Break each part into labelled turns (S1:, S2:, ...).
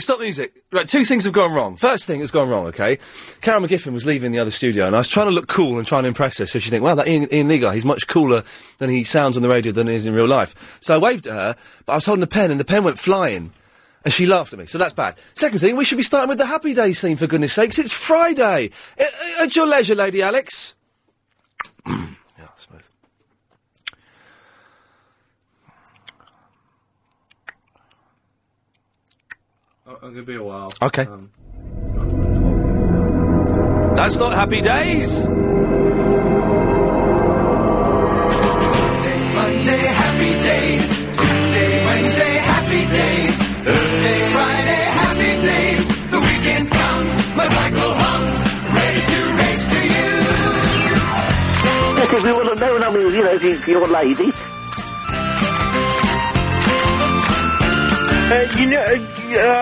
S1: stop the music. Right, two things have gone wrong. First thing that's gone wrong, okay? Carol McGiffin was leaving the other studio, and I was trying to look cool and trying to impress her. So she think, wow, that Ian, Ian Lee guy, he's much cooler than he sounds on the radio than he is in real life. So I waved at her, but I was holding a pen, and the pen went flying. And she laughed at me, so that's bad. Second thing, we should be starting with the Happy Days theme, for goodness sakes. It's Friday. I- I- at your leisure, Lady Alex.
S2: Oh, I'm gonna be a while.
S1: Okay. That's not Happy Days!
S3: Monday, happy days. Tuesday, Wednesday, happy days. Thursday, Friday, happy days. The weekend comes, my cycle hums, ready to race to
S4: Because
S3: you.
S4: we would have known, I mean, you know, you- you're a lady.
S3: Uh, you know, uh,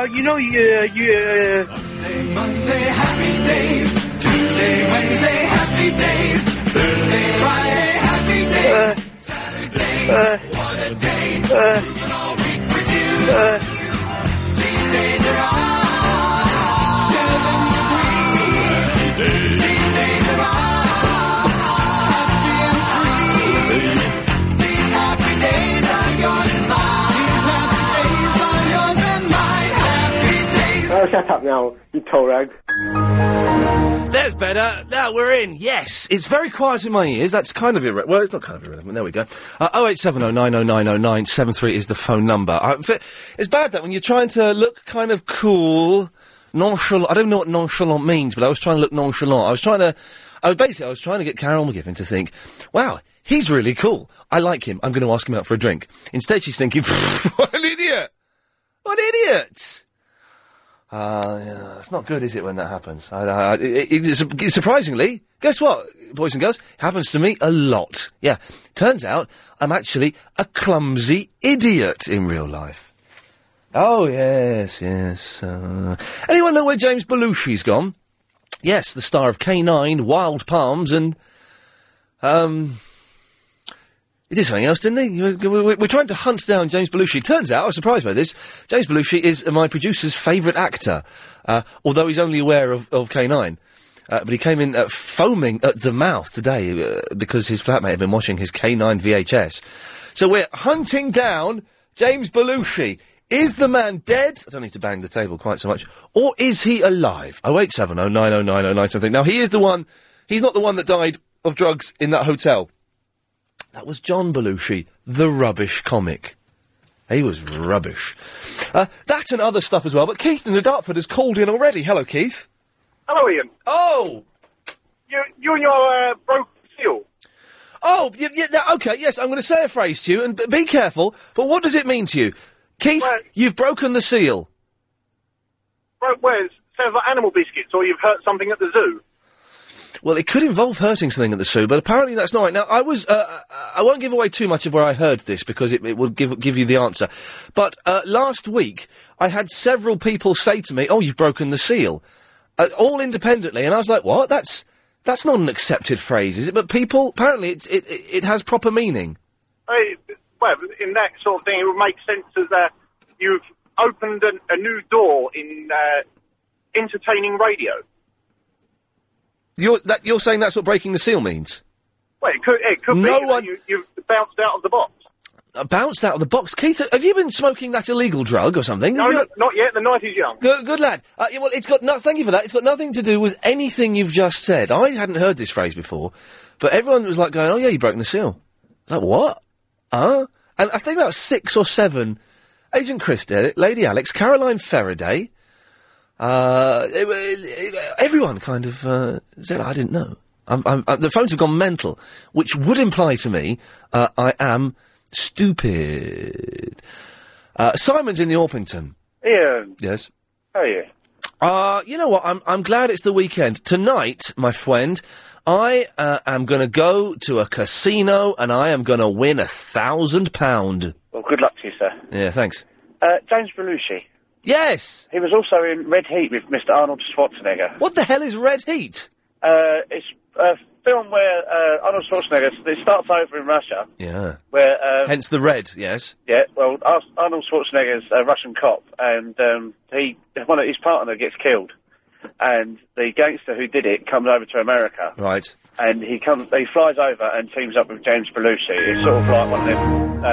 S3: you uh, know, yeah, yeah. Sunday, Monday, happy days. Tuesday, Wednesday, happy days. Thursday, Friday, happy days. Saturday, what a day. Moving all week with you. These days are ours. Share them with me. These days are ours. Happy and free. These happy days are yours and mine. These happy days are yours and mine. Happy days.
S4: Oh, shut up now, you torag.
S1: There's better. Now we're in. Yes, it's very quiet in my ears. That's kind of irrelevant. Well, it's not kind of irrelevant. There we go. Uh, 08709090973 is the phone number. I, f- it's bad that when you're trying to look kind of cool, nonchalant. I don't know what nonchalant means, but I was trying to look nonchalant. I was trying to. I was basically I was trying to get Carol McGiffin to think, "Wow, he's really cool. I like him. I'm going to ask him out for a drink." Instead, she's thinking, "What an idiot! What an idiot!" Uh, yeah, it's not good, is it, when that happens? I, I, I- it, it, it's- it's surprisingly, guess what, boys and girls? Happens to me a lot. Yeah. Turns out I'm actually a clumsy idiot in real life. Oh, yes, yes. Uh, anyone know where James Belushi's gone? Yes, the star of K9, Wild Palms, and. Um. He did something else, didn't he? We- we- We're trying to hunt down James Belushi. Turns out, I was surprised by this, James Belushi is uh, my producer's favourite actor, uh, although he's only aware of, of K9. Uh, but he came in uh, foaming at the mouth today uh, because his flatmate had been watching his K9 VHS. So we're hunting down James Belushi. Is the man dead? I don't need to bang the table quite so much. Or is he alive? Oh, 0870 9090 oh, something. Now, he is the one, he's not the one that died of drugs in that hotel. That was John Belushi, the rubbish comic. He was rubbish. Uh, that and other stuff as well. But Keith in the Dartford has called in already. Hello, Keith.
S5: Hello, Ian.
S1: Oh!
S5: You, you and your uh, broke seal.
S1: Oh, y- y- no, okay, yes, I'm going to say a phrase to you, and b- be careful. But what does it mean to you, Keith?
S5: Well-
S1: you've broken the seal.
S5: Broke where's sounds like animal biscuits, or you've hurt something at the zoo.
S1: Well, it could involve hurting something at the zoo, but apparently that's not right. Now, I was, uh, uh, I won't give away too much of where I heard this because it, it will give, give you the answer. But uh, last week, I had several people say to me, oh, you've broken the seal, uh, all independently. And I was like, what? That's, that's not an accepted phrase, is it? But people, apparently it's, it, it, it has proper meaning.
S5: I, well, in that sort of thing, it would make sense as uh, you've opened an, a new door in uh, entertaining radio.
S1: You're, that, you're saying that's what breaking the seal means?
S5: Well, it could, it could
S1: No
S5: be
S1: one-
S5: that you, you've bounced out of the box.
S1: I bounced out of the box. Keith, have you been smoking that illegal drug or something?
S5: No,
S1: Have you-
S5: no, not yet. The night is young.
S1: Good, good lad. Uh, yeah, well, it's got. No, thank you for that. It's got nothing to do with anything you've just said. I hadn't heard this phrase before, but everyone was like going, "Oh yeah, you broke the seal." Like what? Huh? And I think about six or seven. Agent Chris did it. Lady Alex, Caroline Faraday. Uh, it- it- everyone kind of uh, said, "I didn't know." I'm, I'm, i the phones have gone mental, which would imply to me uh, I am stupid. Uh, Simon's in the Orpington.
S6: Ian,
S1: Yes.
S6: how are you?
S1: Uh, you know what? I'm I'm glad it's the weekend tonight, my friend. I uh, am going to go to a casino and I am going to win a thousand pound.
S6: Well, good luck to you, sir.
S1: Yeah, thanks.
S6: Uh, James Belushi.
S1: Yes.
S6: He was also in Red Heat with Mr. Arnold Schwarzenegger.
S1: What the hell is Red Heat?
S6: Uh, it's a film where uh, Arnold Schwarzenegger. It starts over in Russia,
S1: Yeah.
S6: where um,
S1: Hence the red. Yes.
S6: yeah, well, Ar- Arnold Schwarzenegger's a Russian cop, and um, he one of his partner gets killed, and the gangster who did it comes over to America,
S1: Right.
S6: and he comes, he flies over and teams up with James Belushi. It's sort of like one of them uh,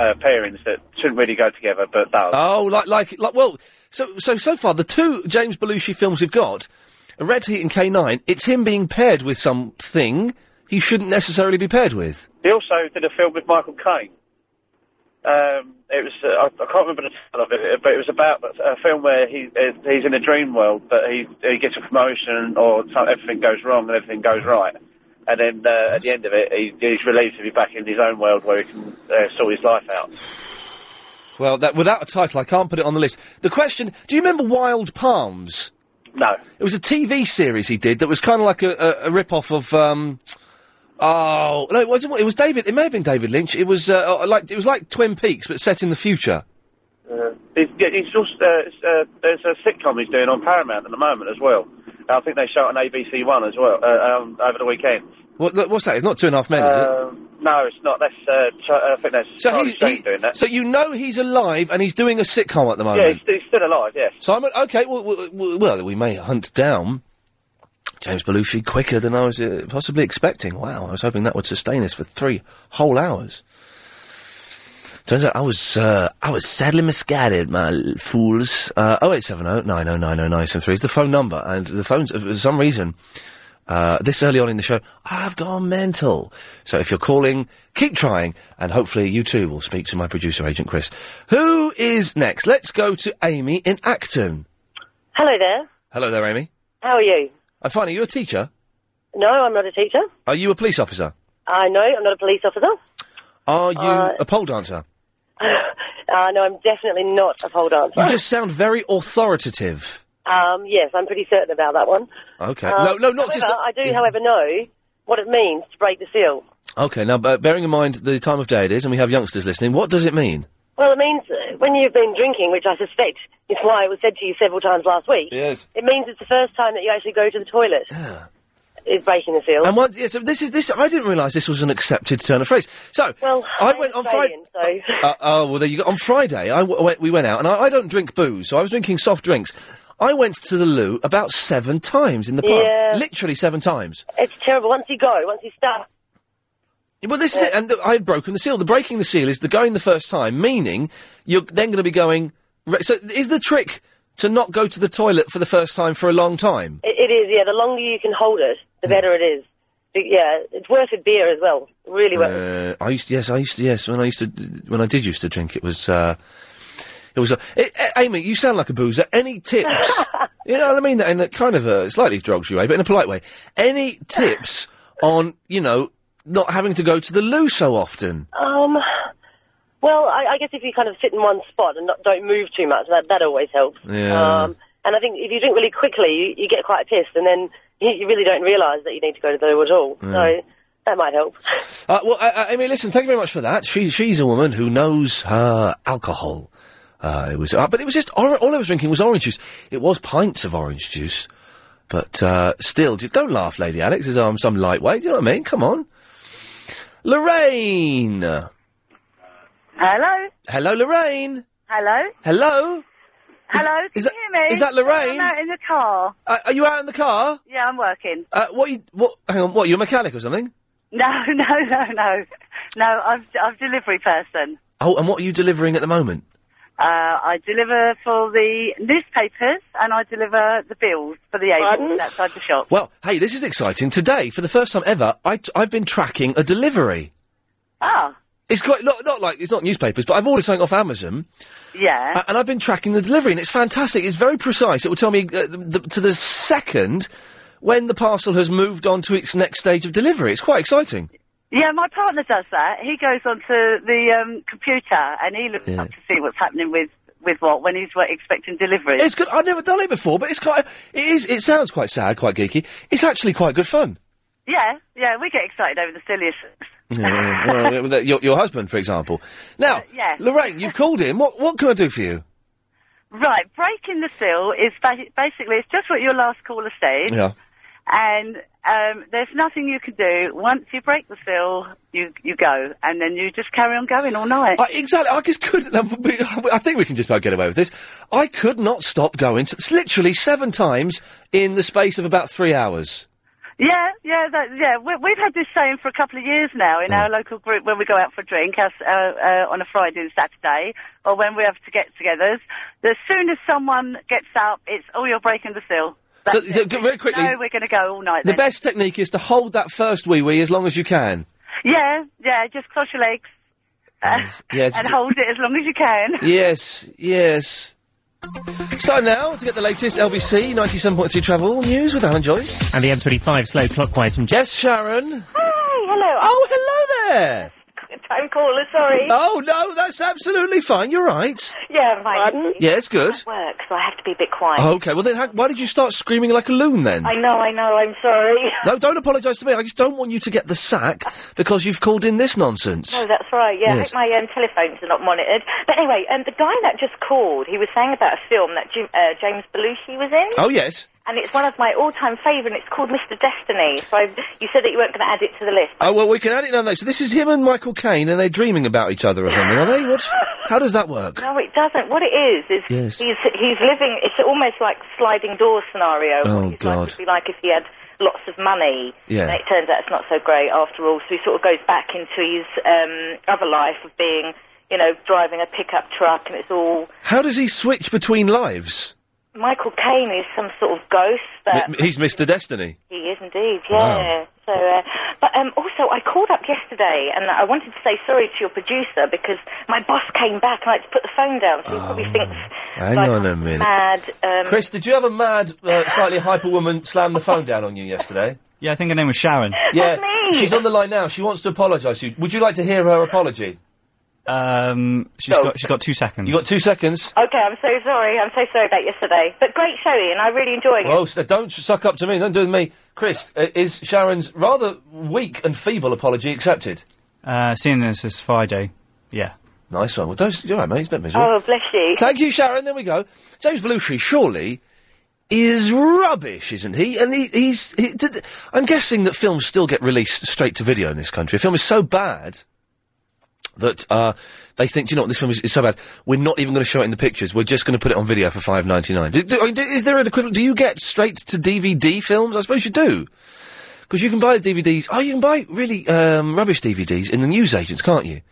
S6: uh, pairings that shouldn't really go together, but does.
S1: Oh, like, like, like, well, so, so, so far, the two James Belushi films we've got, Red Heat and K9, it's him being paired with something he shouldn't necessarily be paired with.
S6: He also did a film with Michael Caine. Um, it was uh, I, I can't remember the title of it, but it was about a film where he uh, he's in a dream world, but he he gets a promotion or some, everything goes wrong and everything goes right, and then uh, at the end of it, he, he's relieved to be back in his own world where he can uh, sort his life out.
S1: Well, that, without a title, I can't put it on the list. The question, do you remember Wild Palms?
S6: No.
S1: It was a TV series he did that was kind of like a, a, a rip-off of, um, oh, no, it wasn't, it was David, it may have been David Lynch, it was, uh, uh, like, it was like Twin Peaks, but set in the future.
S6: Uh, it's, yeah, it's also uh, it's, uh, there's a sitcom he's doing on Paramount at the moment as well. I think they show it on ABC One as well uh, um, over the weekend.
S1: What, look, what's that? It's not Two and a Half Men, is it?
S6: Um, no, it's not. That's uh, Ch- I think that's Charlie Sheen doing that.
S1: So you know he's alive and he's doing a sitcom at the moment.
S6: yeah, he's, he's still alive. Yes.
S1: Simon, okay, well, well, well, well, we may hunt down James Belushi quicker than I was uh, possibly expecting. Wow, I was hoping that would sustain us for three whole hours. Turns out I was uh, I was sadly misguided, my l- fools. Uh, 0870 9090973 is the phone number, and the phones uh, for some reason. Uh, this early on in the show, I've gone mental. So if you're calling, keep trying, and hopefully you too will speak to my producer agent Chris. Who is next? Let's go to Amy in Acton.
S7: Hello there.
S1: Hello there, Amy.
S7: How are you?
S1: I'm fine. Are you a teacher?
S7: No, I'm not a teacher.
S1: Are you a police officer?
S7: I know I'm not a police officer.
S1: Are you
S7: Uh,
S1: a pole dancer?
S7: Uh, no, I'm definitely not a pole dancer.
S1: You just sound very authoritative.
S7: Um, yes, I'm pretty certain about that one.
S1: Okay.
S7: Um,
S1: no, no, not
S7: however,
S1: just.
S7: I do, however, know what it means to break the seal.
S1: Okay. Now, but bearing in mind the time of day it is, and we have youngsters listening, what does it mean?
S7: Well, it means uh, when you've been drinking, which I suspect is why it was said to you several times last week.
S1: Yes.
S7: It means it's the first time that you actually go to the toilet. Is breaking the seal.
S1: And once, yeah, so this is this. I didn't realise this was an accepted turn of phrase. So
S7: well, I went on Friday. So
S1: uh, oh well, there you go. On Friday, I w- went, we went out, and I, I don't drink booze, so I was drinking soft drinks. I went to the loo about seven times in the pub,
S7: Yeah.
S1: literally seven times.
S7: it's terrible. Once you go, once you start,
S1: Well, this is it, and th- I had broken the seal. The breaking the seal is the going the first time, meaning you're then going to be going. Re- so, is the trick to not go to the toilet for the first time for a long time?
S7: it, it is. Yeah, the longer you can hold it, the better it is. But, yeah, it's worth with beer as well. Really worth. it.
S1: Uh, I used to, yes, I used to, yes. When I used to, when I did used to drink, it was, uh, it was. Uh, eh, eh, Amy, you sound like a boozer. Any tips? you know what I mean? In a kind of a slightly drugs you way, but in a polite way. Any tips on you know not having to go to the loo so often?
S7: Um, well, I, I guess if you kind of sit in one spot and not, don't move too much, that that always helps.
S1: Yeah.
S7: Um, and I think if you drink really quickly, you, you get quite pissed, and then you, you really don't realise that you need to go to the loo at all.
S1: Yeah.
S7: So that might help.
S1: Uh, well, uh, uh, Amy, listen, thank you very much for that. She, she's a woman who knows her alcohol. Uh, it was, uh, but it was just or- all I was drinking was orange juice. It was pints of orange juice, but uh, still, j- don't laugh, Lady Alex, as I'm some lightweight. Do you know what I mean? Come on, Lorraine.
S8: Hello.
S1: Hello, Lorraine.
S8: Hello.
S1: Hello.
S8: Hello. can
S1: is that-
S8: you hear me?
S1: is that
S8: I'm
S1: Lorraine?
S8: out in the car.
S1: Uh, are you out in the car?
S8: Yeah, I'm working.
S1: Uh, what? You, what? Hang on. What? You're a mechanic or something?
S8: No, no, no, no, no. I'm I'm delivery person.
S1: Oh, and what are you delivering at the moment?
S8: Uh, I deliver for the newspapers and I deliver the bills for the agents outside the shop.
S1: Well, hey, this is exciting. Today, for the first time ever, I t- I've been tracking a delivery.
S8: Ah,
S1: It's quite not, not like it's not newspapers, but I've ordered something off Amazon,
S8: yeah.
S9: Uh,
S1: a- and I've been tracking the delivery, and it's fantastic. It's very precise. It will tell me uh, the, to the second when the parcel has moved on to its next stage of delivery. It's quite exciting.
S8: Yeah, my partner does that. He goes onto the um, computer and he looks
S1: Yeah.
S8: up to see what's happening with, with what when he's what, expecting delivery.
S1: It's good. I've never done it before, but it's quite. It is. It sounds quite sad, quite geeky. It's actually quite good fun.
S8: Yeah, yeah, we get excited over the silliest.
S1: Yeah, well, yeah, well, that- your, your husband, for example. Now,
S8: Uh, yeah.
S1: Lorraine, you've called in. What what can I do for you?
S8: Right, breaking the seal is ba- basically it's just what your last caller said,
S1: Yeah.
S8: and Um, there's nothing you can do. Once you break the seal, you you go, and then you just carry on going all night.
S1: I, exactly. I just couldn't. I think we can just about get away with this. I could not stop going. It's literally seven times in the space of about three hours.
S8: Yeah, yeah, that, yeah. We, we've had this saying for a couple of years now
S1: Hmm.
S8: in our local group when we go out for a drink us, uh, uh, on a Friday and Saturday, or when we have to get-togethers. As soon as someone gets up, it's oh, you're breaking the seal.
S1: So- so g- very quickly-
S8: No, we're going to go all night.
S1: The
S8: then.
S1: best technique is to hold that first wee wee as long as you can.
S8: Yeah, yeah. Just cross your legs uh,
S1: Yes.
S8: and hold it as long as you can.
S1: Yes, yes. It's time now to get the latest LBC 97.3 travel news with Alan Joyce.
S10: And the M25 slow clockwise from
S1: Yes, Sharon.
S11: Hi, hello.
S1: Oh, hello there.
S11: Time caller, sorry.
S1: Oh, no, that's absolutely fine. You're right.
S11: Yeah, right.
S1: Yes, good. Oh,
S11: At work, so I have to be a bit quiet.
S1: Okay, well then, how, why did you start screaming like a loon then?
S11: I know, I know, I'm sorry.
S1: No, don't apologise to me. I just don't want you to get the sack because you've called in this nonsense.
S11: No, that's right. Yeah,
S1: Yes.
S11: I hope my um, telephones are not monitored. But anyway, um, the guy that just called, he was saying about a film that Jim, uh, James Belushi was in.
S1: Oh, yes.
S11: And it's one of my all-time favourite, and it's called Mr. Destiny. So I, you said that you weren't going to add it to the list.
S1: Oh, well, we can add it now, though. So this is him and Michael Caine, and they're dreaming about each other or something, are they? What? How does that work?
S11: No, it doesn't. What it is is
S1: Yes.
S11: he's he's living. It's almost like sliding door scenario.
S1: Oh,
S11: what his
S1: God.
S11: life would be like if he had lots of money.
S1: Yeah.
S11: And it turns out it's not so great after all. So he sort of goes back into his um, other life of being, you know, driving a pickup truck, and it's all
S1: How does he switch between lives?
S11: Michael Caine is some sort of ghost that
S1: M- he's Mr. Destiny.
S11: he is indeed.
S1: Wow.
S11: Yeah. So, uh, but um, also, I called up yesterday and I wanted to say sorry to your producer because my boss came back and I had to put the phone down. So he probably
S1: Oh,
S11: thinks
S1: Hang
S11: like,
S1: on a
S11: I'm
S1: minute.
S11: mad. Um,
S1: Chris, did you have a mad, uh, slightly hyper woman slam the phone down on you yesterday?
S10: Yeah, I think her name was Sharon.
S1: Yeah, she's on the line now. She wants to apologise to you. Would you like to hear her apology?
S10: Um, she's got she's got two seconds. You
S1: got two seconds.
S11: Okay, I'm so sorry. I'm so sorry about yesterday. But great show, Ian. I really enjoyed it.
S1: Well, so don't suck up to me. Don't do it with me. Chris, uh, is Sharon's rather weak and feeble apology accepted?
S10: Uh, seeing as it's Friday, yeah.
S1: Nice one. Well, don't. You're right, mate. It's a bit miserable.
S11: Oh, bless you.
S1: Thank you, Sharon. There we go. James Belushi, surely, is rubbish, isn't he? And he, he's. He, did, I'm guessing that films still get released straight to video in this country. A film is so bad that uh, they think, do you know what, this film is, is so bad, we're not even going to show it in the pictures. We're just going to put it on video for five ninety nine. Do, do, I mean, do- is there an equivalent? Do you get straight to DVD films? I suppose you do. Because you can buy the DVDs. Oh, you can buy really um, rubbish DVDs in the newsagents, can't you?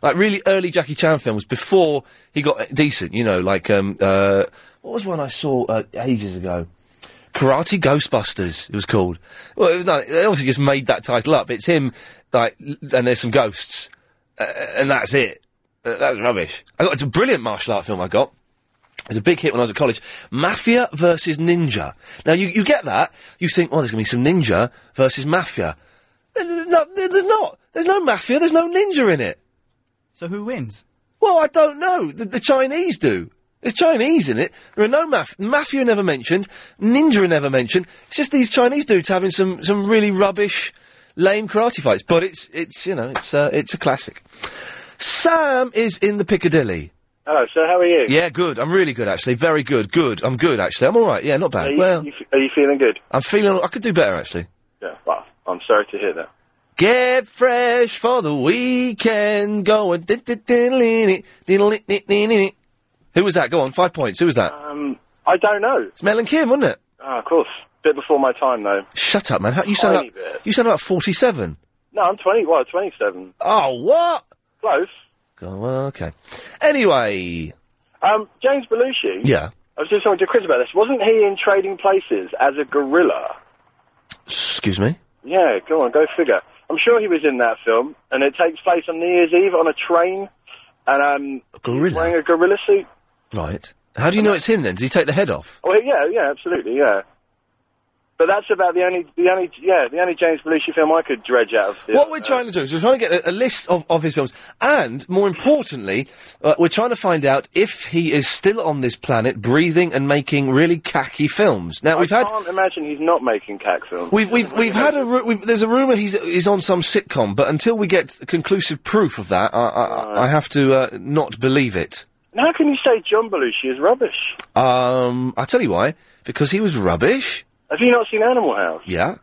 S1: Like really early Jackie Chan films before he got uh, decent. You know, like um, uh, what was one I saw uh, ages ago? Karate Ghostbusters. It was called. Well, it was not, they obviously just made that title up. It's him, like, l- and there's some ghosts, uh, and that's it. Uh, that was rubbish. I got it's a brilliant martial art film. I got. It was a big hit when I was at college. Mafia versus Ninja. Now, you, you get that. You think, oh, there's going to be some Ninja versus Mafia. Uh, There's not. There's not. There's no Mafia. There's no Ninja in it.
S10: So who wins?
S1: Well, I don't know. The, the Chinese do. There's Chinese in it. There are no maf- Mafia never mentioned. Ninja are never mentioned. It's just these Chinese dudes having some, some really rubbish, lame karate fights. But it's, it's you know, it's, uh, it's a classic. Sam is in the Piccadilly.
S12: Hello, sir. How are you?
S1: Yeah, good. I'm really good, actually. Very good. Good. I'm good, actually. I'm all right. Yeah, not
S12: Are
S1: bad.
S12: you,
S1: Well,
S12: you f- are you feeling good?
S1: I'm feeling. I could do better, actually.
S12: Yeah. Well, I'm sorry to hear that.
S1: Get fresh for the weekend. Go and Who was that? Go on. Five points. Who was that?
S12: Um, I don't know.
S1: It's Mel and Kim, wasn't it?
S12: Ah, of course. Bit before my time, though.
S1: Shut up, man. How, you sound
S12: Tiny
S1: like,
S12: bit.
S1: you sound about forty-seven.
S12: No, I'm 20. Well, 27.
S1: Oh, what?
S12: Close.
S1: Go well, okay. Anyway,
S12: Um, James Belushi.
S1: yeah.
S12: I was just talking to Chris about this. Wasn't he in Trading Places as a gorilla?
S1: Excuse me.
S12: Yeah, go on, go figure. I'm sure he was in that film, and it takes place on New Year's Eve on a train, and um,
S1: gorilla?
S12: he's wearing a gorilla suit.
S1: Right. How do you know it's him then? Did he take the head off?
S12: Oh yeah, yeah, absolutely, yeah. But that's about the only, the only, yeah, the only James Belushi film I could dredge out of. The,
S1: What we're trying to do is we're trying to get a, a list of, of his films, and more importantly, uh, we're trying to find out if he is still on this planet, breathing and making really khaki films. Now
S12: I
S1: we've had
S12: can't imagine he's not making cack films.
S1: We've we've we've had a ru- we've, there's a rumor he's he's on some sitcom, but until we get conclusive proof of that, I I, I have to uh, not believe it.
S12: And how can you say John Belushi is rubbish?
S1: Um, I tell you why, because he was rubbish.
S12: Have you not seen Animal House?
S1: Yeah,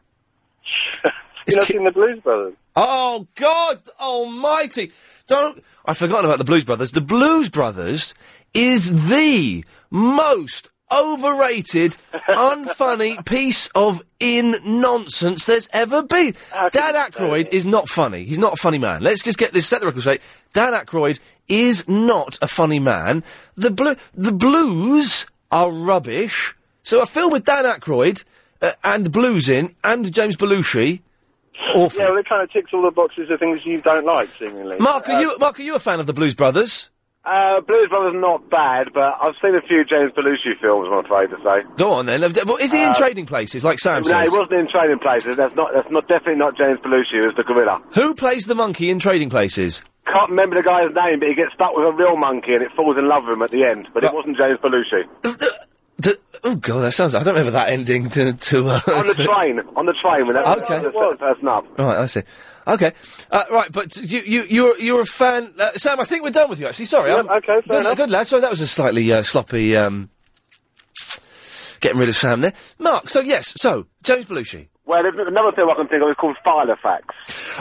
S1: It's
S13: you not seen the Blues Brothers?
S1: Oh God Almighty! Don't I've forgotten about the Blues Brothers. The Blues Brothers is the most overrated, unfunny piece of in nonsense there's ever been. Dan Aykroyd is not funny. He's not a funny man. Let's just get this set the record straight. Dan Aykroyd is not a funny man. The blu- the blues are rubbish. So a film with Dan Aykroyd uh, and blues in and James Belushi. Awful.
S13: Yeah, well, it kind of ticks all the boxes of things you don't like, seemingly.
S1: Mark,
S13: Uh,
S1: are you Mark, are you a fan of the Blues Brothers?
S13: Uh, Blues Brothers not bad, but I've seen a few James Belushi films. I'm afraid to say.
S1: Go on then. Uh, d- well, Is he in
S13: Uh,
S1: trading places like Sam
S13: no, he
S1: says?
S13: wasn't in Trading Places. That's not. That's not definitely not James Belushi. It was the gorilla.
S1: Who plays the monkey in Trading Places?
S13: Can't remember the guy's name, but he gets stuck with a real monkey and it falls in love with him at the end. But it wasn't James Belushi.
S1: Oh god, that sounds. I don't remember that ending to to. Uh,
S13: on the train. On the train when that
S1: Okay.
S13: was the person up.
S1: Right, I see. Okay, uh, right, but you you you're you're a fan, uh, Sam. I think we're done with you. Actually, sorry. I'm-
S13: okay, fair
S1: good,
S13: enough.
S1: good lad. Sorry, that was a slightly uh, sloppy um, getting rid of Sam there. Mark. So yes, so James Belushi.
S13: Well, there's another film I can think of is called Filofax.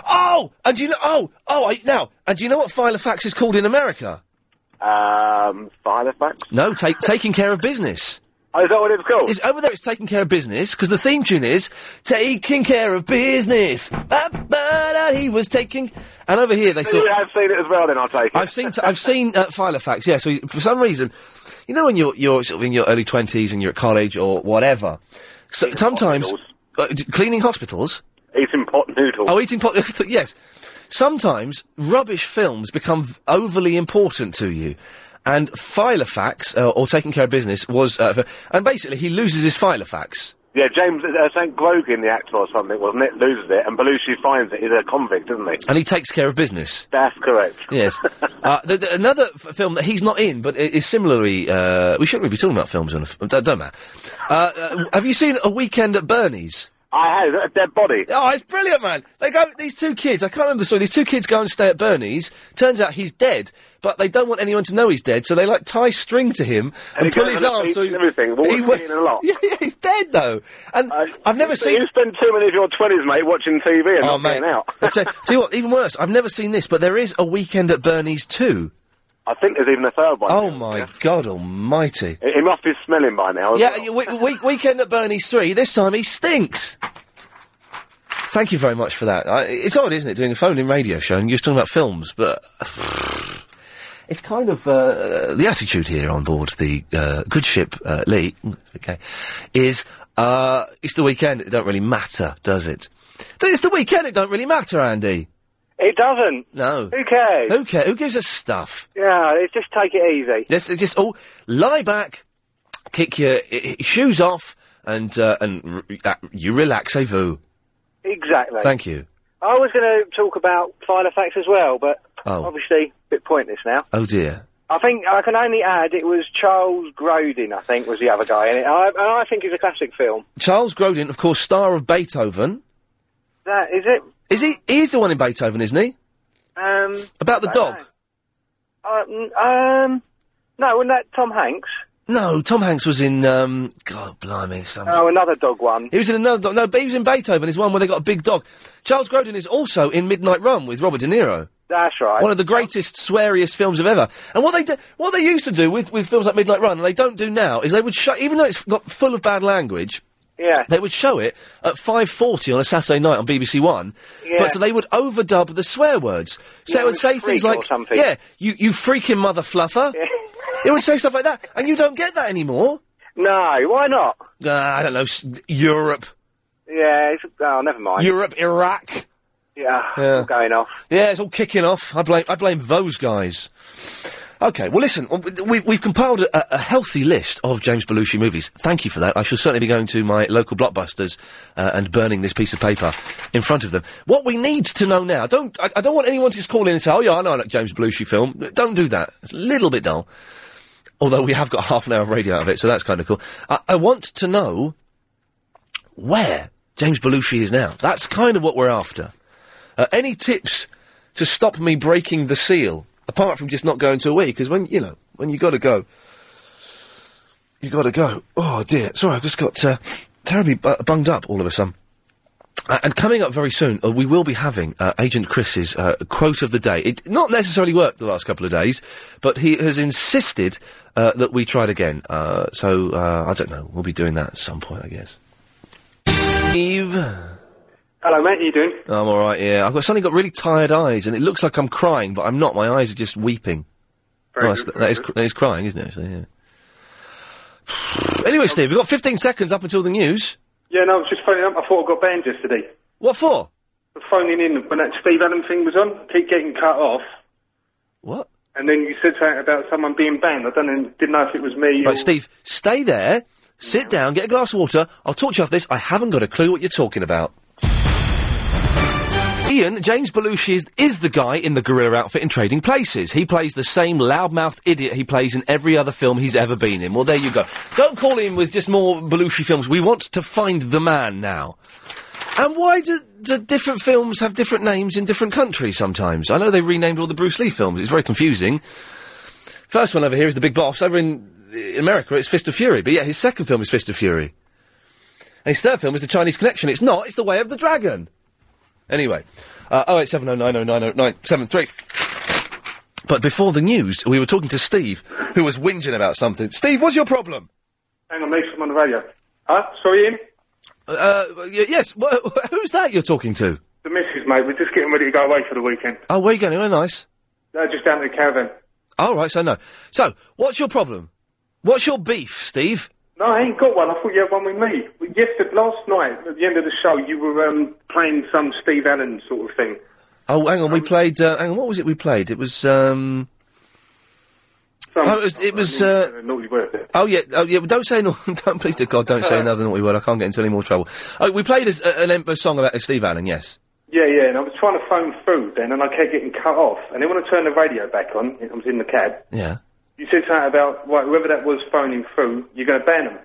S1: Oh, and do you know? Oh, oh, I, now, and do you know what Filofax is called in America?
S13: Um, Filofax.
S1: No, take, taking care of business.
S13: Oh, is that what it's called?
S1: It's over there. It's taking care of business because the theme tune is taking care of business. Ba- ba- da, he was taking, and over here they
S13: So
S1: thought.
S13: you have seen it as well, then I'll take it.
S1: I've seen t- I've seen uh, Filofax. Yeah, so you- for some reason, you know, when you're you're sort of in your early twenties and you're at college or whatever, so sometimes uh, d- cleaning hospitals,
S13: eating pot noodles.
S1: Oh, eating pot. yes, sometimes rubbish films become v- overly important to you. And Filofax, uh, or Taking Care of Business, was, uh, f- and basically he loses his Filofax.
S13: Yeah, James uh, St. Grogan, the actor or something, wasn't it? Loses it, and Belushi finds it. He's a convict, isn't he?
S1: And he takes care of business.
S13: That's correct.
S1: Yes. uh, the, the, another f- film that he's not in, but i- is similarly. Uh, we shouldn't really be talking about films on a. F- don't, don't matter. Uh, uh, have you seen A Weekend at Bernie's?
S13: I have. A dead body.
S1: Oh, it's brilliant, man. They go. These two kids. I can't remember the story. These two kids go and stay at Bernie's. Turns out he's dead, but they don't want anyone to know he's dead, so they like tie string to him and,
S13: he
S1: pull
S13: goes
S1: his
S13: on a
S1: arm.
S13: beach
S1: So
S13: and everything. Well,
S1: wa-
S13: a lot. Uh,
S1: Yeah, yeah, he's dead though. And I've never seen.
S13: You spend too many of your twenties, mate, watching TV and
S1: Oh,
S13: not
S1: mate.
S13: getting out.
S1: I'll tell, tell you what, even worse, I've never seen this, but there is a weekend at Bernie's too.
S13: I think there's even a third one.
S1: Oh my God Almighty!
S13: He he must be smelling by now.
S1: Yeah, yeah, we, we, weekend at Bernie's three. This time he stinks. Thank you very much for that. I, it's odd, isn't it, doing a phone-in radio show and you're just talking about films, but it's kind of uh, the attitude here on board the uh, good ship uh, Lee. Okay, is uh, it's the weekend. It don't really matter, does it? Th- It's the weekend. It don't really matter, Andy.
S14: It doesn't.
S1: No.
S14: Who cares?
S1: Who cares? Who gives a stuff?
S14: Yeah, it's just take it easy.
S1: Just, just all lie back, kick your i- i- shoes off, and uh, and r- uh, you relax, vous.
S14: Exactly.
S1: Thank you.
S14: I was going to talk about Filofax as well, but
S1: Oh.
S14: obviously a bit pointless now.
S1: Oh dear.
S14: I think I can only add it was Charles Grodin, I think, was the other guy in it. I, and I think it's a classic film.
S1: Charles Grodin, of course, star of Beethoven.
S14: That is it.
S1: Is he? He's the one in Beethoven, isn't he?
S14: Um,
S1: About the
S14: I
S1: dog.
S14: don't know. Uh, n- um, no, wasn't that Tom Hanks?
S1: No, Tom Hanks was in. Um, God, blimey, some.
S14: Oh, another dog one.
S1: He was in another dog. No, but he was in Beethoven. Is one where they got a big dog. Charles Grodin is also in Midnight Run with Robert De Niro.
S14: That's right.
S1: One of the greatest, sweariest films of ever. And what they do, what they used to do with, with films like Midnight Run, and they don't do now, is they would show, even though it's got full of bad language.
S14: Yeah.
S1: They would show it at 5.40 on a Saturday night on BBC One.
S14: Yeah.
S1: But so they would overdub the swear words. So
S14: Yeah,
S1: it would
S14: with
S1: say things
S14: freak or
S1: like,
S14: something.
S1: yeah, you, you freaking mother fluffer. it would say stuff like that. And you don't get that anymore.
S14: No, why not?
S1: Uh, I don't know, s- Europe.
S14: Yeah, it's, oh, never mind.
S1: Europe, Iraq.
S14: Yeah,
S1: Yeah.
S14: all Ah, going off.
S1: Yeah, it's all kicking off. I blame I blame those guys. Okay, well, listen, w- we, we've compiled a, a healthy list of James Belushi movies. Thank you for that. I shall certainly be going to my local blockbusters uh, and burning this piece of paper in front of them. What we need to know now, don't I, I don't want anyone to just call in and say, "Oh yeah, I know that James Belushi film." Don't do that. It's a little bit dull. Although we have got half an hour of radio out of it, so that's kind of cool. I, I want to know where James Belushi is now. That's kind of what we're after. Uh, any tips to stop me breaking the seal? Apart from just not going to a week, because when you know when you got to go, you got to go. Oh dear! Sorry, I've just got uh, terribly bu- bunged up all of a sudden. Uh, and coming up very soon, uh, we will be having uh, Agent Chris's uh, quote of the day. It not necessarily worked the last couple of days, but he has insisted uh, that we try it again. Uh, so uh, I don't know. We'll be doing that at some point, I guess. Eve.
S15: Hello, mate. How you doing?
S1: I'm all right. Yeah, I've got suddenly got really tired eyes, and it looks like I'm crying, but I'm not. My eyes are just weeping.
S15: Very
S1: Well, that's-
S15: good,
S1: that is
S15: very
S1: cr- that is crying, isn't it? Actually, yeah. anyway, Steve, we've got 15 seconds up until the news.
S15: Yeah, no, I was just phoning up. I thought I got banned yesterday.
S1: What for?
S15: For phoning in when that Steve Allen thing was on. Keep getting cut off.
S1: What?
S15: And then you said something about someone being banned. I don't know, didn't know if it was me or...
S1: Right, Steve, stay there. Sit down, get a glass of water. I'll talk to you after this. I haven't got a clue what you're talking about. Ian, James Belushi is, is the guy in the gorilla outfit in Trading Places. He plays the same loudmouthed idiot he plays in every other film he's ever been in. Well, there you go. Don't call him with just more Belushi films. We want to find the man now. And why do, do different films have different names in different countries sometimes? I know they renamed all the Bruce Lee films. It's very confusing. First one over here is The Big Boss. Over in, in America, it's Fist of Fury. But yeah, his second film is Fist of Fury. And his third film is The Chinese Connection. It's not, it's The Way of the Dragon. Anyway, uh, 08709090973. But before the news, we were talking to Steve, who was whinging about something. Steve, what's your problem?
S15: Hang on, mate, I'm on the radio. Huh? Sorry, Ian?
S1: Uh, y- yes, wh- who's that you're talking to?
S15: The missus, mate. We're just getting ready to go away for the weekend.
S1: Oh, where you going? Oh, nice.
S15: No, just down to the caravan.
S1: All right, so no. So, what's your problem? What's your beef, Steve?
S15: No, I ain't got one. I thought you had one with me. Well, Yesterday, last night, at the end of the show, you were um, playing some Steve Allen sort of thing.
S1: Oh, hang on.
S15: Um,
S1: we played. Uh, hang on. What was it? We played. It was. um...
S15: Some,
S1: oh, it was. It was uh,
S15: Naughty word there.
S1: oh yeah. Oh yeah. Don't say. No, don't please to God. Don't say another naughty word. I can't get into any more trouble. Oh, we played as, a, an em- a song about uh, Steve Allen. Yes.
S15: Yeah, yeah, and I was trying to phone through then, and I kept getting cut off. And then when I turned the radio back on, I was in the cab,
S1: Yeah.
S15: you said something about, right, whoever that was phoning through, you're going to ban them.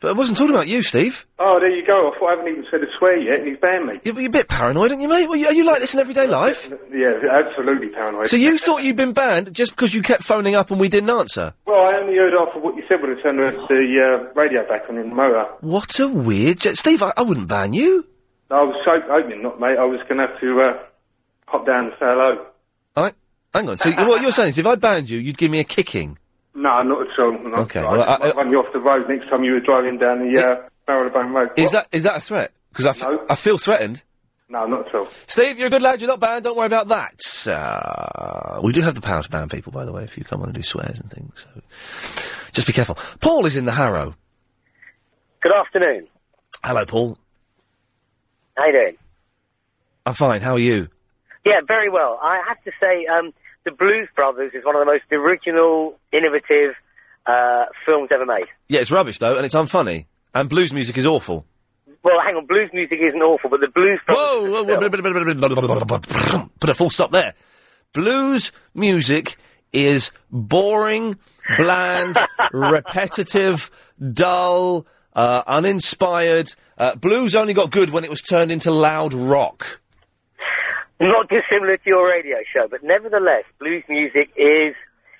S1: But I wasn't talking about you, Steve.
S15: Oh, there you go. I thought I haven't even said a swear yet, and he's banned me.
S1: You're, you're a bit paranoid, aren't you, mate? Well, you, are you like this in everyday life?
S15: Yeah, absolutely paranoid.
S1: So you thought you'd been banned just because you kept phoning up and we didn't answer?
S15: Well, I only heard half of what you said when I turned the, the uh, radio back on in the motor.
S1: What a weird, j- Steve. I, I wouldn't ban you.
S15: I was so hoping not, mate. I was going to have to uh, hop down and say hello.
S1: I, hang on. So you- what you're saying is, if I banned you, you'd give me a kicking.
S15: No, not at all. No.
S1: Okay,
S15: I
S1: well, uh,
S15: just might run you off the road next time you were driving down the uh, Marylebone Road.
S1: Is that is that a threat? Because I, f- I feel threatened.
S15: No, not at all.
S1: Steve, you're a good lad. You're not banned. Don't worry about that. Uh, we do have the power to ban people, by the way, if you come on and do swears and things. So just be careful. Paul is in the Harrow.
S9: Good afternoon.
S1: Hello, Paul.
S9: How you doing?
S1: I'm fine. How are you?
S9: Yeah, very well. I have to say, um, The Blues Brothers is one of the most original, innovative uh, films ever made.
S1: Yeah, it's rubbish though, and it's unfunny. And blues music is awful.
S9: Well, hang on, blues music isn't awful, but The Blues Brothers...
S1: Whoa! whoa, whoa, Put a full stop there. Blues music is boring, bland, repetitive, dull, uh, uninspired. Uh, blues only got good when it was turned into loud rock.
S9: Not dissimilar to your radio show, but nevertheless, blues music is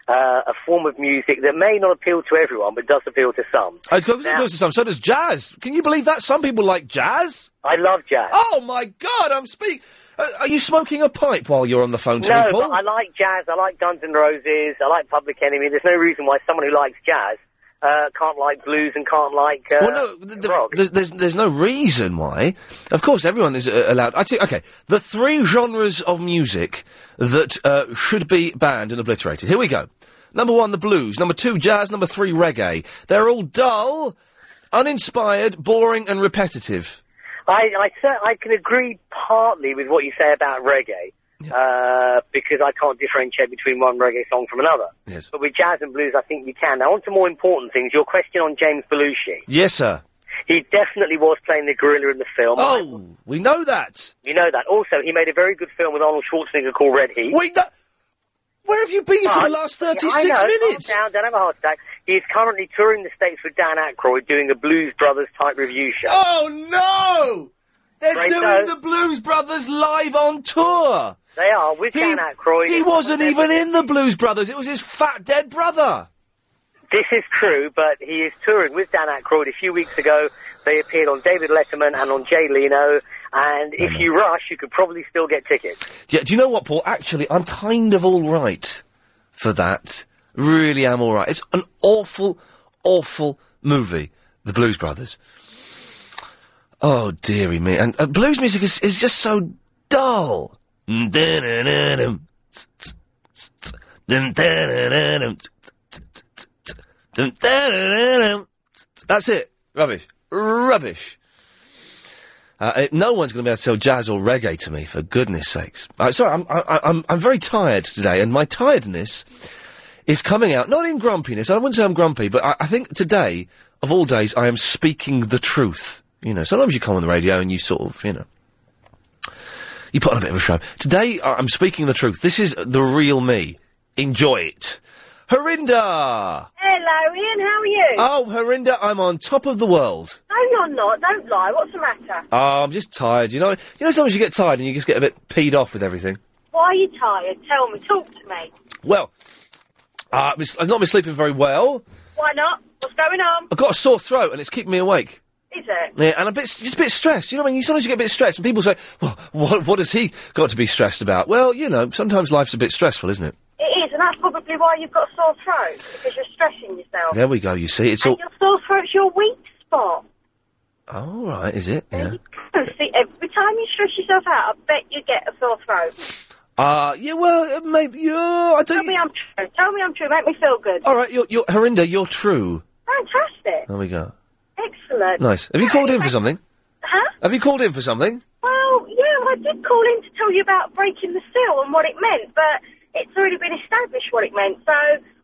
S9: uh, a form of music that may not appeal to everyone, but does appeal to some.
S1: Uh, it goes- it goes to some. So does jazz. Can you believe that? Some people like jazz.
S9: I love jazz.
S1: Oh my God! I'm speak. Uh, are you smoking a pipe while you're on the phone to
S9: no,
S1: me, Paul?
S9: but I uh, like jazz. I like Guns N' Roses. I like Public Enemy. There's no reason why someone who likes jazz uh, can't like blues and can't like uh,
S1: Well, no, th- th- there's, there's there's no reason why. Of course, everyone is uh, allowed. I think okay, the three genres of music that uh, should be banned and obliterated. Here we go. Number one, the blues. Number two, jazz. Number three, reggae. They're all dull, uninspired, boring, and repetitive.
S9: I I, cer- I can agree partly with what you say about reggae uh, because I can't differentiate between one reggae song from another.
S1: Yes.
S9: But with jazz and blues, I think you can. Now, on to more important things. Your question on James Belushi.
S1: Yes, sir.
S9: He definitely was playing the gorilla in the film.
S1: Oh, we know that.
S9: You know that. Also, he made a very good film with Arnold Schwarzenegger called Red Heat.
S1: Wait, where have you been for the last 36
S9: I know,
S1: minutes?
S9: Calm down, don't have a heart attack. He is currently touring the States with Dan Aykroyd doing a Blues Brothers type review show.
S1: Oh no! They're
S9: Right,
S1: doing
S9: so-
S1: the Blues Brothers live on tour.
S9: They are with Dan Aykroyd.
S1: He
S9: It's
S1: wasn't
S9: one of their-
S1: even in the Blues Brothers. It was his fat dead brother.
S9: This is true, but he is touring with Dan Aykroyd. A few weeks ago, they appeared on David Letterman and on Jay Leno, And
S1: Mm.
S9: if you rush, you could probably still get tickets.
S1: Do, do you know what, Paul? Actually, I'm kind of all right for that. Really am all right. It's an awful, awful movie, The Blues Brothers. Oh, dearie me. And uh, blues music is, is just so dull. Dun-dun-dun-dum. Tsk-tsk-tsk-tsk. Dun-dun-dun-dum. Tsk-tsk-tsk-tsk. Dun-dun-dun-dum. Tsk-tsk. That's it. Rubbish. Rubbish. Uh, it- no one's going to be able to sell jazz or reggae to me, for goodness sakes. Uh, sorry, I'm, I, I- I'm, I'm very tired today, and my tiredness is coming out, not in grumpiness, I wouldn't say I'm grumpy, but I, I think today, of all days, I am speaking the truth. You know, sometimes you come on the radio and you sort of, you know, you put on a bit of a show. Today, I- I'm speaking the truth. This is the real me. Enjoy it. Herinda!
S16: Hello, Ian. How are you?
S1: Oh, Herinda, I'm on top of the world.
S16: No, you're not. Don't lie. What's the matter?
S1: Oh, I'm just tired. You know, you know, sometimes you get tired and you just get a bit peed off with everything.
S16: Why are you tired? Tell me. Talk to me.
S1: Well, uh, mis- I've not been sleeping very well.
S16: Why not? What's going on?
S1: I've got a sore throat and it's keeping me awake.
S16: Is it?
S1: Yeah, and a bit, just a bit stressed. You know what I mean? Sometimes you get a bit stressed, and people say, "Well, what, what has he got to be stressed about?" Well, you know, sometimes life's a bit stressful, isn't it?
S16: It is, and that's probably why you've got a sore throat because you're stressing yourself.
S1: There we go. You see, it's all.
S16: Your sore throat's your weak spot.
S1: All right, is it? Yeah.
S16: Oh, see, every time you stress yourself out, I bet you get a sore throat.
S1: Uh, yeah. Well, uh, maybe you. I don't.
S16: Tell me I'm true. Tell me I'm true. Make me feel good.
S1: All right, you're, you're Herinda. You're true.
S16: Fantastic.
S1: There we go.
S16: Excellent.
S1: Nice. Have you called in for something?
S16: Huh?
S1: Have you called in for something?
S16: Well, yeah, well, I did call in to tell you about breaking the seal and what it meant, but it's already been established what it meant, so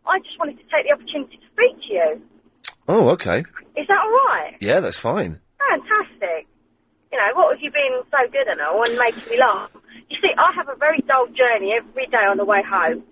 S16: I just wanted to take the opportunity to speak to you.
S1: Oh, okay.
S16: Is that all right?
S1: Yeah, that's fine.
S16: Fantastic. You know, what have you been so good and all and making me laugh? You see, I have a very dull journey every day on the way home.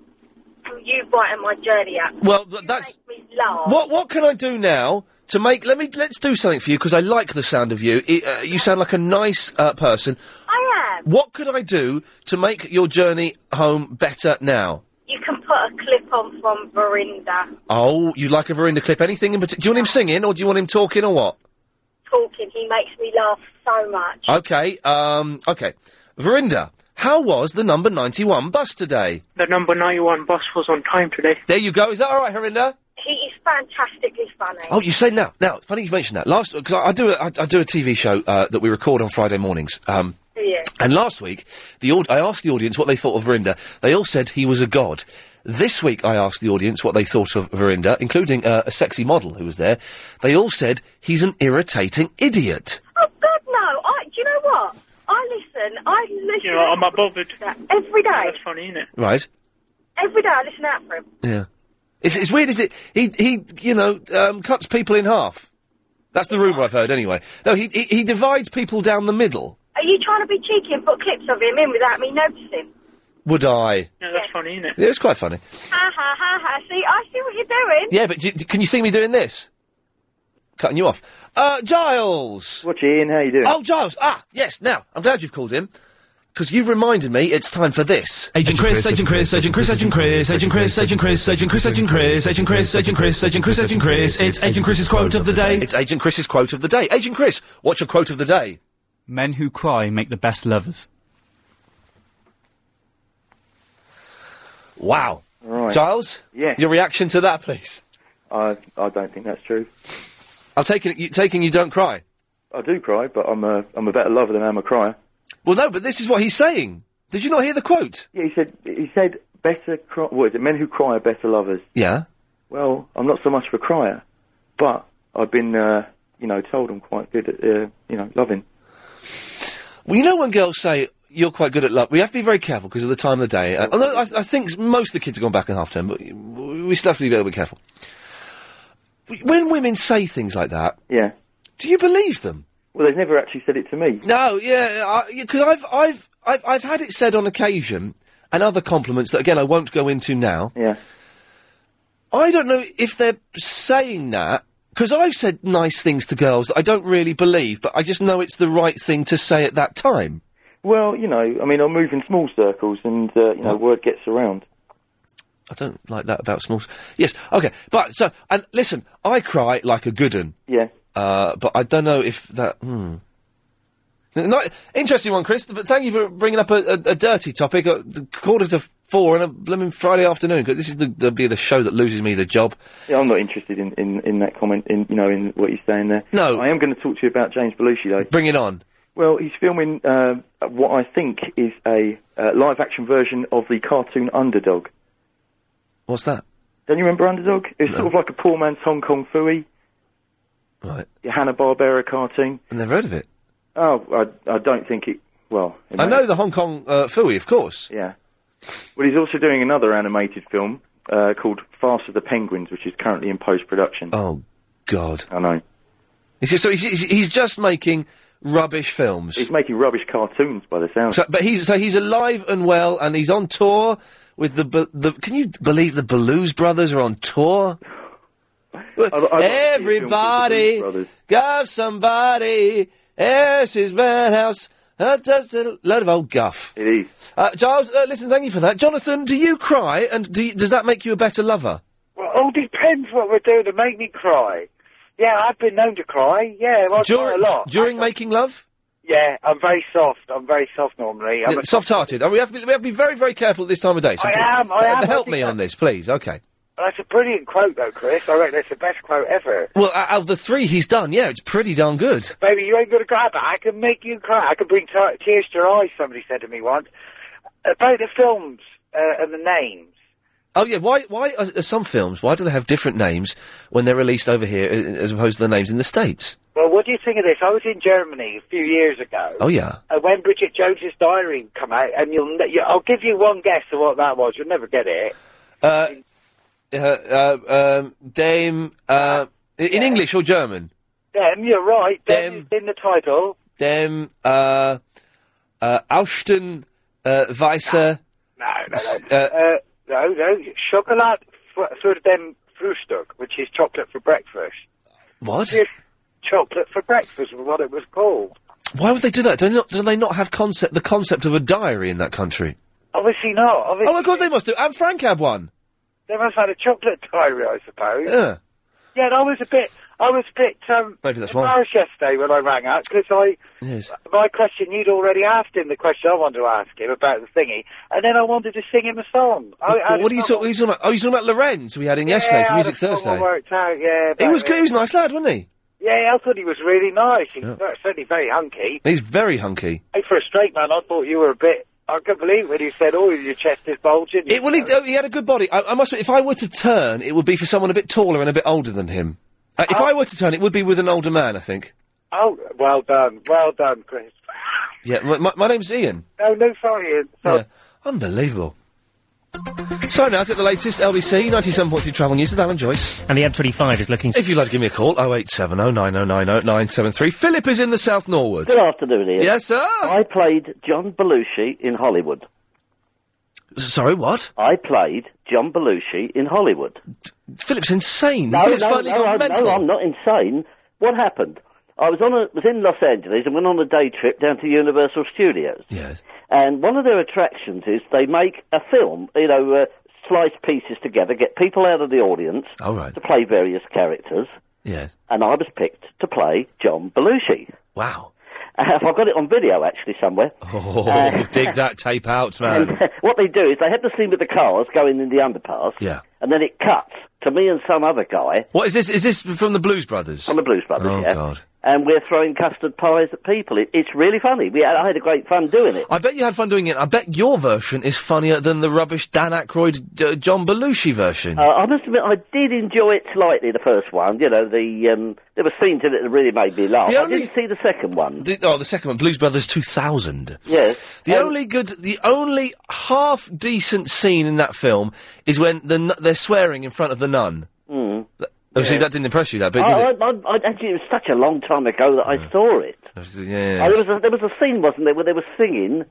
S16: And you brighten my journey up.
S1: Well, th- that's
S16: Make me laugh.
S1: what. What can I do now to make? Let me. Let's do something for you because I like the sound of you. I uh, you sound like a nice uh, person.
S16: I am.
S1: What could I do to make your journey home better now?
S16: You can put a clip on from Verinda
S1: Oh, you'd like a Verinda clip? Anything in particular? Do you want him singing or do you want him talking or what?
S16: talking. He makes me laugh so much.
S1: Okay. Um. Okay. Verinda, how was the number ninety-one bus today?
S17: The number 91 bus was on time today.
S1: There you go. Is that all right, Herinda?
S16: He is fantastically funny.
S1: Oh, you say now. Now, funny you mentioned that. Last because I, I do a, I, I do a TV show uh, that we record on Friday mornings. Um,
S16: Yeah.
S1: and last week, the aud- I asked the audience what they thought of Verinda. They all said he was a god. This week, I asked the audience what they thought of Verinda, including uh, a sexy model who was there. They all said he's an irritating idiot.
S16: Oh God, no! I, do you know what? I listen. I listen.
S17: You know, I'm not bothered.
S16: every day.
S17: That's funny, isn't it?
S1: Right?
S16: Every day I listen out for him.
S1: Yeah. It's, it's weird, is it? He he, you know, um, cuts people in half. That's the rumor I've heard, anyway. No, he he, he divides people down the middle.
S16: Are you trying to be cheeky and put clips of him in without me noticing?
S1: Would I?
S16: No, that's funny, isn't
S1: Yeah, it's quite funny.
S16: Ha ha ha ha! See, I see what you're doing.
S1: Yeah, but do, do- can you see me doing this? Cutting you off. Uh, Giles!
S18: What's Ian? How you doing?
S1: Oh, Giles! Ah, yes, now, I'm glad you've called in. Because you've reminded me it's time for this.
S13: Agent Chris, Agent Chris, Agent Chris, Agent Chris, Agent Chris, Agent Chris, Agent Chris, Agent Chris, Agent Chris, Agent Chris, Agent Chris, Agent Chris. It's Agent Chris's quote of the day.
S1: It's Agent Chris's quote of the day. Agent Chris, what's your quote of the day?
S19: Men who cry make the best lovers.
S1: Wow.
S18: Right.
S1: Giles?
S18: Yeah.
S1: Your reaction to that, please.
S18: I I don't think that's true.
S1: I'm taking it, you, taking you don't cry.
S18: I do cry, but I'm a I'm a better lover than I'm a crier.
S1: Well, no, but this is what he's saying. Did you not hear the quote?
S18: Yeah, he said he said better. Cry, what is it? Men who cry are better lovers.
S1: Yeah.
S18: Well, I'm not so much of a crier, but I've been uh, you know told I'm quite good at uh, you know loving.
S1: Well, you know when girls say you're quite good at love, we have to be very careful because of the time of the day. Uh, although I, I think most of the kids have gone back in half term, but we we still have to be a little bit careful. W- When women say things like that,
S18: Yeah.
S1: do you believe them?
S18: Well, they've never actually said it to me.
S1: No, yeah, because I've, I've, I've, I've had it said on occasion, and other compliments that again I won't go into now.
S18: Yeah.
S1: I don't know if they're saying that because I've said nice things to girls that I don't really believe, but I just know it's the right thing to say at that time.
S18: Well, you know, I mean, I move in small circles, and uh, you know, word gets around.
S1: I don't like that about smalls. Yes, okay, but so and listen, I cry like a good un.
S18: Yeah.
S1: Uh, but I don't know if that. Hmm. Not, interesting one, Chris. But thank you for bringing up a, a, a dirty topic at the quarter to four on a blooming Friday afternoon. 'cause this is the, the be the show that loses me the job.
S18: Yeah, I'm not interested in, in, in that comment. In you know, in what you're saying there.
S1: No.
S18: I am going to talk to you about James Belushi though.
S1: Bring it on.
S18: Well, he's filming uh, what I think is a uh, live-action version of the cartoon Underdog.
S1: What's that?
S18: Don't you remember Underdog? It's sort of like a poor man's Hong Kong Fooey.
S1: Right.
S18: The Hanna Barbera cartoon.
S1: I've never heard of it.
S18: Oh, I, I don't think it. Well, it
S1: I know the Hong Kong uh, Fooey, of course.
S18: Yeah. Well, he's also doing another animated film uh, called Fast of the Penguins, which is currently in post production.
S1: Oh, God.
S18: I know.
S1: He's just, so he's, he's- he's just making rubbish films.
S18: He's making rubbish cartoons by the sound.
S1: So, but he's so he's alive and well, and he's on tour with the Ba- the. Can you believe the Blues Brothers are on tour? Well, Everybody, got somebody. This is Manhouse. Uh, just a load of old guff.
S18: It is.
S1: Uh, Giles, uh, listen, thank you for that. Jonathan, do you cry, and do you, does that make you a better lover?
S20: Well, it all depends what we're doing to make me cry. Yeah, I've been known to cry. Yeah, well, I cry
S1: During-
S20: a lot.
S1: During making love?
S20: Yeah, I'm very soft. I'm very soft normally. I'm
S1: Yeah,
S20: a-
S1: soft-hearted. Uh, we, have to be, we have to be very, very careful at this time of day. So
S20: I
S1: please-
S20: am, I
S1: uh,
S20: am,
S1: Help
S20: I
S1: me
S20: think
S1: on this, please. Okay.
S20: That's a brilliant quote, though, Chris. I reckon that's the best quote ever.
S1: Well, uh, out of the three he's done, yeah, it's pretty darn good.
S20: Baby, you ain't gonna cry, but I can make you cry. I can bring t- tears to your eyes. Somebody said to me once about the films uh, and the names.
S1: Oh yeah, why? Why are, are some films? Why do they have different names when they're released over here uh, as opposed to the names in the states?
S20: Well, what do you think of this? I was in Germany a few years ago.
S1: Oh yeah.
S20: And when Bridget Jones's Diary come out, and you'll, ne- you, I'll give you one guess of what that was. You'll never get it.
S1: Uh, uh, uh, um, Dame. Uh, i- in English or German?
S20: Them, you're right. Them is in the title.
S1: Dem uh, uh, Auschten uh, Weiße.
S20: No, no,
S1: no.
S20: Uh, no, no. Chocolate f- für dem Frühstück, which is chocolate for breakfast.
S1: What?
S20: Yes, chocolate for breakfast was what it was called.
S1: Why would they do that? Do they not, do they not have concept the concept of a diary in that country?
S20: Obviously not. Obviously,
S1: Oh, of course they must do. And Frank had one.
S20: they must have had a chocolate diary, I suppose.
S1: Yeah.
S20: Yeah, and I was a bit, I was a bit um,
S1: Maybe that's why.
S20: embarrassed yesterday when I rang up because I,
S1: Yes.
S20: my question you'd already asked him the question I wanted to ask him about the thingy, and then I wanted to sing him a song. I, I
S1: What, what are you talk, what are you talking about? Oh, you're talking about Lorenz we had in
S20: Yeah,
S1: yesterday
S20: I
S1: for
S20: had
S1: Music
S20: a song I
S1: Thursday.
S20: worked out, yeah,
S1: He
S20: about
S1: was good. He was a nice lad, wasn't he?
S20: Yeah, I thought he was really nice. He's
S1: Yeah.
S20: ver- certainly very hunky.
S1: He's very hunky.
S20: Hey, for a straight man, I thought you were a bit. I couldn't believe when you said, "Oh, your chest is bulging."
S1: It, well, he, oh, he had a good body. I, I must. admit, If I were to turn, it would be for someone a bit taller and a bit older than him. Uh, if I were to turn, it would be with an older man, I think.
S20: Oh, well done, well done, Chris.
S1: Yeah, my, my, my name's Ian.
S20: No, no, sorry, Ian.
S1: Yeah. Unbelievable. So now to the latest LBC 97.3 travel news with Alan Joyce.
S21: And the M25 is looking.
S1: If you'd like to give me a call, 0870 9090 973. Philip is in the South Norwood.
S22: Good afternoon, Ian.
S1: Yes, sir.
S22: I played John Belushi in Hollywood.
S1: Sorry, what?
S22: I played John Belushi in Hollywood.
S1: Philip's insane.
S22: No,
S1: Philip's
S22: no,
S1: slightly
S22: no,
S1: gone
S22: I'm,
S1: mental.
S22: no, I'm not insane. What happened? I was on a, was in Los Angeles and went on a day trip down to Universal Studios.
S1: Yes.
S22: And one of their attractions is they make a film, you know, uh, slice pieces together, get people out of the audience
S1: All right.
S22: to play various characters.
S1: Yes.
S22: And I was picked to play John Belushi.
S1: Wow.
S22: I've got it on video actually somewhere.
S1: Oh,
S22: Uh,
S1: dig that tape out, man.
S22: And what they do is they have the scene with the cars going in the underpass,
S1: yeah.
S22: and then it cuts to me and some other guy,
S1: What is this? Is this from the Blues Brothers? From
S22: the Blues Brothers,
S1: Oh,
S22: yeah.
S1: God.
S22: and we're throwing custard pies at people. It, it's really funny. We had, I had a great fun doing it.
S1: I bet you had fun doing it. I bet your version is funnier than the rubbish Dan Aykroyd, uh, John Belushi version.
S22: Uh, I must admit, I did enjoy it slightly. The first one, you know, the um, there were scenes in it that really made me laugh.
S1: The
S22: I didn't see the second one.
S1: The- oh, the second one, Blues Brothers 2000.
S22: Yes,
S1: The
S22: Um,
S1: only good, the only half decent scene in that film is when the, nu- they're swearing in front of the nun.
S22: Mm.
S1: Th- Obviously,
S22: Yeah. Oh,
S1: that didn't impress you, that bit, did
S22: I,
S1: it?
S22: I, I, I, actually, it was such a long time ago that I saw it.
S1: Obviously, yeah.
S22: Uh, there was a, there was a scene, wasn't there, where they were singing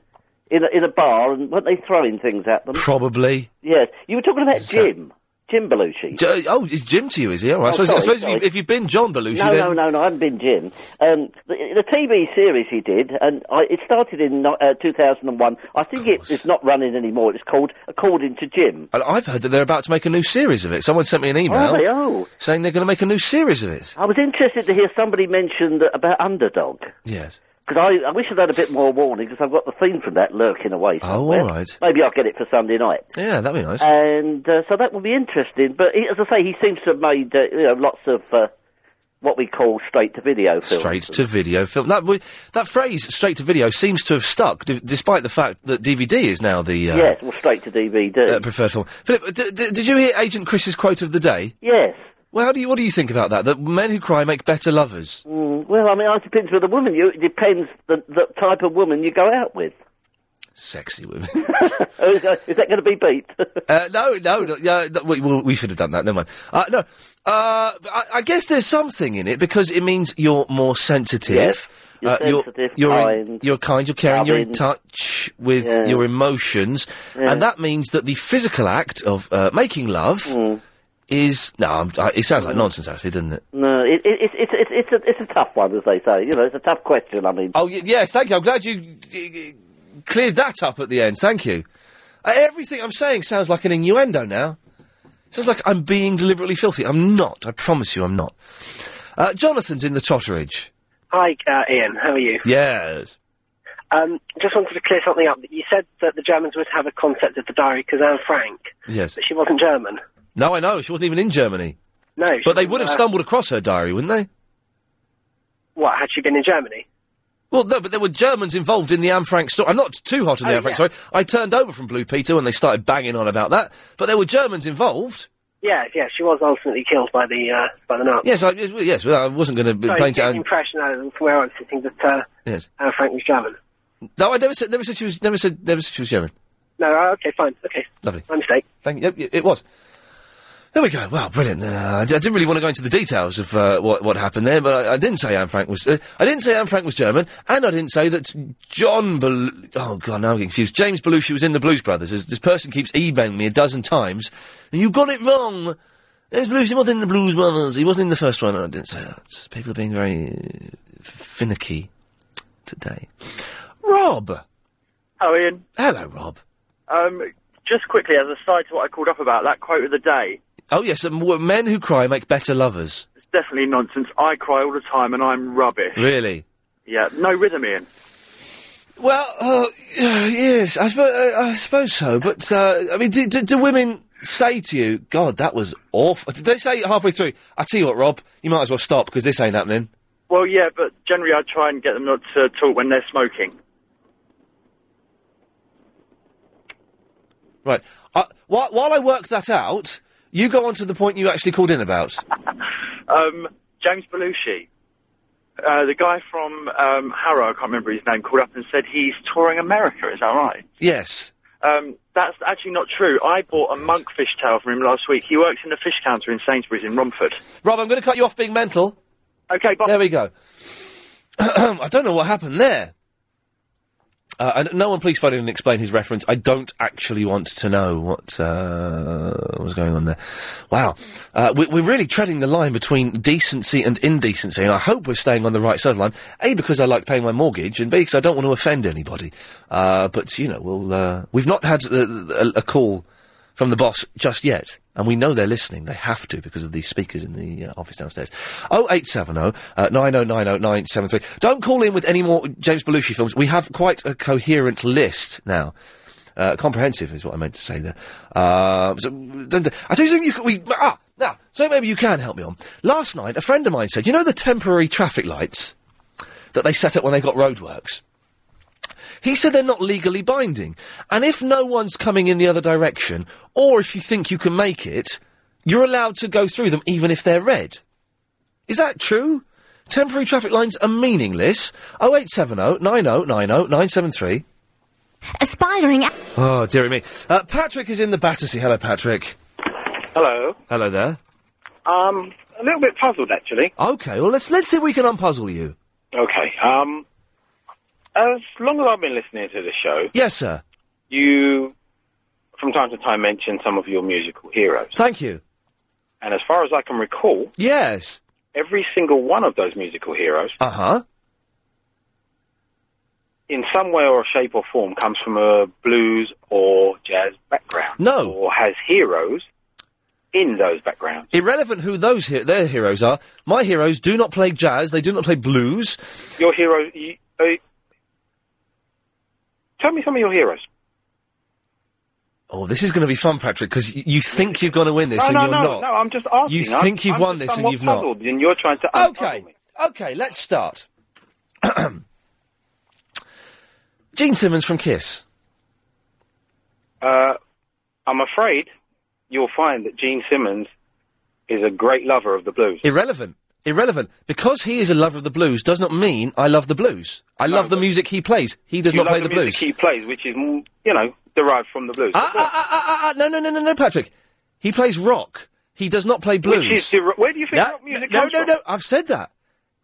S22: in a, in a bar, and weren't they throwing things at them?
S1: Probably.
S22: Yes, you were talking about
S1: So-
S22: Jim, Jim Belushi.
S1: J- oh, is Jim to you, is he? All right. I
S22: Oh,
S1: suppose, I
S22: sorry,
S1: suppose if,
S22: sorry.
S1: you, if you've been John Belushi,
S22: no,
S1: then...
S22: no, no, no, I haven't been Jim. Um, the, the TV series he did, and I, it started in no- uh, 2001. I think it, it's not running anymore. It's called According to Jim.
S1: And I've heard that they're about to make a new series of it. Someone sent me an email
S22: Are they? Oh.
S1: saying they're going to make a new series of it.
S22: I was interested to hear somebody mention that about Underdog.
S1: Yes.
S22: Because I, I wish I'd had a bit more warning because I've got the theme from that lurking away. somewhere.
S1: all right.
S22: Maybe I'll get it for Sunday night.
S1: Yeah, that'd be Oh, nice.
S22: And uh, so that will be interesting. But he, as I say, he seems to have made uh, you know lots of uh, what we call straight to video films.
S1: Straight to video film. That w- that phrase "straight to video" seems to have stuck, d- despite the fact that DVD is now the uh,
S22: Yes, well, straight to DVD.
S1: uh, preferred form. Philip, d- d- did you hear Agent Chris's quote of the day?
S22: Yes.
S1: Well, how do you, what do you think about that? That men who cry make better lovers.
S22: Mm, well, I mean, it depends with a woman. You, it depends the, the type of woman you go out with.
S1: Sexy women.
S22: Oh, is that going to be beat?
S1: uh, no, no, no, yeah, no, we, we we should have done that. Never mind. Uh, no, uh, but I, I guess there's something in it because it means you're more sensitive.
S22: You're
S1: Uh,
S22: sensitive,
S1: you're, in-
S22: kind,
S1: you're kind, you're caring, you're in
S22: loving.
S1: touch with
S22: Yeah.
S1: your emotions,
S22: Yeah.
S1: and that means that the physical act of uh, making love
S22: Mm.
S1: is no. I'm, I, it sounds like nonsense, actually, doesn't it?
S22: No, it, it, it's it's it's it's a, it's a tough one, as they say. You know, it's a tough question. I mean,
S1: Oh y- yes, thank you. I'm glad you y- y- cleared that up at the end. Thank you. Uh, Everything I'm saying sounds like an innuendo now. Sounds like I'm being deliberately filthy. I'm not. I promise you, I'm not. Uh, Jonathan's in the Totteridge.
S23: Hi, uh, Ian. How are you?
S1: Yes.
S23: Um, just wanted to clear something up. You said that the Germans would have a concept of the diary because Anne Frank,
S1: Yes.
S23: but she wasn't German.
S1: No, I know. She wasn't even in Germany.
S23: No, she
S1: But they
S23: was,
S1: would have
S23: uh,
S1: stumbled across her diary, wouldn't they?
S23: What had she been in Germany?
S1: Well, no, but there were Germans involved in the Anne Frank story. I'm not too hot on the
S23: Oh,
S1: Anne Frank
S23: yeah.
S1: story. I turned over from Blue Peter when they started banging on about that. But there were Germans involved.
S23: Yeah, yeah, she was ultimately killed by the uh, by the Nazis.
S1: Yes, I, yes. Well, I wasn't going to
S23: Sorry,
S1: paint it.
S23: get the
S1: Anne-
S23: impression out of where I'm sitting that uh,
S1: Yes.
S23: Anne Frank was German.
S1: No, I never said. Never said she was. Never said. Never said she was German.
S23: No, uh, okay, fine, okay,
S1: Lovely.
S23: my mistake.
S1: Thank you. Yep, y- it was. There we go. Wow, brilliant. Uh, I, d- I didn't really want to go into the details of uh, what what happened there, but I, I didn't say Anne Frank was. Uh, I didn't say Anne Frank was German, and I didn't say that John. Bel- oh God, now I'm getting confused. James Belushi was in the Blues Brothers. This, this person keeps emailing me a dozen times, and you got it wrong. James Belushi wasn't in the Blues Brothers. He wasn't in the first one. I didn't say that. People are being very uh, finicky today. Rob.
S10: Hello, Oh, Ian.
S1: Hello, Rob.
S10: Um, just quickly, as a side to what I called up about, that quote of the day,
S1: Oh yes, um, w- men who cry make better lovers.
S10: it's definitely nonsense. I cry all the time and I'm rubbish.
S1: Really?
S10: Yeah, no rhythm, Ian.
S1: Well, uh, yes, I suppose, uh, I suppose so. But uh, I mean, do, do, do women say to you, "God, that was awful"? Did they say halfway through? I tell you what, Rob, you might as well stop because this ain't happening.
S10: Well, yeah, but generally I try and get them not to talk when they're smoking.
S1: Right. Uh, while, while I work that out, you go on to the point you actually called in about.
S10: Um, James Belushi, uh, the guy from um, Harrow, I can't remember his name, called up and said he's touring America. Is that right?
S1: yes.
S10: Um, that's actually not true. I bought a monkfish tail from him last week. He works in the fish counter in Sainsbury's in Romford.
S1: Rob, I'm going to cut you off being mental.
S10: Okay, but
S1: there we go. I don't know what happened there. Uh, and no one, please phone in and explain his reference. I don't actually want to know what uh, was going on there. Wow, uh, we, we're really treading the line between decency and indecency, and I hope we're staying on the right side of the line. A because I like paying my mortgage, and B because I don't want to offend anybody. Uh, but you know, we'll uh, we've not had a, a, a call from the boss just yet. And we know they're listening. They have to because of these speakers in the uh, office downstairs. Oh, 0870 uh, 9090973. Don't call in with any more James Belushi films. We have quite a coherent list now. Uh, comprehensive is what I meant to say there. Uh, so, don't, I tell you something you can, we, ah, now, so maybe you can help me on. Last night, a friend of mine said, you know the temporary traffic lights that they set up when they got roadworks? He said they're not legally binding. And if no one's coming in the other direction, or if you think you can make it, you're allowed to go through them even if they're red. Is that true? Temporary traffic lines are meaningless. 0870 9090 973.
S24: Aspiring.
S1: Oh, dearie me. Uh, Patrick is in the Battersea. Hello, Patrick.
S12: Hello.
S1: Hello there.
S12: Um, a little bit puzzled actually.
S1: Okay, well, let's, let's see if we can unpuzzle you.
S12: Okay. Um, as long as I've been listening to the show,
S1: Yes, sir.
S12: you from time to time mention some of your musical heroes,
S1: Thank you.
S12: and as far as I can recall,
S1: Yes.
S12: every single one of those musical heroes,
S1: Uh huh.
S12: in some way or shape or form, comes from a blues or jazz background.
S1: No.
S12: Or has heroes in those backgrounds.
S1: Irrelevant who those he- their heroes are. My heroes do not play jazz. They do not play blues.
S12: Your hero, you, Uh, tell me some of your heroes.
S1: Oh, this is going to be fun, Patrick, because y- you think you're going to win this
S12: no,
S1: and
S12: no,
S1: you're
S12: no,
S1: not.
S12: no. I'm just asking.
S1: You
S12: I'm-
S1: think you've
S12: I'm
S1: won
S12: just
S1: this and
S12: somewhat
S1: you've not.
S12: puzzled, And you're trying to.
S1: Okay. Okay, let's start. Gene Simmons from Kiss.
S12: Uh, I'm afraid you'll find that Gene Simmons is a great lover of the blues.
S1: Irrelevant. Irrelevant. Because he is a lover of the blues does not mean I love the blues. I love the music he plays. He does
S12: you
S1: not play
S12: love
S1: the,
S12: the
S1: blues.
S12: music he plays, which is more, you know derived from the blues.
S1: Ah, ah, ah, ah, ah, no, no, no, no, no, Patrick. He plays rock. He does not play blues.
S12: Which is der- where do you think
S1: Yeah,
S12: rock music
S1: no,
S12: comes
S1: no,
S12: from?
S1: no, I've said that.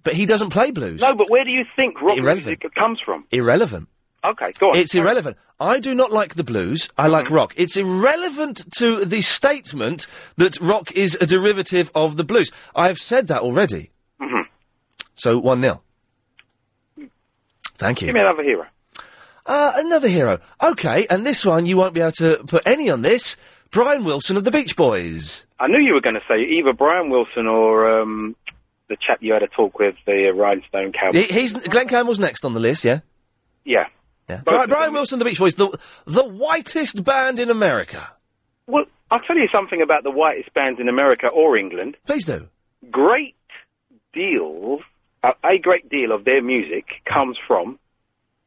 S1: But he doesn't play blues.
S12: No, but where do you think rock
S1: Irrelevant.
S12: music comes from?
S1: Irrelevant.
S12: Okay, go on. Mm-hmm.
S1: It's irrelevant. I do not like the blues. I like rock. It's irrelevant to the statement that rock is a derivative of the blues. I have said that already.
S12: Mhm.
S1: So one 0 Thank you.
S12: Give me another hero.
S1: Uh, another hero. Okay, and this one you won't be able to put any on this. Brian Wilson of the Beach Boys.
S12: I knew you were going to say either Brian Wilson or um, the chap you had a talk with, the uh, Rhinestone Cowboy.
S1: He- he's Glenn Campbell's next on the list. Yeah.
S12: yeah.
S1: Yeah.
S12: Both
S1: Bri-
S12: of
S1: Brian Wilson, the Beach Boys, the the whitest band in America.
S12: Well, I'll tell you something about the whitest bands in America or England.
S1: Please do.
S12: Great deal, uh, a great deal of their music comes from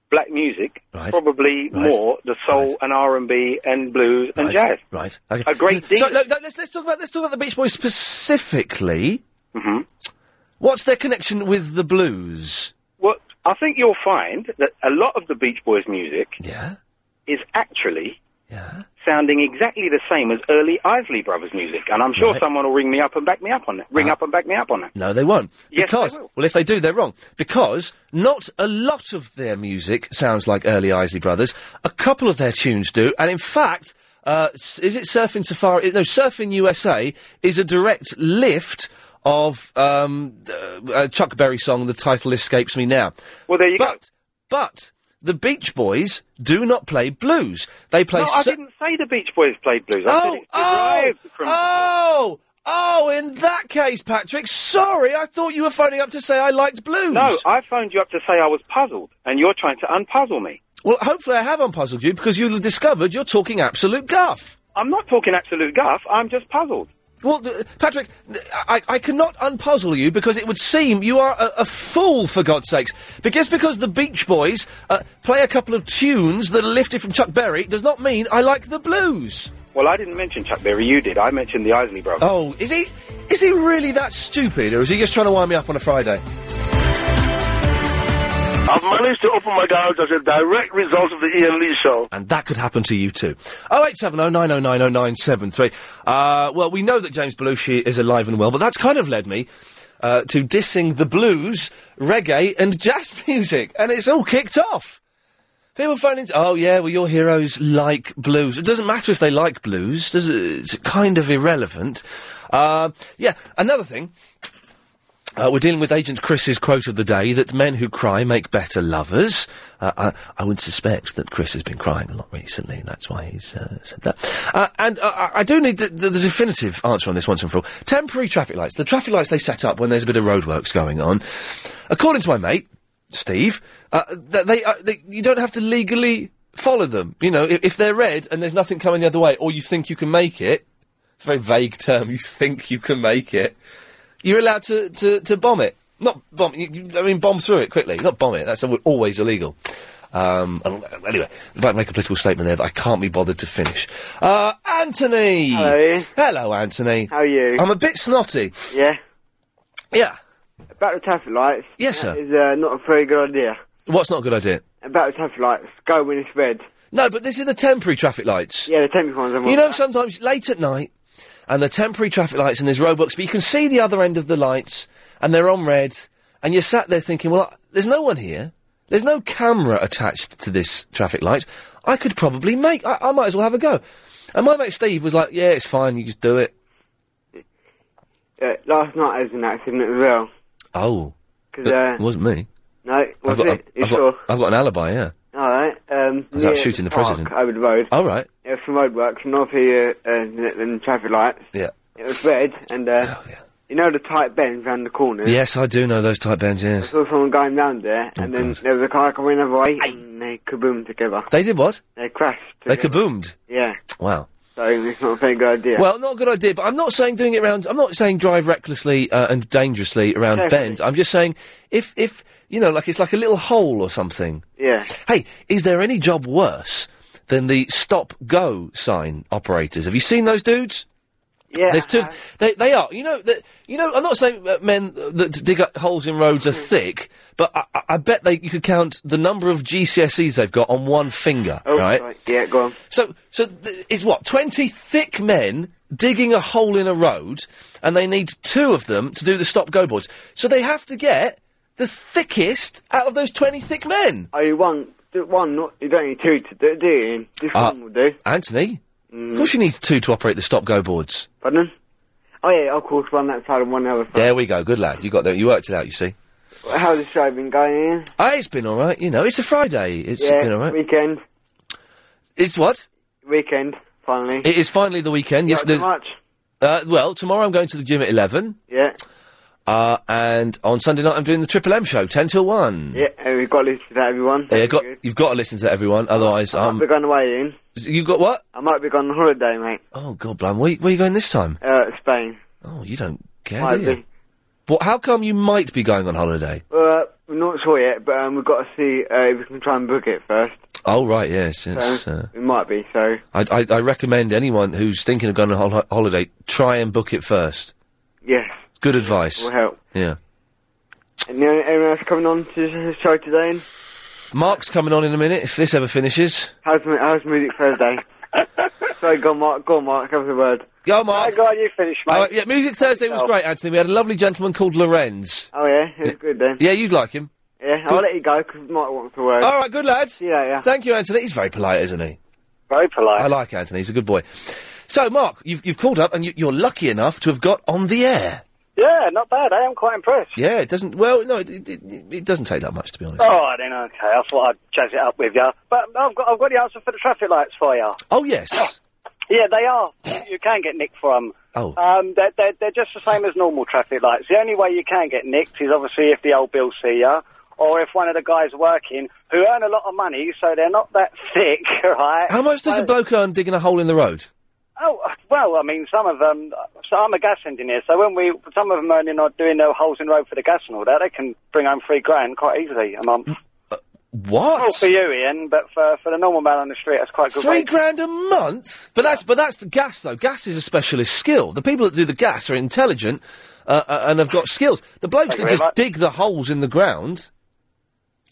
S12: black music, probably more the soul and R and B and blues and jazz.
S1: Right. Okay.
S12: A great deal.
S1: So no, no, let's let's talk about let's talk about the Beach Boys specifically. Mm-hmm. What's their connection with the blues?
S12: Well, I think you'll find that a lot of the Beach Boys music is actually sounding exactly the same as early Isley Brothers music, and I'm sure
S1: Right. Uh-huh.
S12: someone will ring me up and back me up on that. Ring up and back me up on that.
S1: No, they won't.
S12: Yes, they
S1: Because
S12: will.
S1: well, if they do, they're wrong. Because not a lot of their music sounds like early Isley Brothers. A couple of their tunes do, and in fact, uh, s- is it Surfing Safari? No, Surfing USA is a direct lift of um, uh, a Chuck Berry song. The title escapes me now.
S12: Well, there you
S1: but, go. But the Beach Boys do not play blues. They play.
S12: no, I
S1: su-
S12: didn't say the Beach Boys played blues. I said
S1: Oh,
S12: it's
S1: oh,
S12: derived from-
S1: oh, oh, in that case, Patrick, sorry, I thought you were phoning up to say I liked blues.
S12: No, I phoned you up to say I was puzzled, and you're trying to unpuzzle me.
S1: Well, hopefully I have unpuzzled you because you'll have discovered you're talking absolute guff.
S12: I'm not talking absolute guff, I'm just puzzled.
S1: Well, th- Patrick, th- I, I cannot unpuzzle you because it would seem you are a, a fool, for God's sakes. But just because the Beach Boys uh, play a couple of tunes that are lifted from Chuck Berry does not mean I like the blues.
S12: Well, I didn't mention Chuck Berry. You did. I mentioned the Isley Brothers.
S1: Oh, is he is he really that stupid, or is he just trying to wind me up on a Friday?
S2: I've managed to open my garage as a direct result of the Ian Lee show.
S1: And that could happen to you too. Oh, 0870 909 0973. Uh, well, we know that James Belushi is alive and well, but that's kind of led me uh, to dissing the blues, reggae, and jazz music. And it's all kicked off. People phoning, oh yeah, well your heroes like blues. It doesn't matter if they like blues, does it? It's kind of irrelevant. Uh, yeah, another thing. Uh, we're dealing with Agent Chris's quote of the day that men who cry make better lovers. Uh, I, I would suspect that Chris has been crying a lot recently, and that's why he's uh, said that. Uh, and uh, I- I do need the, the, the definitive answer on this once and for all. Temporary traffic lights. The traffic lights they set up when there's a bit of roadworks going on. According to my mate, Steve, uh, th- they, uh, they, you don't have to legally follow them. You know, if, if they're red and there's nothing coming the other way, or you think you can make it, it's a very vague term, you think you can make it, you're allowed to, to, to bomb it. Not bomb, you, you- I mean, bomb through it quickly. Not bomb it, that's al- always illegal. Um, and- anyway, I'm about to make a political statement there that I can't be bothered to finish. Uh, Anthony! Hello. Hello, Anthony. How
S3: are you?
S1: I'm a bit snotty.
S3: Yeah.
S1: Yeah.
S3: About the traffic lights.
S1: Yes,
S3: that
S1: sir.
S3: Is uh, not a very good idea.
S1: What's not a good idea?
S3: About the traffic lights, go when it's red.
S1: No, but this is the temporary traffic lights.
S3: Yeah, the temporary ones. I'm
S1: You know, sometimes late at night, and the temporary traffic lights and there's roadworks, but you can see the other end of the lights, and they're on red, and you're sat there thinking, well, I- there's no one here. There's no camera attached to this traffic light. I could probably make. I, I might as well have a go. And my mate Steve was like, yeah, it's fine. You just do it.
S3: uh, last night I was in an accident as well.
S1: Oh,
S3: 'Cause,
S1: it
S3: uh,
S1: wasn't me.
S3: No, was
S1: I've got,
S3: it?
S1: I've,
S3: You
S1: I've
S3: sure?
S1: got, I've got an alibi. Yeah.
S3: All right. Um,
S1: I was out
S3: near
S1: shooting the
S3: park
S1: president.
S3: over the road.
S1: All right.
S3: It was some roadworks, and obviously uh, uh, and, and traffic lights.
S1: Oh, Yeah.
S3: It was red, and uh, You know the tight bends round the corners?
S1: Yes, Oh, I do know those type bands,
S3: I
S1: yes.
S3: saw someone going round there, and then there was a car coming over way, and they kaboomed together.
S1: They did what?
S3: They crashed.
S1: They
S3: together.
S1: kaboomed.
S3: Yeah.
S1: Wow.
S3: So it's not a very good idea.
S1: Well, not a good idea, but I'm not saying doing it around. I'm not saying drive recklessly uh, and dangerously around
S3: Carefully.
S1: bends. I'm just saying if if you know, like it's like a little hole or something.
S3: Yeah.
S1: Hey, is there any job worse than the stop go sign operators? Have you seen those dudes?
S3: Yeah.
S1: There's two. They they are. You know that. You know. I'm not saying uh, men uh, that dig up holes in roads are
S3: Mm-hmm.
S1: thick, but I, I- I bet they you could count the number of GCSEs they've got on one finger.
S3: Oh,
S1: right.
S3: right. Yeah, go on.
S1: So so th- it's what twenty thick men digging a hole in a road, and they need two of them to do the stop go boards. So they have to get the thickest out of those twenty thick men.
S3: Oh, you want do one? Not you don't need two to do, do you? Just
S1: Uh,
S3: one will do.
S1: Anthony,
S3: Mm.
S1: of course you need two to operate the stop go boards.
S3: Pardon? Oh yeah, of course, one that side and one other.
S1: There we go. Good lad. You got that. You worked it out. You see.
S3: How's the show been going? Ian?
S1: Ah, it's been all right. You know, it's a Friday. It's
S3: yeah,
S1: been all right.
S3: Weekend,
S1: It's what?
S3: weekend, finally.
S1: It is finally the weekend. Yes,
S3: Not
S1: there's.
S3: much.
S1: Uh, well, tomorrow I'm going to the gym at eleven,
S3: Yeah,
S1: uh, and on Sunday night I'm doing the Triple M show, ten till one.
S3: yeah. And we've got to listen to that, everyone.
S1: Yeah, got, you've got to listen to that, everyone. Otherwise,
S3: I might
S1: um,
S3: be going away, Ian.
S1: you got what?
S3: I might be going on holiday, mate.
S1: Oh God, Blam, where, where are you going this time?
S3: Uh, Spain.
S1: Oh, you don't care,
S3: Might
S1: do you?
S3: be.
S1: Well, how come you might be going on holiday?
S3: Uh, we're not sure yet, but um, we've got to see uh, if we can try and book it first.
S1: Oh, right, yes, yes.
S3: so
S1: Uh,
S3: it might be. So
S1: I, I, I recommend anyone who's thinking of going on hol- holiday try and book it first.
S3: yes,
S1: Good advice.
S3: will help.
S1: Yeah.
S3: And uh, anyone else coming on to the show today? Ian?
S1: Mark's coming on in a minute if this ever finishes.
S3: How's, mu- how's music Thursday? Sorry, go on, Mark. Go on, Mark. Have the word.
S1: Go, Mark.
S3: go on, you finish, mate.
S1: All right, yeah, Music Thursday was great, Anthony. We had a lovely gentleman called Lorenz.
S3: Oh, yeah? It was good then.
S1: Yeah, you'd like him.
S3: Yeah, I'll let you go because Mark wants the word.
S1: All right, good lads.
S3: Yeah, yeah.
S1: Thank you, Anthony. He's very polite, isn't he?
S3: Very polite.
S1: I like Anthony. He's a good boy. So, Mark, you've, you've called up and you, you're lucky enough to have got on the air.
S4: Yeah, not bad. I am quite impressed.
S1: Yeah, it doesn't. Well, no, it, it, it, it doesn't take that much to be honest.
S4: Oh, I don't know. Okay, I thought I'd jazz it up with you. But I've got, I've got the answer for the traffic lights for you.
S1: Oh yes.
S4: Yeah, they are. You can get nicked for 'em.
S1: Oh.
S4: Um, they're, they're, they're just the same as normal traffic lights. The only way you can get nicked is obviously if the old bill see ya, or if one of the guys working who earn a lot of money, so they're not that thick, right?
S1: How much does a
S4: Uh,
S1: bloke earn digging a hole in the road?
S4: Oh well, I mean, some of them. So I'm a gas engineer. So when we, some of them are you know, doing their holes in road for the gas and all that, they can bring home three grand quite easily a month.
S1: What?
S4: Well, for you, Ian, but for for the normal man on the street, that's quite a Oh, good.
S1: Three
S4: wage.
S1: grand a month? But that's but that's the gas though. Gas is a specialist skill. The people that do the gas are intelligent uh, uh, and have got skills. The blokes
S4: Thank you
S1: that
S4: very
S1: just
S4: much.
S1: dig the holes in the ground.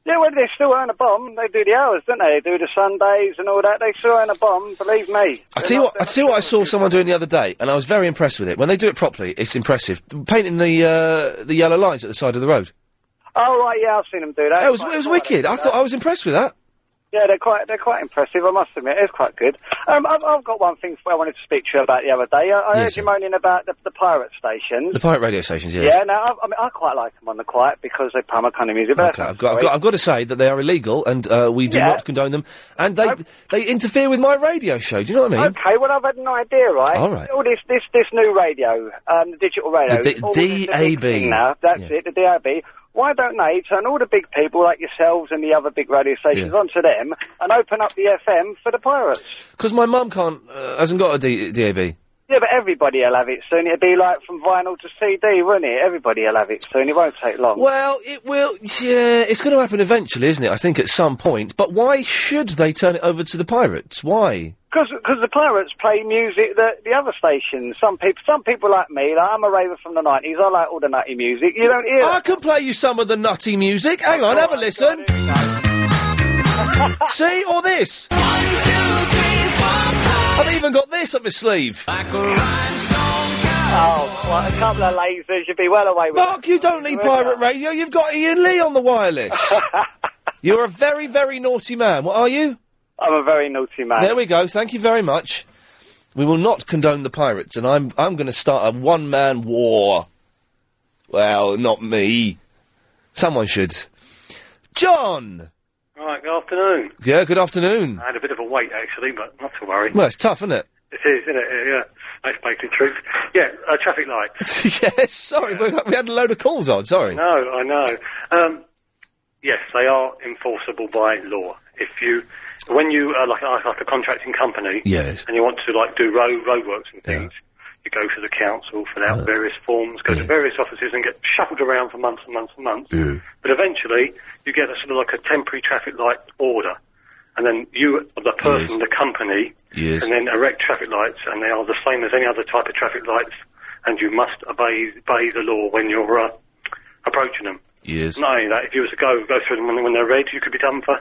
S4: Yeah, well, they still earn a bomb. They do the hours, don't they? They do the Sundays and all that. They still earn a bomb. Believe me.
S1: I tell you what, I tell you what I saw someone doing the other day, and I was very impressed with it. When they do it properly, it's impressive. Painting the uh, the yellow lines at the side of the road.
S4: Oh right, yeah, I've seen them do that.
S1: That was it was wicked. I thought I was impressed with that.
S4: Yeah, they're quite they're quite impressive. I must admit, it's quite good. Um, I've, I've got one thing I wanted to speak to you about the other day. I, I
S1: Yes,
S4: heard you moaning about the, the pirate stations.
S1: The pirate radio stations, yes.
S4: Yeah, no, I, I mean, I quite like them on the quiet because they play my kind of music. But
S1: Okay,
S4: that's
S1: I've got, I've, got, I've got to say that they are illegal, and uh, we do
S4: Yeah.
S1: not condone them. And they they interfere with my radio show. Do you know what I mean?
S4: Okay, well, I've had an idea, right?
S1: All right.
S4: All this, this, this new radio, um, the digital radio.
S1: The D-
S4: it's all this- the big
S1: DAB.
S4: thing Now, that's
S1: Yeah.
S4: it, the DAB. Why don't they turn all the big people like yourselves and the other big radio stations
S1: Yeah.
S4: onto them and open up the FM for the pirates?
S1: Because my mum can't uh, hasn't got a D- DAB.
S4: Yeah, but everybody will have it soon. It'll be like from vinyl to CD, won't it? Everybody will have it soon. It won't take long.
S1: Well, it will. Yeah, it's going to happen eventually, isn't it? I think at some point. But why should they turn it over to the pirates? Why?
S4: Because the pirates play music that the other stations. Some people, some people like me, like I'm a raver from the nineties. I like all the nutty music. You don't hear. Oh,
S1: I can play you some of the nutty music. Hang on, have a listen. See, or this. I've even got this up my sleeve.
S4: Oh, well, a couple of lasers, you'd be well away with
S1: Mark, you don't need pirate radio. You've got Ian Lee on the wireless. You're a very, very naughty man. What are you?
S4: I'm a very naughty man.
S1: There we go. Thank you very much. We will not condone the pirates, and I'm I'm going to start a one man war. Well, not me. Someone should. John.
S5: Right, good afternoon.
S1: Yeah. Good afternoon.
S5: I had a bit of a wait actually, but not to worry.
S1: Well, it's tough, isn't it?
S5: It is, isn't it? Yeah, yeah. That's basically truth. Yeah, uh, traffic light.
S1: yes, sorry, we we had a load of calls on, sorry.
S5: No, I know. Um, yes, they are enforceable by law. If you, when you are like, like a contracting company,
S1: Yes.
S5: and you want to like do road roadworks and things, you go to the council, fill
S1: Uh,
S5: out various forms, go to various offices, and get shuffled around for months and months and months. But eventually, you get a sort of like a temporary traffic light order, and then you, the person, the company,
S1: Yes.
S5: and then erect traffic lights, and they are the same as any other type of traffic lights, and you must obey obey the law when you're uh, approaching them.
S1: Yes.
S5: Not only that, if you was to go go through them when, when they're red, you could be done for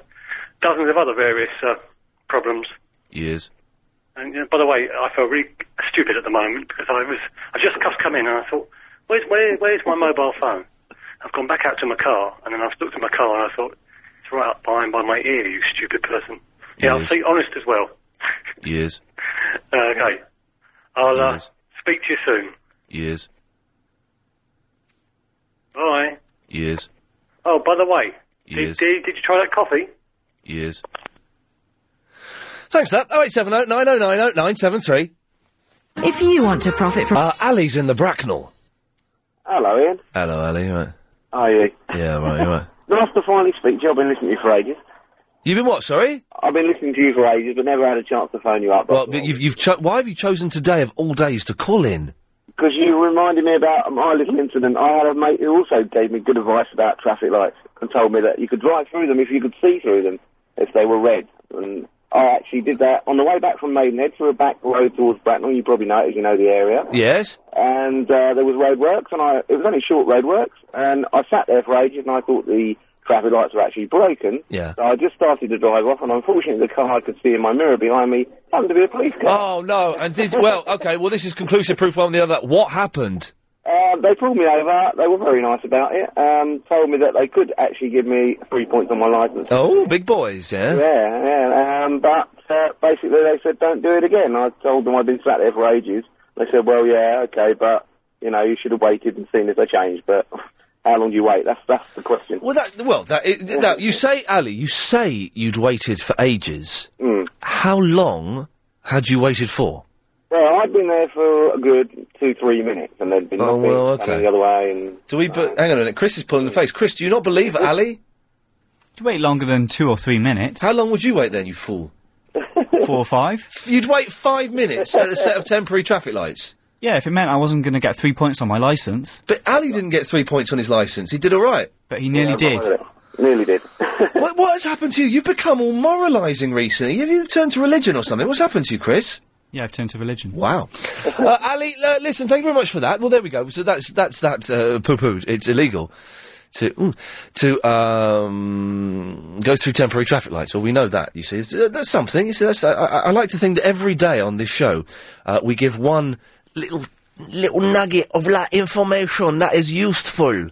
S5: dozens of other various uh, problems.
S1: Yes.
S5: And uh, by the way, I feel really stupid at the moment because I was I just just come in and I thought, where's where, where's my mobile phone? I've gone back out to my car, and then I've looked at my car and I thought, it's right up behind by my ear, you stupid person. Yeah, I'll
S1: Yes.
S5: be honest as well.
S1: Yes.
S5: Uh, okay. I'll uh, speak to you soon.
S1: Yes.
S5: Bye.
S1: Yes.
S5: Oh, by the way, did, did, did you try that coffee?
S1: Yes. Thanks for that. 0870 9090 973.
S7: If you want to profit from.
S1: Uh, Ali's in the Bracknell.
S8: Hello, Ian.
S1: Hello, Ali. you all Right.
S8: How are you?
S1: Yeah, all right, you all right.
S8: Nice to finally speak to you. I've been listening to you for ages.
S1: You've been what, sorry?
S8: I've been listening to you for ages, but never had a chance to phone you up.
S1: Well, but you've, you've cho- why have you chosen today of all days to call in?
S8: Because you reminded me about my little incident. I had a mate who also gave me good advice about traffic lights and told me that you could drive through them if you could see through them if they were red. And I actually did that on the way back from Maidenhead through a back road towards Bracknell. You probably know it, you know the area.
S1: Yes?
S8: and uh, there was roadworks, and I it was only short roadworks, and I sat there for ages, and I thought the traffic lights were actually broken.
S1: Yeah.
S8: So I just started to drive off, and unfortunately, the car I could see in my mirror behind me happened to be a police car.
S1: Oh, no. And did, well, okay, well, this is conclusive proof one way or the other. What happened?
S8: Uh, they pulled me over. They were very nice about it. Um, told me that they could actually give me three points on my license.
S1: Oh, big boys, yeah?
S8: Yeah, yeah. Um, but uh, basically, they said don't do it again. I told them I'd been sat there for ages. They said, well, yeah, okay, but you know, you should have waited and seen if they changed. But how long do you wait? That's that's the question.
S1: Well, that, well, that, it, now, you say, Ali, you say you'd waited for ages. How long had you waited for?
S8: Well, I'd been there for a good two, three minutes, and they'd been
S1: Oh,
S8: knocking
S1: well,
S8: coming
S1: okay.
S8: the other way. And
S1: Do we, put, hang on a minute, Chris is pulling the face. Chris, do you not believe it, Ali?
S25: You wait longer than two or three minutes. How
S1: long would you wait then, you fool?
S25: Four or five?
S1: You'd wait five minutes at a set of temporary traffic lights.
S25: Yeah, if it meant I wasn't going to get three points on my license.
S1: But Ali didn't get three points on his license. He did all right.
S25: But he nearly did.
S8: Nearly did.
S1: what, what has happened to you? You've become all moralising recently. Have you turned to religion or something? What's happened to you, Chris?
S25: Yeah, I've turned to religion.
S1: Wow. uh, Ali, uh, listen, thank you very much for that. Well, there we go. So that's that's that uh, poo-pooed. It's illegal to mm, to um, go through temporary traffic lights. Well, we know that. You see, It's- uh, that's something. You see, that's I, I I like to think that every day on this show uh, we give one little little nugget of like information that is useful.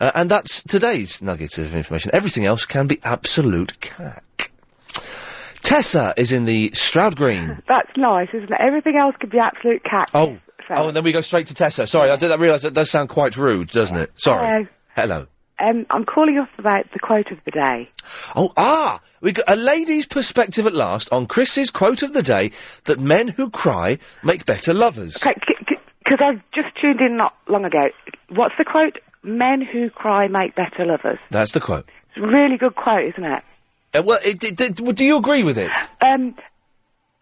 S1: Uh, and that's today's nugget of information. Everything else can be absolute cack. Tessa is in the Stroud Green.
S26: That's nice, isn't it? Everything else could be absolute cat.
S1: Oh, oh, and then we go straight to Tessa. Sorry, I didn't realise that does sound quite rude, doesn't it? Sorry. Hello.
S26: Um, I'm calling off about the quote of the day.
S1: Oh, ah, we got a lady's perspective at last on Chris's quote of the day that men who cry make better lovers.
S26: Okay, because I've just tuned in not long ago. What's the quote? Men who cry make better lovers.
S1: That's the quote.
S26: It's a really good quote, isn't it?
S1: Uh, well, it, it, it- well, do you agree with it?
S26: Um,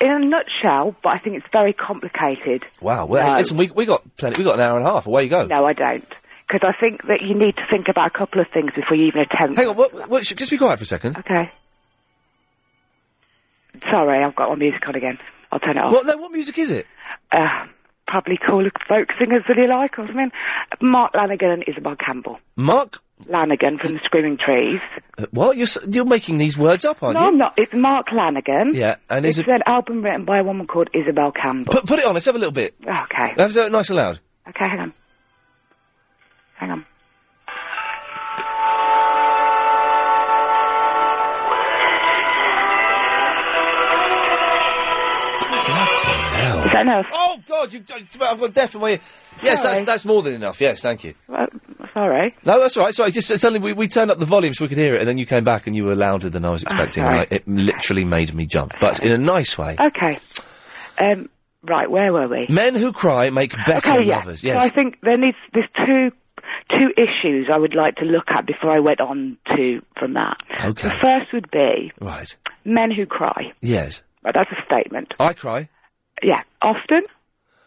S26: in a nutshell, but I think it's very complicated.
S1: Wow. Well, hey,
S26: No.
S1: listen, we we got plenty. We got an hour and a half. Away you go.
S26: No, I don't. Because I think that you need to think about a couple of things before you even attempt.
S1: Hang on. What, what, just be quiet for a second.
S26: Okay. Sorry, I've got my music on again. I'll turn it off.
S1: What? No, what music is it?
S26: Uh, probably call folk singers that you like or something. Mark Lanigan and Isabel Campbell.
S1: Mark.
S26: Lanigan from the Screaming Trees.
S1: Uh, What? You're s- you're making these words up, aren't
S26: no,
S1: you?
S26: I'm not. It's Mark Lanigan.
S1: Yeah, and
S26: it's
S1: is it?
S26: an album written by a woman called Isabel Campbell.
S1: Put put it on. Let's have a little bit.
S26: Okay.
S1: Let's have it nice and loud.
S26: Okay, hang on. Hang on. Is that enough?
S1: Oh God, you, I've got death in my ear. Yes,
S26: Sorry.
S1: that's that's more than enough. Yes, thank you.
S26: Well, sorry.
S1: No, that's all right. Sorry, just uh, suddenly we, we turned up the volume so we could hear it, and then you came back and you were louder
S26: Ah,
S1: than I was expecting, and I,
S26: sorry.
S1: it literally made me jump, but in a nice way.
S26: Okay. Um, Right, where were we?
S1: Men who cry make better
S26: okay, yeah.
S1: lovers.
S26: So
S1: Yes.
S26: I think there needs there's two two issues I would like to look at before I went on to from that.
S1: Okay.
S26: The first would be
S1: right.
S26: men who cry.
S1: Yes.
S26: Right, That's a statement.
S1: I cry.
S26: Yeah, often.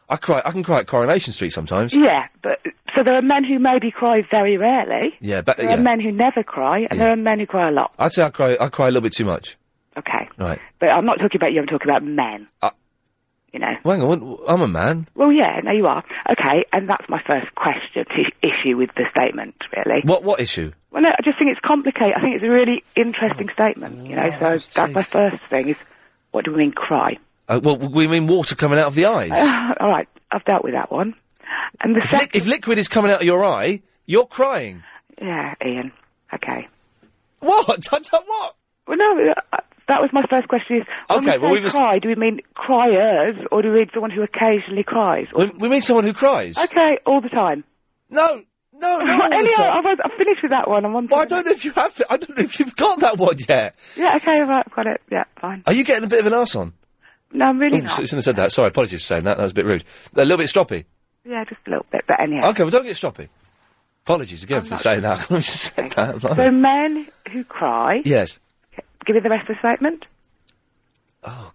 S1: I cry. I can cry at Coronation Street sometimes.
S26: Yeah, but so there are men who maybe cry very rarely.
S1: Yeah, but
S26: There
S1: yeah.
S26: are men who never cry, and there are men who cry a lot.
S1: I'd say I cry. I cry a little bit too much.
S26: Okay,
S1: Right.
S26: but I'm not talking about you. I'm talking about men.
S1: Uh,
S26: you know.
S1: Well, hang on. what- I'm a man.
S26: Well, yeah, no, you are. Okay, and that's my first question t- issue with the statement, really.
S1: What what issue?
S26: Well, no, I just think it's complicated. I think it's a really
S1: Oh,
S26: interesting statement, you know. So that's my first thing is, what do we mean cry?
S1: Uh, well, we mean water coming out of the eyes.
S26: all right, I've dealt with that one. And the
S1: if, li- if liquid is coming out of your eye, you're crying.
S26: Yeah, Ian. Okay.
S1: What? what?
S26: Well, no, uh, that was my first question. Is when
S1: Okay,
S26: we
S1: well,
S26: say
S1: we've es-
S26: cry, do we mean criers or do we mean someone who occasionally cries?
S1: We, we mean someone who cries.
S26: Okay, all the time.
S1: No, no, no. all the
S26: Anyway,
S1: time.
S26: I've, I've finished with that one. I'm on.
S1: Well, I don't know if you have. I don't know if you've got that one yet.
S26: Yeah. Okay. Right. I've got it. Yeah. Fine.
S1: Are you getting a bit of an arse on?
S26: No, I'm really
S1: Oh,
S26: not.
S1: shouldn't have said that. Sorry, apologies for saying that. That was a bit rude. A little bit stroppy.
S26: Yeah, just a little bit. But anyhow.
S1: Okay, well, don't get stroppy. Apologies again for saying that. I just said that.
S26: So men who cry.
S1: Yes.
S26: Give me the rest of the statement.
S1: Oh,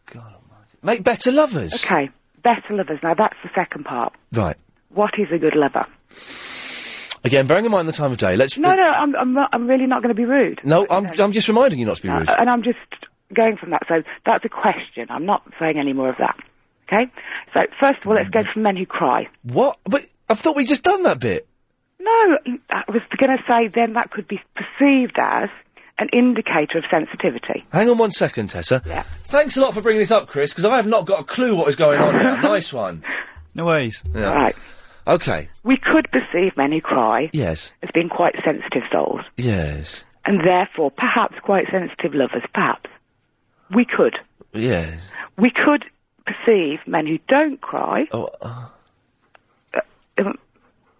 S1: Make better lovers.
S26: Okay. Better lovers. Now that's the second part.
S1: Right.
S26: What is a good lover?
S1: Again, bearing in mind the time of day, let's.
S26: No, no, I'm, I'm, not, I'm really not going to be rude.
S1: No, I'm, I'm just reminding you not to be rude.
S26: Uh, and I'm just going from that. So that's a question. I'm not saying any more of that. Okay? So first of all, let's go for men who cry.
S1: What? But I thought we'd just done that bit.
S26: No, I was going to say then that could be perceived as an indicator of sensitivity.
S1: Hang on one second, Tessa. Thanks a lot for bringing this up, Chris, because I have not got a clue what is going on here. Nice one.
S25: No worries.
S1: Yeah.
S26: Right.
S1: Okay.
S26: We could perceive men who cry
S1: Yes.
S26: as being quite sensitive souls,
S1: Yes.
S26: and therefore perhaps quite sensitive lovers, perhaps. We could.
S1: Yes.
S26: We could perceive men who don't cry.
S1: Oh. uh,
S26: Um, Are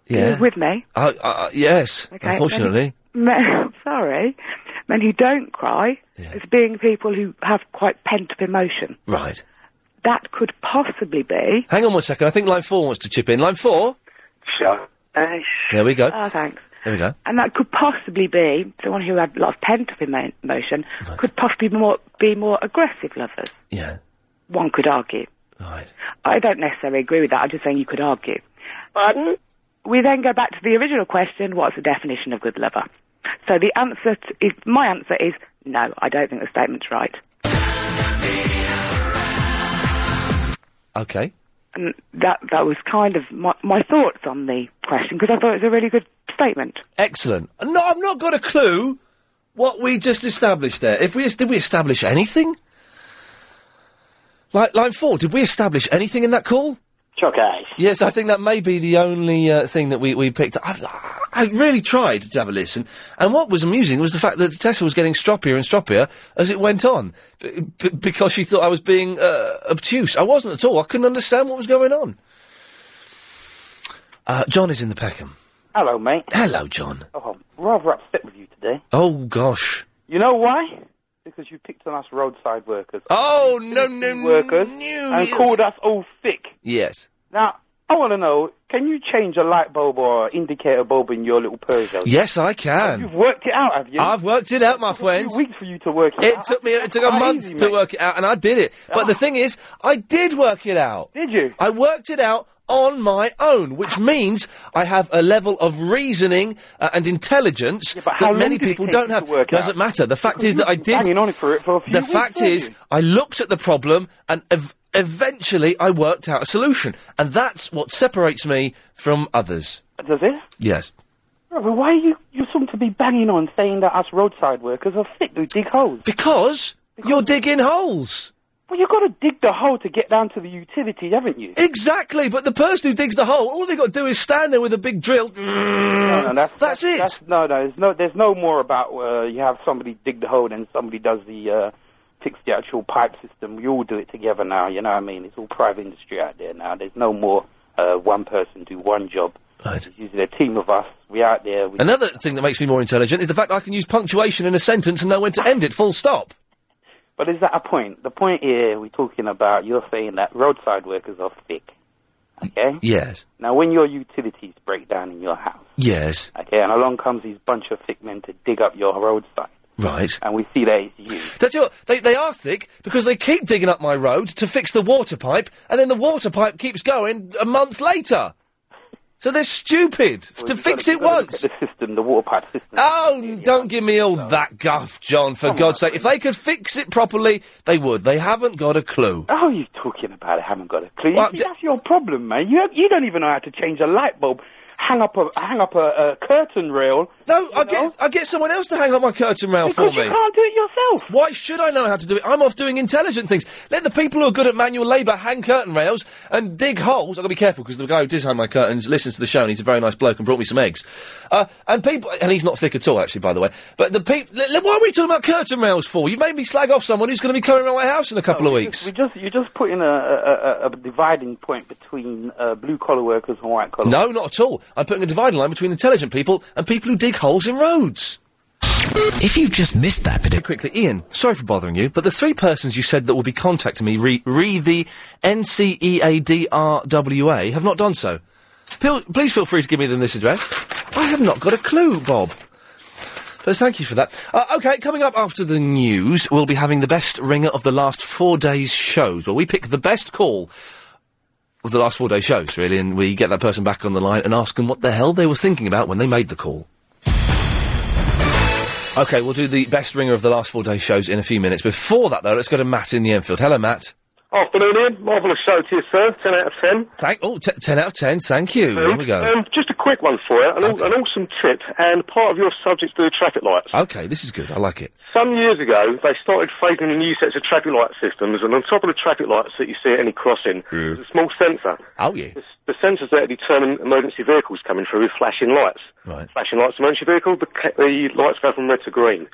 S1: yeah.
S26: you with me?
S1: Uh, uh, yes.
S26: Okay,
S1: Unfortunately.
S26: Men, sorry, men who don't cry as being people who have quite pent up emotion.
S1: Right.
S26: That could possibly be.
S1: Hang on one second. I think line four wants to chip in. Line four.
S26: Sure.
S1: There we go.
S26: uh, Oh, thanks.
S1: There we go.
S26: And that could possibly be someone who had a lot of pent up emo- emotion could possibly be more, be more aggressive lovers.
S1: Yeah.
S26: One could argue.
S1: Right.
S26: I don't necessarily agree with that. I'm just saying you could argue. Pardon? We then go back to the original question: What's the definition of good lover? So the answer, t- is, my answer is no. I don't think the statement's right.
S1: Okay.
S26: And that that was kind of my, my thoughts on the question because I thought it was a really good statement.
S1: Excellent. No, I've not got a clue what we just established there. If we did we establish anything? Like line four, did we establish anything in that call?
S6: Okay.
S1: Yes, I think that may be the only uh, thing that we, we picked up. I've, I really tried to have a listen, and what was amusing was the fact that Tessa was getting stroppier and stroppier as it went on, b- b- because she thought I was being uh, obtuse. I wasn't at all. I couldn't understand what was going on. Uh, John is in the Peckham.
S6: Hello, mate.
S1: Hello, John.
S6: Oh, I'm rather upset with you today.
S1: Oh gosh.
S6: You know why? Because you picked on us roadside workers.
S1: Oh, no, no,
S6: workers And
S1: yes.
S6: called us all thick.
S1: Yes.
S6: Now, I want to know, can you change a light bulb or indicator bulb in your little Peugeot?
S1: Yes, I can.
S6: You've worked it out, have you?
S1: I've worked it out, my friend.
S6: weeks for you to work it,
S1: It
S6: out.
S1: took me. It took a
S6: Crazy,
S1: month to
S6: mate. Ah.
S1: work it out, and I did it. But the thing is, I did work it out.
S6: Did you? Ah.
S1: I worked it out on my own, which means I have a level of reasoning uh, and intelligence
S6: how
S1: that
S6: long
S1: many
S6: did it
S1: people
S6: take
S1: don't
S6: you
S1: have.
S6: to work it
S1: Doesn't
S6: out?
S1: matter. The fact
S6: Because
S1: is that I
S6: you've been
S1: did.
S6: hanging on for it for a few
S1: The
S6: weeks,
S1: fact
S6: haven't
S1: is,
S6: you?
S1: I looked at the problem and. Ev- Eventually, I worked out a solution, and that's what separates me from others.
S6: Does it?
S1: Yes.
S6: Yeah, But why are you, you seem to be banging on saying that us roadside workers are thick who dig holes?
S1: Because, you're digging holes.
S6: Well, you've got to dig the hole to get down to the utility, haven't you?
S1: Exactly, but the person who digs the hole, all they've got to do is stand there with a big drill.
S6: No, no, that's,
S1: that's, it.
S6: That's, no, no, there's no, there's no more about uh, you have somebody dig the hole and somebody does the uh, fix the actual pipe system. We all do it together now. You know what I mean? It's all private industry out there now. There's no more uh, one person do one job. Right. It's usually a team of us. We out there. We
S1: Another thing that makes me more intelligent is the fact I can use punctuation in a sentence and know when to end it, full stop.
S6: But is that a point? The point here we're talking about, you're saying that roadside workers are thick. Okay?
S1: Yes.
S6: Now, when your utilities break down in your house,
S1: Yes.
S6: okay, and along comes these bunch of thick men to dig up your roadside,
S1: Right.
S6: and we see that it's you.
S1: That's what, they, they are thick because they keep digging up my road to fix the water pipe, and then the water pipe keeps going a month later. So they're stupid f- to fix it once. The
S6: system, the water pipe system.
S1: Oh, n- don't give me all that guff, John. For God's sake, if they could fix it properly, they would. They haven't got a clue.
S6: Oh, you're talking about it. Haven't got a clue. You see, that's your problem, man. You, you don't even know how to change a light bulb. Hang up a hang up a, a curtain rail.
S1: No, I get I get someone else to hang up my curtain rail
S6: Because
S1: for
S6: you
S1: me.
S6: can't do it yourself.
S1: Why should I know how to do it? I'm off doing intelligent things. Let the people who are good at manual labour hang curtain rails and dig holes. I've got to be careful because the guy who does hang my curtains listens to the show and he's a very nice bloke and brought me some eggs. Uh, and people, and he's not thick at all, actually, by the way. But the people, why are we talking about curtain rails for? You made me slag off someone who's going to be coming around my house in a couple of
S6: We
S1: weeks.
S6: just- we just you're just putting a, a, a, a dividing point between uh, blue collar workers and white collar.
S1: No, not at all. I'm putting a dividing line between intelligent people and people who dig holes in roads. If you've just missed that bit quickly, Ian. Sorry for bothering you, but the three persons you said that will be contacting me re, re the E NCEADRWA have not done so. Pil- please feel free to give me them this address. I have not got a clue, Bob. But thank you for that. Uh, okay, coming up after the news, we'll be having the best ringer of the last four days' shows, where we pick the best call of the last four day shows, really, and we get that person back on the line and ask them what the hell they were thinking about when they made the call. Okay, we'll do the best ringer of the last four day shows in a few minutes. Before that, though, let's go to Matt in the Enfield. Hello, Matt.
S13: Afternoon, Ian. Marvellous show to you, sir. 10 out of 10.
S1: Thank, oh, t- 10 out of 10. Thank you. Here we go. Oh,
S13: Um, just a quick one for you, an, aw- an awesome tip, and part of your subject to the traffic lights.
S1: Okay, this is good. I like it.
S13: Some years ago, they started phasing in new sets of traffic light systems, and on top of the traffic lights that you see at any crossing, there's a small sensor.
S1: Oh, yeah.
S13: The, the sensor's there to determine emergency vehicles coming through with flashing lights.
S1: Right.
S13: Flashing lights, emergency vehicle, the, ca- the lights go from red to green.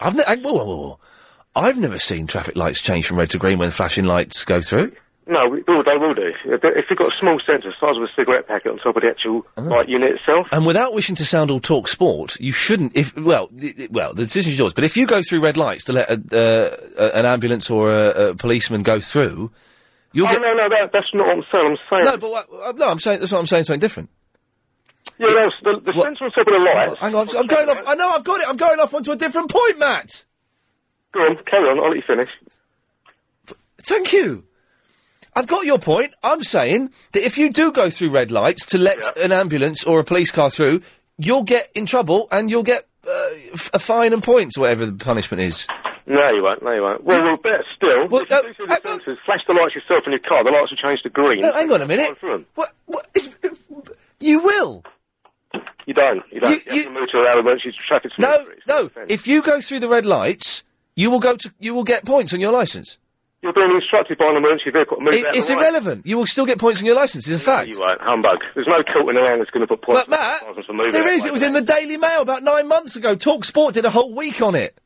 S1: I've, ne- I- whoa, whoa, whoa, whoa. I've never seen traffic lights change from red to green when flashing lights go through.
S13: No, we, well, they will do. If they- if you've got a small sensor, the size of a cigarette packet on top of the actual
S1: Uh-huh.
S13: light unit itself,
S1: And without wishing to sound all talk sport, you shouldn't. If well, th- th- well, the decision's yours. But if you go through red lights to let a, uh, a, an ambulance or a, a policeman go through, you'll
S13: oh,
S1: get.
S13: no, no, that, that's not what I'm saying. I'm saying.
S1: No, but what, uh, no, I'm saying that's what I'm saying. Something different.
S13: Yeah, no, it's the, the sensor on top of the light.
S1: Hang on, I'm, I'm going off. I know I've got it. I'm going off onto a different point, Matt.
S13: Go on, carry on. I'll let you finish.
S1: Thank you. I've got your point. I'm saying that if you do go through red lights to let an ambulance or a police car through, you'll get in trouble and you'll get uh, f- a fine and points, whatever the punishment is.
S13: No, you won't. No, you won't. Well, well, better still. Well,
S1: uh,
S13: you do see the sensors, flash the lights yourself in your car. The lights will change to green.
S1: No, hang on a minute. What? What? Is, you will.
S13: You don't. You don't. You, have to move to allow emergency traffic. to move
S1: No,
S13: through.
S1: no. If you go through the red lights, you will go to you will get points on your license.
S13: You're being instructed by an emergency vehicle. to Move
S1: It-
S13: out of
S1: it's
S13: the way.
S1: irrelevant. You will still get points on your license. It's a fact.
S13: You won't. Humbug. There's no tilting around that's going to put points.
S1: But, Matt,
S13: on cars for moving
S1: There
S13: out
S1: is.
S13: of
S1: It
S13: the
S1: was
S13: way.
S1: in the Daily Mail about nine months ago. Talk Sport did a whole week on it.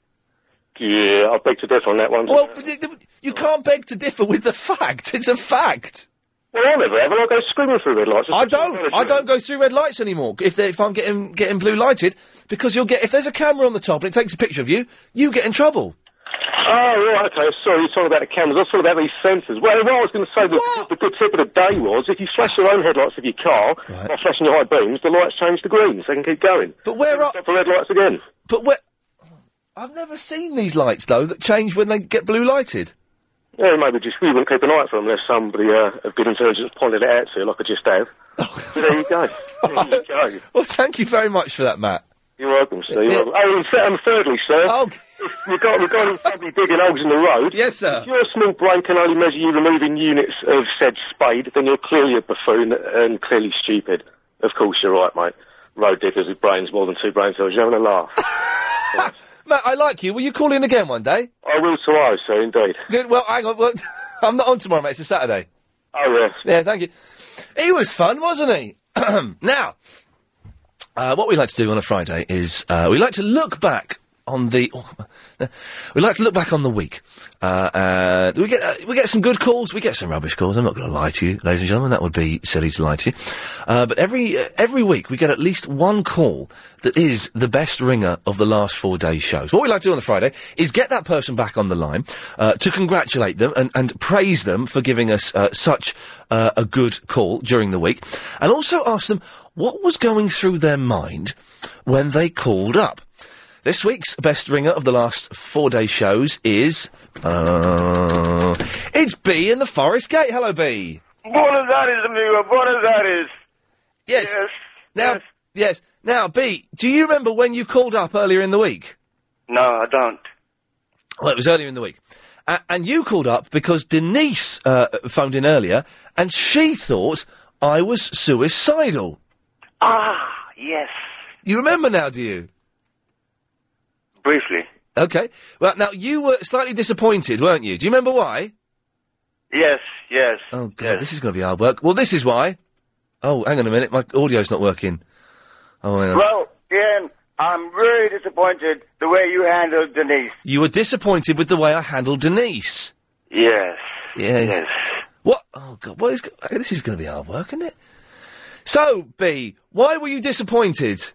S13: Yeah, I beg to differ on that one.
S1: Well, th- th- you can't beg to differ with the fact. It's a fact.
S13: Well, I never have, and I go screaming through red lights.
S1: I don't. I don't go through red lights anymore. If they, if I'm getting getting blue lighted, because you'll get if there's a camera on the top and it takes a picture of you, you get in trouble.
S13: Oh, right, okay. Sorry, you're talking about the cameras. I was talking about these sensors. Well, what I was going to say, the, the good tip of the day was if you flash your own headlights of your car by flashing your high beams, the lights change to green, so they can keep going.
S1: But where are...
S13: for red lights again.
S1: But where? I've never seen these lights though that change when they get blue lighted.
S13: Yeah, maybe just we wouldn't keep an eye out for them unless somebody uh, of good intelligence pointed it out to you, like I just have. So there you go. There you go.
S1: Well, thank you very much for that, Matt.
S13: You're welcome, sir. You're welcome. Oh, and, th- and thirdly, sir,
S1: oh.
S13: regarding, regarding somebody digging holes in the road,
S1: yes, sir.
S13: If your small brain can only measure you removing units of said spade, then you're clearly a buffoon and clearly stupid. Of course, you're right, mate. Road diggers with brains more than two brain cells. You're having a laugh.
S1: Matt, I like you. Will you call in again one day?
S13: I will tomorrow, sir. Indeed.
S1: Good. Well, hang on. Well, I'm not on tomorrow, mate. It's a Saturday.
S13: Oh yes.
S1: Yeah, thank you. He was fun, wasn't he? now, uh, what we like to do on a Friday is uh, we like to look back on the. Oh, come on. We like to look back on the week. Uh, uh, we get uh, we get some good calls. We get some rubbish calls. I'm not going to lie to you, ladies and gentlemen. That would be silly to lie to you. Uh, but every uh, every week we get at least one call that is the best ringer of the last four days' shows. What we like to do on the Friday is get that person back on the line uh, to congratulate them and, and praise them for giving us uh, such uh, a good call during the week, and also ask them what was going through their mind when they called up. This week's best ringer of the last four day shows is. Uh, it's B in the Forest Gate. Hello, B.
S14: Buenos Aires, amigo. Buenos Aires.
S1: Yes. Now, yes. Now, B, do you remember when you called up earlier in the week?
S14: No, I don't.
S1: Well, it was earlier in the week. A- and you called up because Denise uh, phoned in earlier and she thought I was suicidal.
S14: Ah, yes.
S1: You remember now, do you?
S14: Briefly.
S1: Okay. Well, now you were slightly disappointed, weren't you? Do you remember why?
S14: Yes, yes.
S1: Oh god, this is going to be hard work. Well, this is why. Oh, hang on a minute, my audio's not working. Oh, hang on.
S14: Well, Ian, I'm really disappointed the way you handled Denise.
S1: you were disappointed with the way I handled Denise.
S14: Yes.
S1: Yes. What? Oh god, what is? go- This is going to be hard work, isn't it? So, B, why were you disappointed?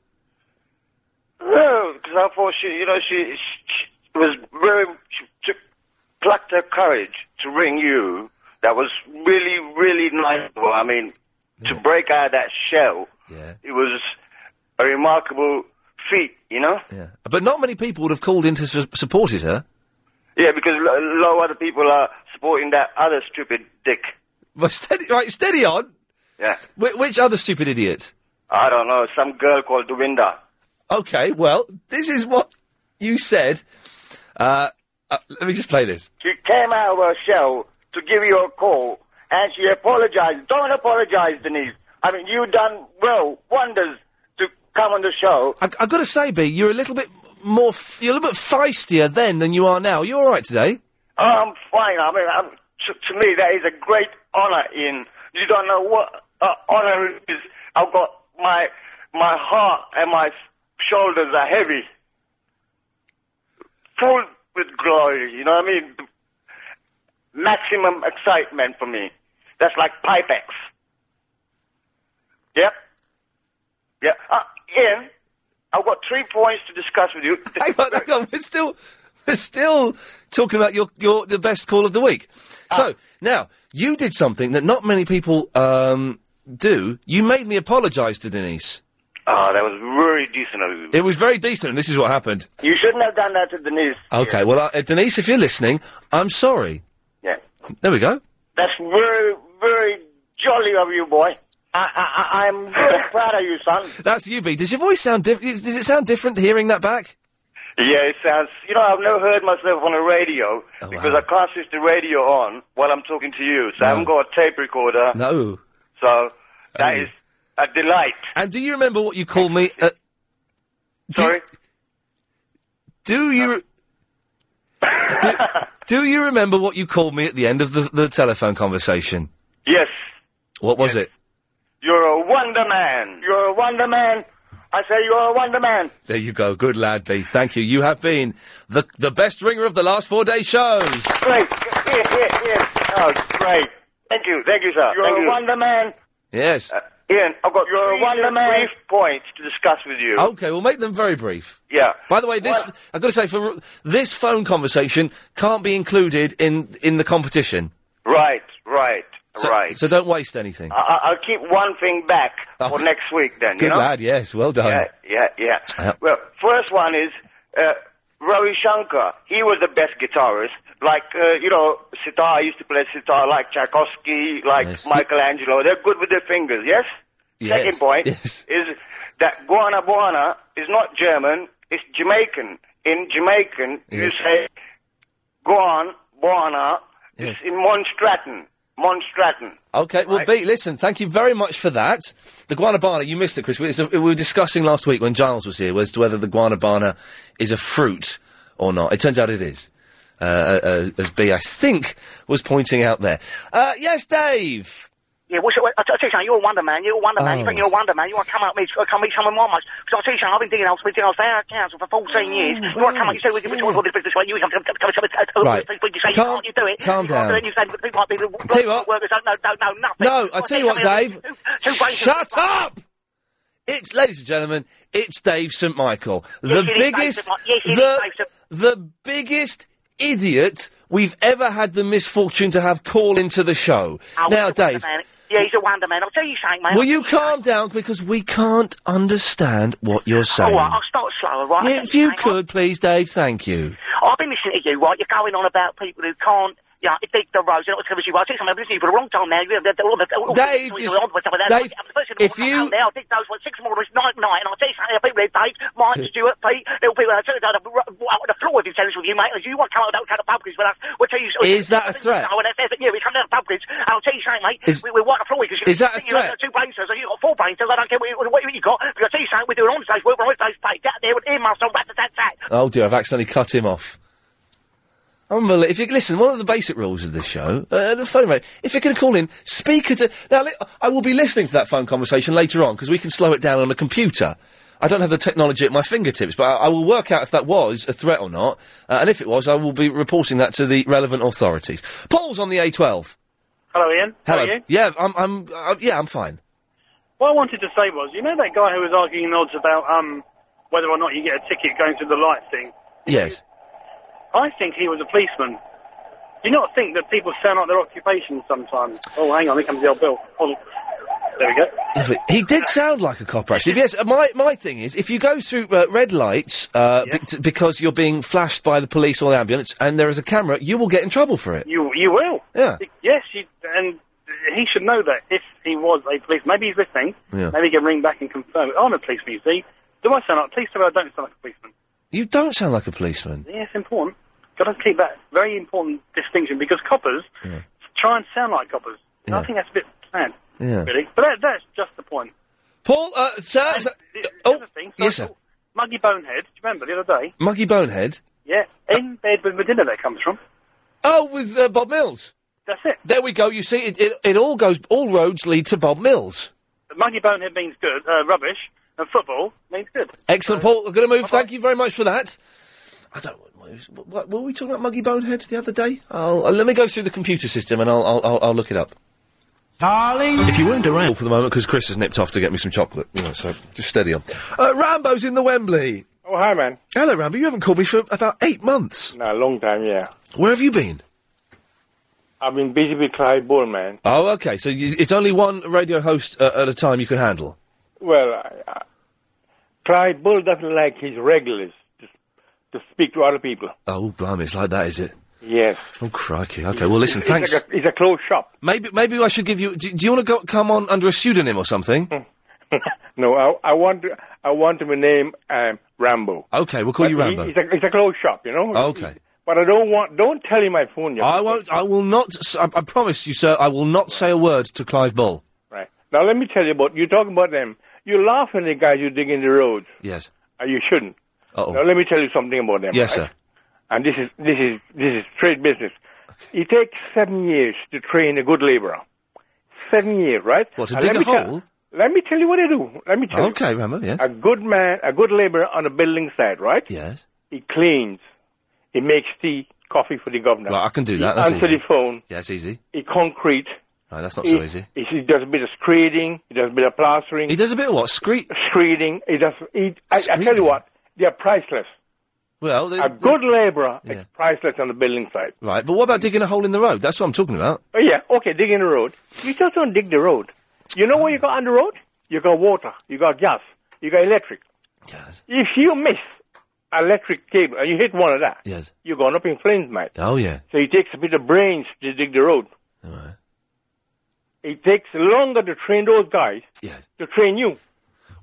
S14: No, because I thought she, you know, she, she was very, she, she plucked her courage to ring you. That was really, really nice. Well, I mean, to break out of that shell,
S1: yeah.
S14: it was a remarkable feat, you know?
S1: But not many people would have called in to su- supported her.
S14: Yeah, because a lot of other people are supporting that other stupid dick.
S1: But steady, right, steady on.
S14: Yeah.
S1: Wh- which other stupid idiot?
S14: I don't know, some girl called Dewinda.
S1: Okay, well, this is what you said. Uh, uh, let me just play this.
S14: She came out of her shell to give you a call, and she apologized. Don't apologize, Denise. I mean, you done well, wonders to come on the show.
S1: I, I've got to say, B, you're a little bit more, f- you're a little bit feistier then than you are now. Are you all right today?
S14: Oh, I'm fine. I mean, I'm, to, to me, that is a great honor. In you don't know what uh, honor it is. I've got my my heart and my shoulders are heavy, full with glory. You know what I mean? Maximum excitement for me. That's like Pipex. Yep. Yeah. Uh, Ian, I've got three points to discuss with you.
S1: hang on, hang on. We're still, we're still talking about your, your the best call of the week.
S14: Ah.
S1: So now you did something that not many people um, do. You made me apologise to Denise.
S14: Oh, that was really decent of you.
S1: It was very decent, and this is what happened.
S14: You shouldn't have done that to Denise.
S1: Okay, well, uh, Denise, if you're listening, I'm sorry.
S14: Yeah.
S1: There we go.
S14: That's very, very jolly of you, boy. I, I, I- I'm really proud of you, son.
S1: That's you, B. Does your voice sound different? Does it sound different hearing that back?
S14: Yeah, it sounds. You know, I've never heard myself on the radio because I can't switch the radio on while I'm talking to you. So I haven't got a tape recorder.
S1: No.
S14: So that is a delight.
S1: And do you remember what you called me? Uh, Sorry. Do you? do, do you remember what you called me at the end of the, the telephone conversation?
S14: Yes,
S1: What was it?
S14: you're a wonder man. You're a wonder man. I say you're a wonder man.
S1: There you go. Good lad, B. Thank you. You have been the the best ringer of the last four day shows.
S14: Great. Yeah, yeah, yeah. Oh, great. Thank you. Thank you, sir. You're
S1: Thank
S14: a
S1: you.
S14: wonder man.
S1: Yes.
S14: Uh, Ian, I've got you're
S1: three
S14: a wonder
S1: brief
S14: man. points to discuss with you.
S1: Okay, we'll make them very brief.
S14: Yeah.
S1: By the way, this I've got to say for this phone conversation can't be included in in the competition.
S14: Right, right, right.
S1: So don't waste anything.
S14: I- I- I'll keep one thing back for next week then,
S1: Ah. Good
S14: you know?
S1: lad. Yes. Well done.
S14: Yeah, yeah, yeah.
S1: Yeah.
S14: Well, first one is uh, Ravi Shankar. He was the best guitarist. Like, uh, you know, sitar, I used to play sitar like Tchaikovsky, like Michelangelo. They're good with their fingers, yes?
S1: Yes,
S14: Second point
S1: yes.
S14: is that Guana Buana is not German, it's Jamaican. In Jamaican, you
S1: Yes.
S14: say Guan Buana.
S1: Yes.
S14: It's in Monstratton. Monstratton.
S1: Okay, well, B, listen, thank you very much for that. The guanabana, you missed it, Chris. It's a, we were discussing last week when Giles was here as to whether the guanabana is a fruit or not. It turns out it is, uh, as, as B, I think, was pointing out there. Uh, yes, Uh, Dave.
S27: Yeah, what's it, I, I tell you something, you're a wonder man, you're a wonder man, you
S1: Oh.
S27: think you're a wonder man, you want to come out with me, uh, come meet someone my much. Because I tell you something, I've been digging out, been digging out our council for 14 years. You want to come out, you say, we can talk about this business, right? You come, come, come, come, come, come,
S1: Right.
S27: come, you say, you
S1: Calm-
S27: can't, you do it.
S1: calm
S27: you can't do
S1: down.
S27: it, You say, but people like people,
S1: Tell you what.
S27: workers don't know, don't know nothing.
S1: No, I tell you what, Dave. Shut up! It's, ladies and gentlemen, it's Dave St. Michael.
S27: Yes,
S1: The
S27: it is Dave
S1: biggest,
S27: St. Mi- yes, it is
S1: the,
S27: Dave
S1: the biggest idiot we've ever had the misfortune to have call into the show.
S27: Oh,
S1: now,
S27: he's a wonder
S1: Dave,
S27: man. Yeah, he's a wonder man. I'll tell you something, mate.
S1: will you calm down because we can't understand what you're saying?
S27: All right, I'll start slower, right? I'll
S1: Yeah,
S27: tell
S1: if you
S27: something,
S1: could, please, Dave, thank you.
S27: I've been listening to you, right? You're going on about people who can't, you know, dig the roads. They're not as good as you are. I've listened to you for a long time now. You're, they're, they're, all the- all the-
S1: Dave,
S27: all the-
S1: you
S27: all the-
S1: s-
S27: all the-
S1: Dave,
S27: I'm the person
S1: if
S27: who-
S1: you-
S27: I'll dig those, what, six more is night, night, and I'll tell you something, there are people there, Dave, Mike, Stuart, Pete, little people, I'll tell you, they'll be ru- out on the floor if you tell us with you, mate, you want to come out and come to pub quiz with us, we'll tell you...
S1: Is that a threat?
S27: No, and that's it, yeah, we come down to pub quiz, and I'll tell you something, mate,
S1: Is-
S27: we, we want the floor because you
S1: is that a
S27: you know,
S1: threat?
S27: you've got two brain cells, or you've got four brain cells, I don't care what you, what you got, because I'll tell you something, we're doing on-stage work, we're on-stage pay, get out there with earmuffs on, rat-tat-tat,
S1: Oh dear, I've accidentally cut him off. Unbelievable. If you listen, one of the basic rules of this show, uh, the phone rate. If you're going to call in, speaker to now. Li- I will be listening to that phone conversation later on because we can slow it down on a computer. I don't have the technology at my fingertips, but I, I will work out if that was a threat or not, uh, and if it was, I will be reporting that to the relevant authorities. Paul's on the A12.
S12: Hello, Ian. How
S1: Hello.
S12: are you?
S1: Yeah, I'm. I'm. Uh, yeah, I'm fine.
S12: What I wanted to say was, you know that guy who was arguing odds about um, whether or not you get a ticket going through the light thing?
S1: Yes.
S12: I think he was a policeman. Do you not think that people sound like their occupation sometimes? Oh, hang on, here comes the old bill. Hold on. There we go.
S1: Yeah, but He did sound like a cop, actually. Yes, uh, my, my thing is, if you go through uh, red lights uh, be- t- because you're being flashed by the police or the ambulance and there is a camera, you will get in trouble for it.
S12: You you will.
S1: Yeah.
S12: Yes, you, and he should know that if he was a policeman. Maybe he's listening.
S1: Yeah.
S12: Maybe he can ring back and confirm it. I'm a policeman, you see. Do I sound like a policeman or I don't sound like a policeman?
S1: You don't sound like a policeman.
S12: Yes, important. Got to keep that very important distinction because coppers try and sound like coppers. And I think that's a bit sad,
S1: Yeah.
S12: really. But that, that's just the point.
S1: Paul, uh, sir.
S12: oh, thing,
S1: Yes, sir.
S12: Muggy Bonehead. Do you remember the other day?
S1: Muggy Bonehead.
S12: Yeah, in bed with Medina. That comes from.
S1: Oh, with uh, Bob Mills.
S12: That's it.
S1: There we go. You see, it, it, it all goes, all roads lead to Bob Mills.
S12: Muggy Bonehead means good, uh, rubbish, and football means good.
S1: Excellent,
S12: Uh,
S1: Paul. We're going to move. Thank you very much for that. I don't. What, what, were we talking about Muggy Bonehead the other day? I'll, uh, let me go through the computer system and I'll, I'll, I'll, I'll look it up. Darling. If you weren't around for the moment, because Chris has nipped off to get me some chocolate, you know, so just steady on. Uh, Rambo's in the Wembley.
S28: Oh, hi, man.
S1: Hello, Rambo. You haven't called me for about eight months.
S28: No, long time, Um, yeah.
S1: Where have you been?
S28: I've been busy with Clive Ball, man.
S1: Oh, okay. So you, it's only one radio host uh, at a time you can handle.
S28: Well, I, I, Clive Ball doesn't like his regulars to, to speak to other people.
S1: Oh, blimey, it's like that, is it?
S28: Yes.
S1: Oh, crikey. Okay, well, listen,
S28: It's like
S1: thanks.
S28: a- it's a closed shop.
S1: Maybe maybe I should give you. Do, do you want to go, come on under a pseudonym or something?
S28: Hmm. no, I, I want to, I want to name um, Rambo.
S1: Okay, we'll call you
S28: But he-
S1: Rambo. Oh.
S28: It's a, it's a closed shop, you know.
S1: Okay.
S28: But I don't want. Don't tell him my phone number.
S1: I won't. I will not. s- I, I promise you, sir. I will not say a word to Clive Bull.
S28: Right. Now let me tell you about. You talking about them. You laugh at the guys you dig in the roads.
S1: Yes.
S28: Uh, you shouldn't.
S1: Uh-oh.
S28: Now let me tell you something about them.
S1: Yes,
S28: right?
S1: sir.
S28: And this is this is this is trade business. It takes seven years to train a good labourer. Seven years, right?
S1: What to
S28: And
S1: dig
S28: let
S1: a
S28: me tell-
S1: hole?
S28: let me tell you what they do. Let me tell
S1: Okay, Rambo.
S28: you.
S1: Yes.
S28: A good man, a good labourer on a building site, right?
S1: Yes.
S28: He cleans. He makes tea, coffee for the governor.
S1: Well, I can do
S28: He
S1: that. That's
S28: answer
S1: easy.
S28: the phone.
S1: Yeah, it's easy.
S28: He concrete.
S1: No, that's not so
S28: He-
S1: easy.
S28: He, he does a bit of screeding. He does a bit of plastering. He
S1: does a bit of what? Screed.
S28: Screeding. He does. He, I, I tell you what, they are priceless.
S1: Well, they,
S28: a good labourer
S1: Yeah.
S28: is priceless on the building site.
S1: Right, but what about digging a hole in the road? That's what I'm talking about.
S28: Oh yeah, okay, digging the road. You just don't dig the road. You know what you got on the road? You got water. You got gas. You got electric. Yes. If you miss electric cable and you hit one of that,
S1: Yes.
S28: you're going up in flames, mate.
S1: Oh yeah.
S28: So it takes a bit of brains to dig the road. It takes longer to train those guys to train you.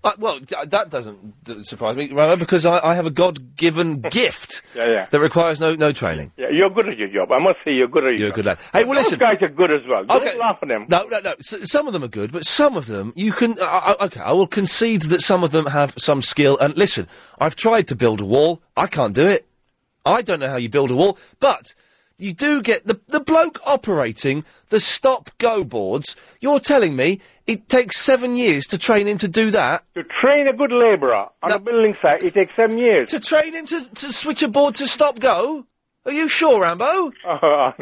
S1: Uh, well, d- that doesn't d- surprise me, Rambo, because I, I have a God-given gift
S28: Yeah, yeah.
S1: that requires no no training.
S28: Yeah, you're good at your job. I must say, you're good at your
S1: You're a
S28: job.
S1: good lad. Hey, well,
S28: Those
S1: listen.
S28: guys are good as well. Don't
S1: Okay.
S28: laugh at them.
S1: No, no, no. S- some of them are good, but some of them you can. Uh, uh, okay, I will concede that some of them have some skill. And listen, I've tried to build a wall. I can't do it. I don't know how you build a wall, but you do get the the bloke operating the stop go boards. You're telling me it takes seven years to train him to do that?
S28: To train a good labourer on a building site, it takes seven years.
S1: To train him to, to switch a board to stop go? Are you sure, Rambo?
S28: Oh,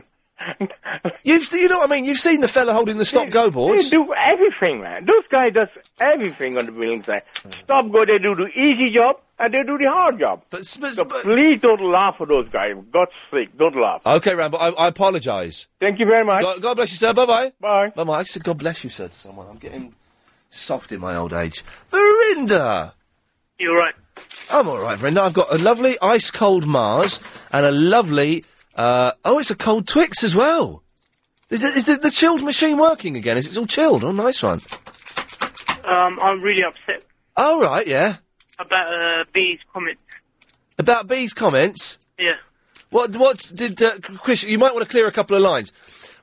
S1: You've you know what I mean. You've seen the fella holding the stop go boards.
S28: They do everything, man. Those guys does everything on the building site. Stop go, they do the easy job and they do the hard job.
S1: But,
S28: so please don't laugh at those guys. For God's sake, don't laugh.
S1: Okay, Rambo, I, I apologise.
S28: Thank you very much.
S1: God, God bless you, sir. Bye bye.
S28: Bye.
S1: Bye bye. I said God bless you, sir, to someone. I'm getting soft in my old age. Verinda!
S29: You're right.
S1: I'm all right, Verinda. I've got a lovely ice cold Mars and a lovely. Uh, oh, it's a cold Twix as well. Is, the, is the, the chilled machine working again? Is it all chilled? Oh, nice one.
S29: Um, I'm really upset
S1: All right, yeah.
S29: about uh, B's comment.
S1: About B's comments.
S29: Yeah.
S1: What? What did uh, Christian? You might want to clear a couple of lines.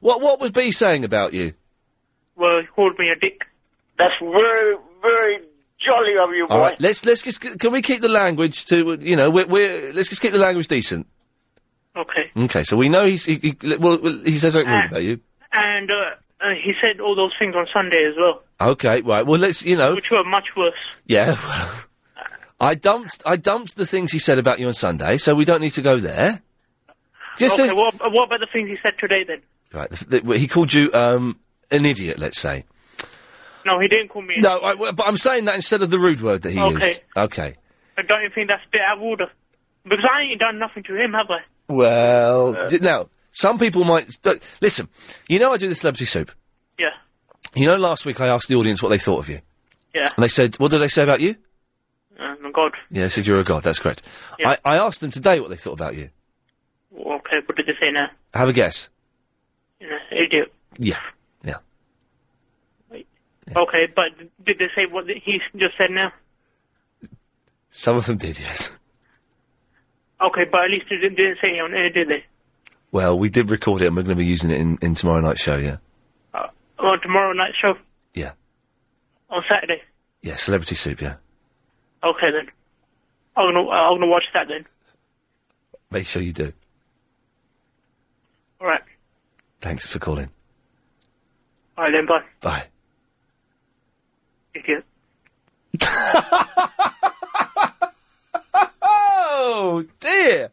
S1: What? What was B saying about you?
S29: Well, he called me a dick.
S14: That's very, very jolly of you, boy.
S1: All right, let's let's just can we keep the language to you know we're, we're let's just keep the language decent.
S29: Okay.
S1: Okay, so we know he's he, he well well, he says something rude about you.
S29: And uh, uh, he said all those things on Sunday as well,
S1: Okay, right. Well, let's you know
S29: which were much worse.
S1: yeah. well, I dumped I dumped the things he said about you on Sunday, so we don't need to go there. Just
S29: okay, what, uh, what about the things he said today then?
S1: Right, the, the, he called you um an idiot, let's say.
S29: No, he didn't call me.
S1: No, I, well, but I'm saying that instead of the rude word that he
S29: Okay.
S1: used. Okay.
S29: I don't even think that's a bit out of order. Because I ain't done nothing to him, have I?
S1: Well, d- now some people might look, listen. You know, I do the celebrity soup.
S29: Yeah.
S1: You know, last week I asked the audience what they thought of you,
S29: Yeah.
S1: and they said, "What did they say about you?"
S29: Oh, my God.
S1: Yeah, they said you're a god. That's correct.
S29: Yeah.
S1: I, I asked them today what they thought about you.
S29: Okay, what did they say now?
S1: Have a guess.
S29: You know, idiot.
S1: Yeah.
S29: Okay, but did they say what he just said now?
S1: Some of them did, yes.
S29: Okay, but at least they didn't, didn't say it on air, did they?
S1: Well, we did record it, and we're going to be using it in, in tomorrow night's show. Yeah.
S29: On tomorrow night's show?
S1: Yeah.
S29: On Saturday?
S1: Yeah. Celebrity soup. Yeah.
S29: Okay then. I'm gonna, I'm gonna watch that then.
S1: Make sure you do.
S29: Alright.
S1: Thanks for calling.
S29: Alright then, bye.
S1: Bye.
S29: Idiot.
S1: Oh dear.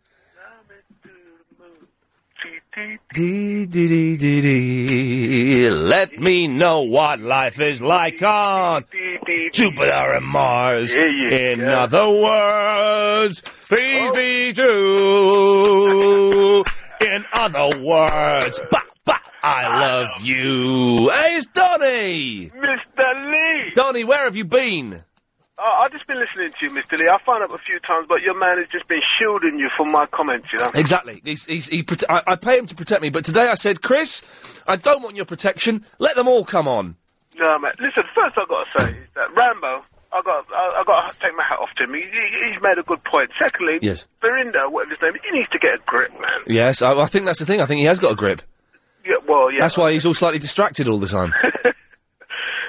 S1: Dee, dee, dee, dee, dee. Let me know what life is like uh,
S29: Ah,
S1: on Jupiter and Mars. In other words, please be true. In other words, bah, bah, I love you. Hey, it's Donny.
S30: Mr. Lee!
S1: Donny, where have you been?
S30: Oh, I've just been listening to you, Mr. Lee. I found up a few times, but your man has just been shielding you from my comments, you know?
S1: Exactly. He's, he's, he prote- I, I pay him to protect me, but today I said, Chris, I don't want your protection. Let them all come on.
S30: No, mate. Listen, first I've got to say is that Rambo, i got, i i got to take my hat off to him. He, he- he's made a good point. Secondly,
S1: Yes.
S30: Verinda, whatever his name is, he needs to get a grip, man.
S1: Yes, I, I think that's the thing. I think he has got a grip.
S30: Yeah, well, yeah.
S1: That's why he's all slightly distracted all the time.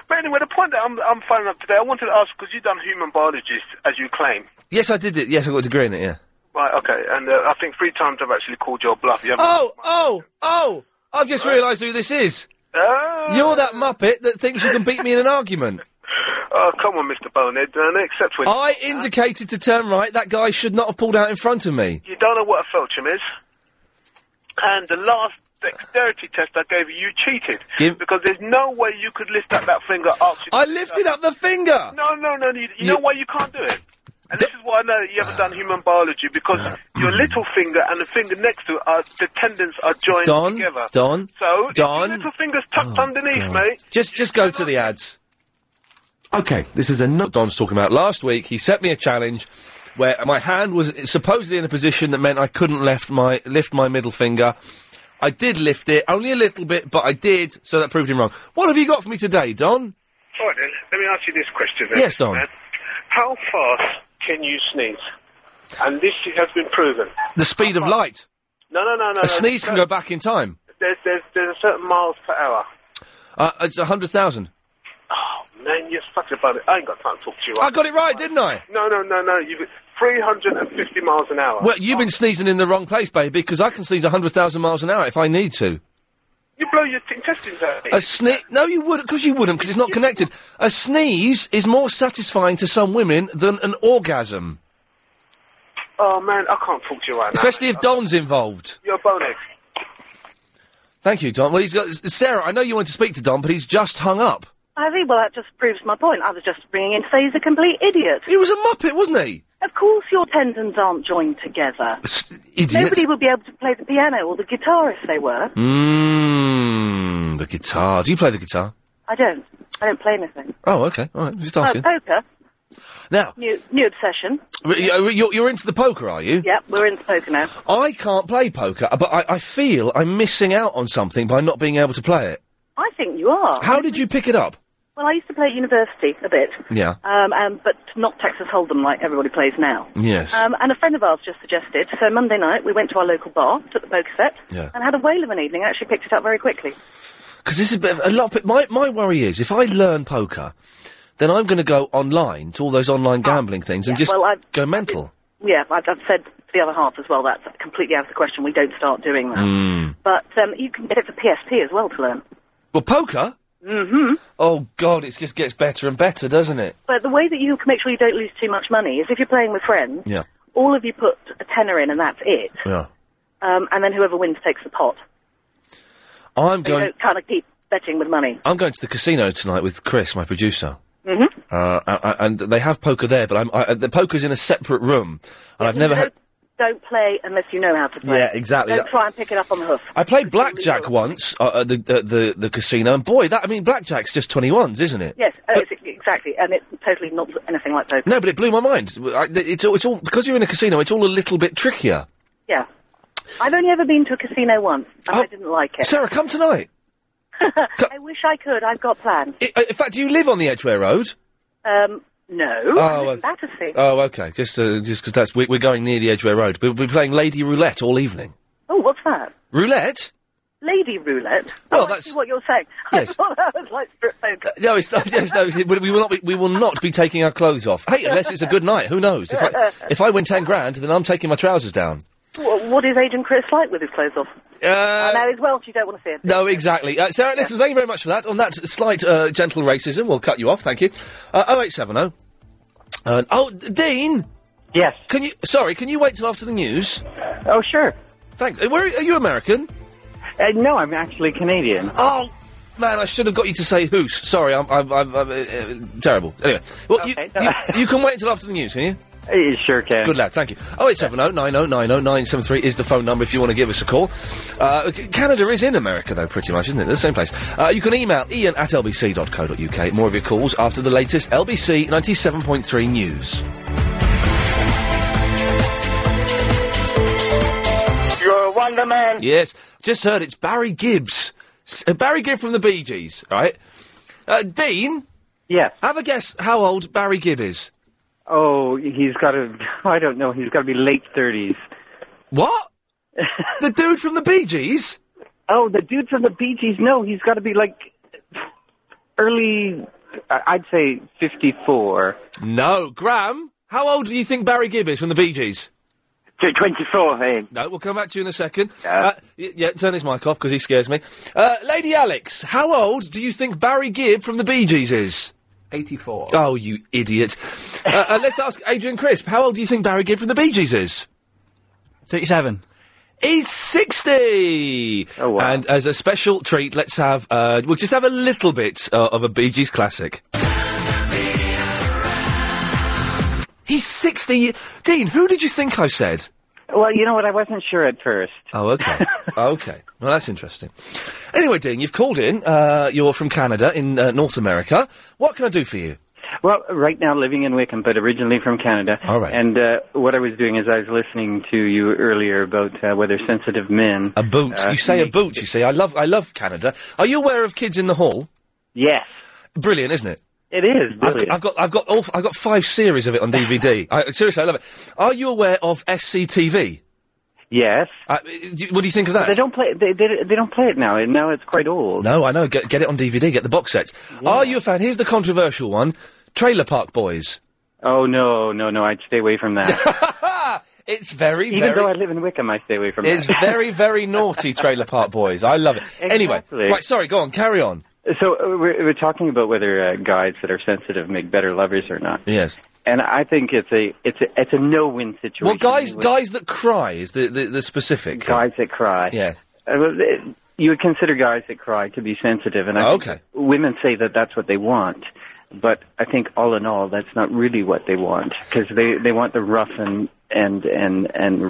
S30: But anyway, the point that I'm, I'm finding up today, I wanted to ask, because you've done human biologist, as you claim.
S1: yes, I did it. Yes, I got a degree in it, yeah.
S30: Right, okay, and uh, I think three times I've actually called your bluff. You haven't-
S1: Oh, oh, oh! I've just realised who this is. You're that muppet that thinks you can beat me in an argument.
S30: Oh, come on, Mr. Bonehead, man, except when...
S1: I indicated to turn right. That guy should not have pulled out in front of me.
S30: You don't know what a felchum is. And the last dexterity test I gave you, you cheated.
S1: Give-
S30: Because there's no way you could lift up that finger up. to-
S1: I lifted up the finger!
S30: No, no, no. You, you, know why you can't do it? And this is why I know you haven't done human biology, because your little finger and the finger next to it are, the tendons are joined
S1: Don,
S30: together.
S1: Don,
S30: So, if
S1: Don. Oh,
S30: your little finger's tucked underneath, mate,
S1: Just just go to the ads. Okay, this is another. Don's talking about last week. He set me a challenge where my hand was supposedly in a position that meant I couldn't lift my lift my middle finger. I did lift it, only a little bit, but I did, so that proved him wrong. What have you got for me today, Don?
S30: All right, then. Let me ask you this question. Then.
S1: Yes, Don.
S30: Uh, How fast can you sneeze? And this has been proven.
S1: The speed of light.
S30: No, no, no, no. no.
S1: A sneeze can go back in time.
S30: There's, there's, there's a certain miles per hour. Oh,
S1: Uh, it's a hundred thousand.
S30: Man, you're fucking about it. I ain't got time to talk to you.
S1: I got it right, didn't I?
S30: No, no, no, no. You 350 miles an hour.
S1: Well, you've been sneezing in the wrong place, baby, because I can sneeze 100,000 miles an hour if I need to.
S30: You blow your t- intestines out.
S1: A sneeze. No, you wouldn't, because you wouldn't, because it's not connected. A sneeze is more satisfying to some women than an orgasm,
S30: Oh man, I can't talk to you right now.
S1: especially if Don's involved.
S30: You're a bonehead.
S1: Thank you, Don. Well, he's got. Sarah, I know you want to speak to Don, but he's just hung up.
S31: I see. Well, that just proves my point. I was just bringing in to say he's a complete idiot.
S1: He was a muppet, wasn't he?
S31: Of course, your tendons aren't joined together.
S1: idiot.
S31: Nobody would be able to play the piano or the guitar if they were.
S1: Mmm, the guitar. Do you play the guitar?
S31: I don't. I don't play anything.
S1: Oh, okay. All right, just
S30: Uh,
S31: Oh,
S1: asking.
S31: poker.
S1: Now,
S31: New new obsession.
S1: r- y- you're, you're into the poker, are you?
S31: Yep, we're into poker now.
S1: I can't play poker, uh, but I, I feel I'm missing out on something by not being able to play it.
S31: I think you are.
S1: How did you pick it up?
S31: Well, I used to play at university a bit,
S1: Yeah.
S31: um, um, but not Texas Hold'em like everybody plays now.
S1: Yes.
S31: Um, and a friend of ours just suggested. So Monday night we went to our local bar, took the poker set,
S1: Yeah.
S31: and had a whale of an evening. Actually picked it up very quickly.
S1: Because this is a, bit of, a lot. Of, my my worry is if I learn poker, then I'm going to go online to all those online gambling things and
S31: yeah,
S1: just
S31: well, I've-
S1: go mental.
S31: Yeah, I've, I've said to the other half as well. That's completely out of the question. We don't start doing that.
S1: Mm.
S31: But um, you can get it for PSP as well to learn.
S1: Well, poker.
S31: hmm
S1: Oh God, it just gets better and better, doesn't it?
S31: But the way that you can make sure you don't lose too much money is if you're playing with friends,
S1: Yeah.
S31: all of you put a tenner in and that's it.
S1: Yeah.
S31: Um, and then whoever wins takes the pot.
S1: I'm
S31: So you
S1: going.
S31: don't kind of keep betting with money.
S1: I'm going to the casino tonight with Chris, my producer.
S31: hmm
S1: Uh, I- I- and they have poker there, but I'm, I, the poker's in a separate room, and I've never had.
S31: Don't play unless you know how to play.
S1: Yeah, exactly.
S31: Don't
S1: That-
S31: try and pick it up on the hoof.
S1: I played blackjack once uh, at the, the the the casino, and boy, that I mean, blackjack's just twenty ones, isn't it?
S31: Yes, uh, it's- exactly. And it's totally not anything like poker.
S1: No, but it blew my mind. I, it's all, it's all because you're in a casino. It's all a little bit trickier.
S31: Yeah. I've only ever been to a casino once, and Oh, I didn't like it.
S1: Sarah, come tonight.
S31: I wish I could. I've got plans.
S1: I, I- in fact, do you live on the Edgware Road?
S31: Um, no.
S1: Oh,
S31: it's embarrassing.
S1: Oh, okay. Just uh, just because that's we, we're going near the Edgware Road. We'll be playing Lady Roulette all evening.
S31: oh, what's that?
S1: Roulette?
S31: Lady roulette.
S1: Well,
S31: oh, I see
S1: that's-
S31: what you're saying.
S1: Yes. Uh,
S31: I thought that was like strip poker.
S1: No, it's not, yes, no, it- we will not. Be, we will not be taking our clothes off. Hey, unless it's a good night. Who knows? If I, if I win ten grand, then I'm taking my trousers down.
S31: Wha- what is Agent Chris like with his clothes off?
S1: Uh,
S31: I know he's Welsh. You don't want to see it.
S1: No, exactly. Uh, Sarah, listen, thank you very much for that. On that slight uh, gentle racism, we'll cut you off. Thank you. Uh, 0870. Uh, oh, D- Dean.
S32: Yes.
S1: Can you? Sorry, can you wait till after the news?
S32: Oh, sure.
S1: Thanks. Uh, Where are you? American?
S32: Uh, no, I'm actually Canadian.
S1: Oh. Man, I should have got you to say who's. Sorry, I'm, I'm, I'm, I'm uh, uh, terrible. Anyway, well, you, you, you can wait until after the news, can you?
S32: You sure can.
S1: Good lad, thank you. Oh, 0870 9090 973 is the phone number if you want to give us a call. Uh, C- Canada is in America, though, pretty much, isn't it? They're The same place. Uh, you can email ian at lbc.co.uk. More of your calls after the latest LBC 97.3 news.
S32: You're a wonder man.
S1: Yes, just heard it's Barry Gibbs. S- uh, Barry Gibb from the Bee Gees, right? Uh, Dean?
S32: Yes.
S1: Have a guess how old Barry Gibb is.
S32: Oh, he's got to. I don't know. He's got to be late thirties.
S1: What? the dude from the Bee Gees?
S32: Oh, the dude from the Bee Gees. No, Oh, he's got to be like early. I- I'd say fifty-four.
S1: No, Graham. How old do you think Barry Gibb is from the Bee Gees?
S32: Twenty-four. Hey.
S1: No, we'll come back to you in a second. Uh, y- yeah, turn his mic off because he scares me. Uh, Lady Alex, how old do you think Barry Gibb from the Bee Gees is?
S23: 84.
S1: Oh, you idiot. uh, uh, let's ask Adrian Crisp, how old do you think Barry Gibb from the Bee Gees is?
S25: 37.
S1: He's 60! Oh, wow. And as a special treat, let's have, uh, we'll just have a little bit uh, of a Bee Gees classic. He's 60. Dean, who did you think I said?
S32: Well, you know what? I wasn't sure at first.
S1: Oh, okay. okay. Well, that's interesting. Anyway, Dean, you've called in. Uh, you're from Canada, in uh, North America. What can I do for you?
S32: Well, right now living in Wickham, but originally from Canada. All right. And uh, what I was doing is I was listening to you earlier about uh, whether sensitive men. Uh, A
S1: boot. you say a boot. You see, I love, I love Canada. Are you aware of Kids in the Hall?
S32: Yes.
S1: Brilliant, isn't it?
S32: It is.
S1: I've
S32: Brilliant.
S1: got, I've got, I've got all, f- I've got five series of it on DVD. I, seriously, I love it. Are you aware of SCTV?
S32: Yes.
S1: Uh, do, you- what do you think of that?
S32: They don't play. They, they they don't play it now. and Now it's quite old.
S1: No, I know. Get, get it on DVD. Get the box sets. Are you a fan? Here's the controversial one: Trailer Park Boys.
S32: Oh no, no, no! I'd stay away from that.
S1: It's very,
S32: Even
S1: very.
S32: though I live in Wickham, I stay away from
S1: It's
S32: that.
S1: very, very naughty, Trailer Park Boys. I love it. Anyway,
S32: Exactly.
S1: right, sorry, go on, carry on.
S32: So uh, we're, we're talking about whether uh, guys that are sensitive make better lovers or not.
S1: Yes.
S32: And I think it's a it's a it's a no win situation.
S1: Well, guys,
S32: with
S1: guys that cry is the the, the specific
S32: guys that cry.
S1: Yeah.
S32: Uh, well, th- you would consider guys that cry to be sensitive, and I
S1: Oh,
S32: think
S1: okay.
S32: women say that that's what they want. But I think all in all, that's not really what they want because they they want the rough and and and and,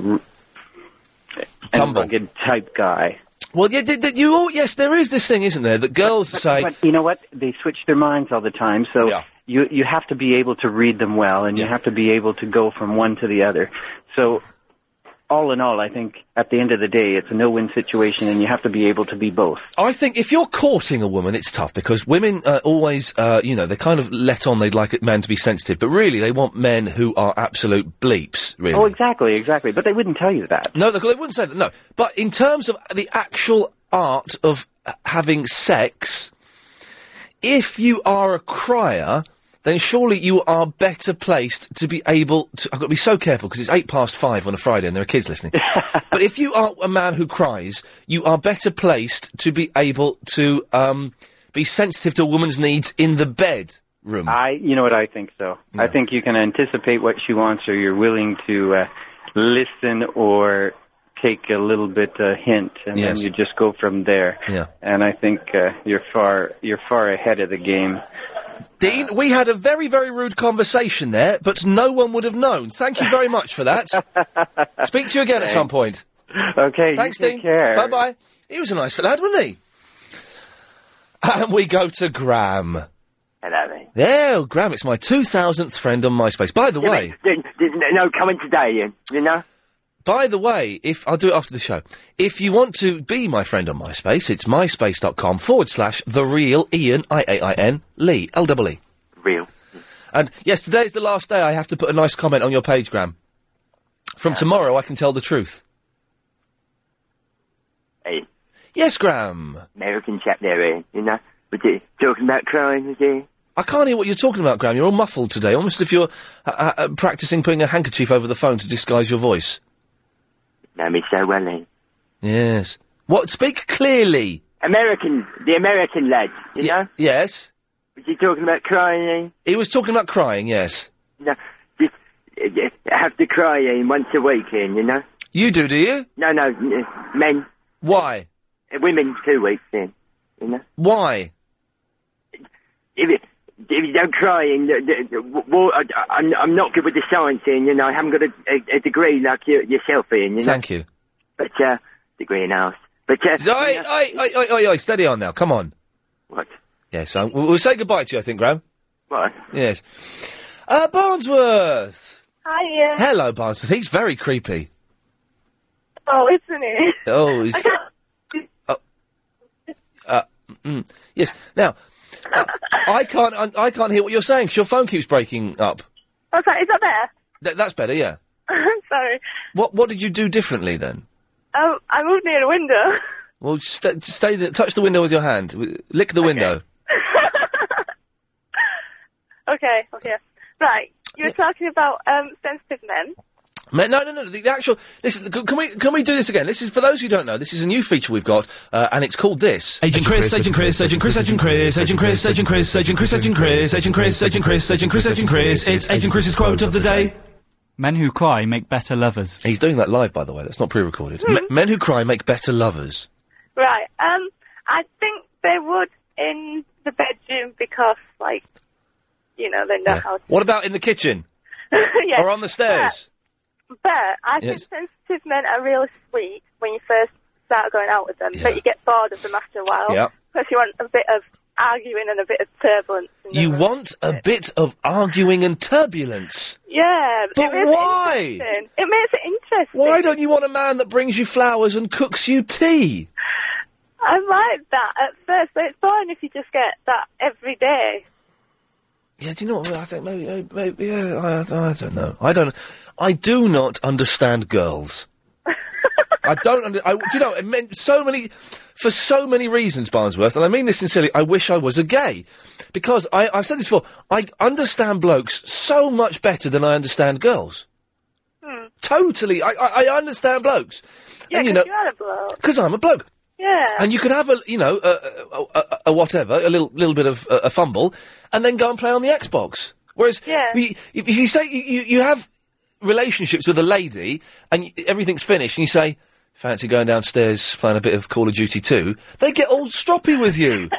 S32: r- and rugged type guy.
S1: Well, yeah, did, did you all, yes, there is this thing, isn't there, that girls say.
S32: But you know what? They switch their minds all the time, so you you have to be able to read them well, and you have to be able to go from one to the other. So, all in all, I think at the end of the day, it's a no-win situation, and you have to be able to be both.
S1: Oh, I think if you're courting a woman, it's tough because women uh, always, uh, you know, they kind of let on they'd like a man to be sensitive, but really they want men who are absolute bleeps, really.
S32: Oh, exactly, exactly. But they wouldn't tell you that.
S1: No, they they wouldn't say that. No, but in terms of the actual art of uh, having sex, if you are a crier, then surely you are better placed to be able to. I've got to be so careful because it's eight past five on a Friday and there are kids listening. but if you are a man who cries, you are better placed to be able to um, be sensitive to a woman's needs in the bed room.
S32: I, you know what, I think so. I think you can anticipate what she wants, or you're willing to uh, listen or take a little bit uh, hint, and
S1: Yes.
S32: then you just go from there.
S1: Yeah.
S32: And I think uh, you're far you're far ahead of the game.
S1: Dean, we had a very, very rude conversation there, but no one would have known. Thank you very much for that. Speak to you again at some point.
S32: Okay.
S1: Thanks,
S32: you take
S1: Dean.
S32: care.
S1: Bye bye. He was a nice lad, wasn't he? And we go to Graham.
S12: Hello, mate.
S1: There, oh, Graham, it's my 2000th friend on MySpace. By the
S12: Yeah,
S1: way,
S12: but There's, there's no- no coming today, Ian. You know?
S1: by the way, if I'll do it after the show. If you want to be my friend on MySpace, it's myspace.com forward slash the real Ian, I A I N, Lee, L E E.
S12: Real.
S1: And yes, today is the last day I have to put a nice comment on your page, Graham. From tomorrow, I can tell the truth.
S12: Hey.
S1: Yes, Graham.
S12: American chap there, Ian. You know? Was he talking about crime, was he?
S1: I can't hear what you're talking about, Graham. You're all muffled today, almost as if you're uh, uh, uh, practicing putting a handkerchief over the phone to disguise your voice.
S12: Know me so well, eh? Ian.
S1: Yes. What? Speak clearly.
S12: American. The American lad. You know?
S1: Yes.
S12: Was he talking about crying, Ian?
S1: He was talking about crying. Yes.
S12: You know? Just, uh, just have to cry, Ian, once a week, Ian, you know?
S1: You do, do you?
S12: No, no. n- uh, Men. Uh,
S1: Why?
S12: Women, two weeks, Ian. You know?
S1: Why?
S12: If, it, if you don't cry, eh. Ian, the, the, the, uh, w- well, I, I'm, I'm not good with the science, Ian, you know? I haven't got a, a, a degree like you, yourself, Ian, you know?
S1: Thank you.
S12: But, uh, degree in house. But, uh,
S1: Oi, oi, oi, oi, oi, oi, steady on now. Come on.
S12: What?
S1: Yes. Um, we'll, we'll say goodbye to you. I think, Graham.
S12: What?
S1: Yes. Uh, Barnsworth.
S16: Hiya.
S1: Hello, Barnsworth. He's very creepy.
S16: Oh, isn't it?
S1: Oh, he's. Uh, mm, yes. Now, uh, I can't. un- I can't hear what you're saying 'cause your phone keeps breaking up.
S16: I was like, is that there?
S1: Th- that's better. Yeah.
S16: I'm sorry.
S1: What What did you do differently then?
S16: Um, I moved near the window.
S1: Well, st- stay. The, touch the window with your hand. W- Lick the window.
S16: Okay, okay. Right, you were talking about um, sensitive men.
S1: Ma- No, no, no. The, the actual. Listen. c- Can we Can we do this again? This is for those who don't know. This is a new feature we've got, uh, and it's called this.
S13: Agent Chris, Agent Chris, Agent Chris, Agent Chris, Agent Chris, Agent Chris, Agent Chris, Agent Chris, Agent Chris, Agent Chris, Agent Chris, Agent Chris. It's Agent Chris's quote of the day.
S1: Men who cry make better lovers. He's doing that live, by the way. That's not pre-recorded. Me- men who cry make better lovers.
S16: Right, um, I think they would in the bedroom because, like, you know, they know how
S1: What about in the kitchen
S16: to. yeah.
S1: or on the stairs?
S16: But, but I
S1: Yes.
S16: think sensitive men are really sweet when you first start going out with them, but you get bored of them after a while.
S1: Yeah.
S16: Because you want a bit of arguing and a bit of turbulence.
S1: You want a bit of arguing and turbulence.
S16: Yeah,
S1: But
S16: it makes it
S1: why?
S16: interesting. It makes it interesting.
S1: Why don't you want a man that brings you flowers and cooks you tea?
S16: I like that at first, but it's boring if you just get that every day.
S1: Yeah, do you know what? I think maybe, maybe, maybe yeah, I, I I don't know. I don't. I do not understand girls. I don't. Under, I, do you know? It meant so many. for so many reasons, Barnsworth, and I mean this sincerely, I wish I was a gay. Because I, I've said this before, I understand blokes so much better than I understand girls.
S12: Hmm.
S1: Totally. I, I, I understand blokes.
S22: Yeah,
S1: and you
S22: 'cause
S1: know,
S22: you are a bloke.
S1: because I'm a bloke.
S22: Yeah.
S1: And you could have a, you know, a, a, a, a whatever, a little little bit of a, a fumble, and then go and play on the Xbox. Whereas,
S22: Yeah.
S1: we- if if you say you, you- you have relationships with a lady and y- everything's finished, and you say, "Fancy going downstairs playing a bit of Call of Duty 2, They get all stroppy with you.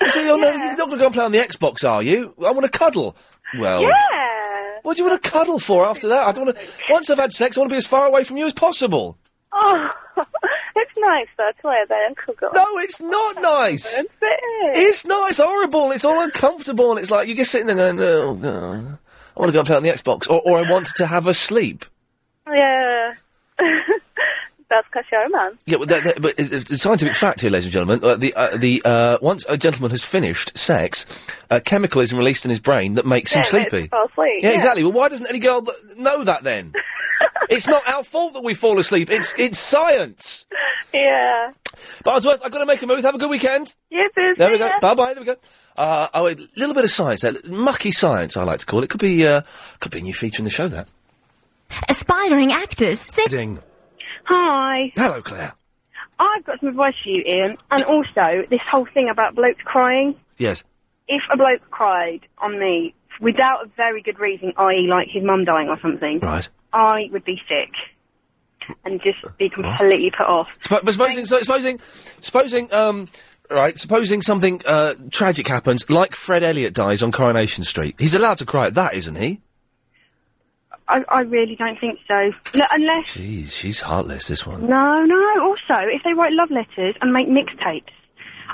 S1: you say, "Oh no, you're not going to go and play on the Xbox, are you? I want to cuddle." Well,
S22: Yeah.
S1: What do you want to cuddle for after that? I don't want to. Once I've had sex, I want to be as far away from you as possible.
S22: Oh, it's nice though to wear that and cook
S1: No, it's not nice.
S22: It is.
S1: It's not. It's horrible. It's all uncomfortable, and it's like you're just sitting there going, "Oh, God. I want to go and play on the Xbox," or, "or I want to have a sleep."
S22: Yeah. That's because you're a man.
S1: Yeah, but, that, that, but it's, it's a scientific fact here, ladies and gentlemen. Uh, the uh, the uh, once a gentleman has finished sex, a chemical is released in his brain that makes him
S22: Yeah, makes
S1: sleepy.
S22: him fall asleep,
S1: Yeah,
S22: yeah.
S1: exactly. Well, why doesn't any girl th- know that then? it's not our fault that we fall asleep. It's it's science.
S22: Yeah.
S1: Barnsworth, I've got to make a move. Have a good weekend.
S22: You too.
S1: There we
S22: see
S1: go.
S22: ya.
S1: Bye bye. There we go. Uh, oh, a little bit of science there. Mucky science, I like to call it. Could be, uh, could be a new feature in the show. That.
S2: Aspiring actors sit.
S1: Ding.
S2: Hi.
S1: Hello, Claire.
S2: I've got some advice for you, Ian, and also this whole thing about blokes crying.
S1: Yes.
S2: If a bloke cried on me without a very good reason, i.e., like his mum dying or something,
S1: Right.
S2: I would be sick and just be completely put off.
S1: Suppo- but supposing, so, supposing, supposing, um, right, supposing something uh, tragic happens, like Fred Elliott dies on Coronation Street. He's allowed to cry at that, isn't he?
S2: I, I really don't think so. No, unless
S1: Jeez, she's heartless. This one.
S2: no, no. Also, if they write love letters and make mixtapes,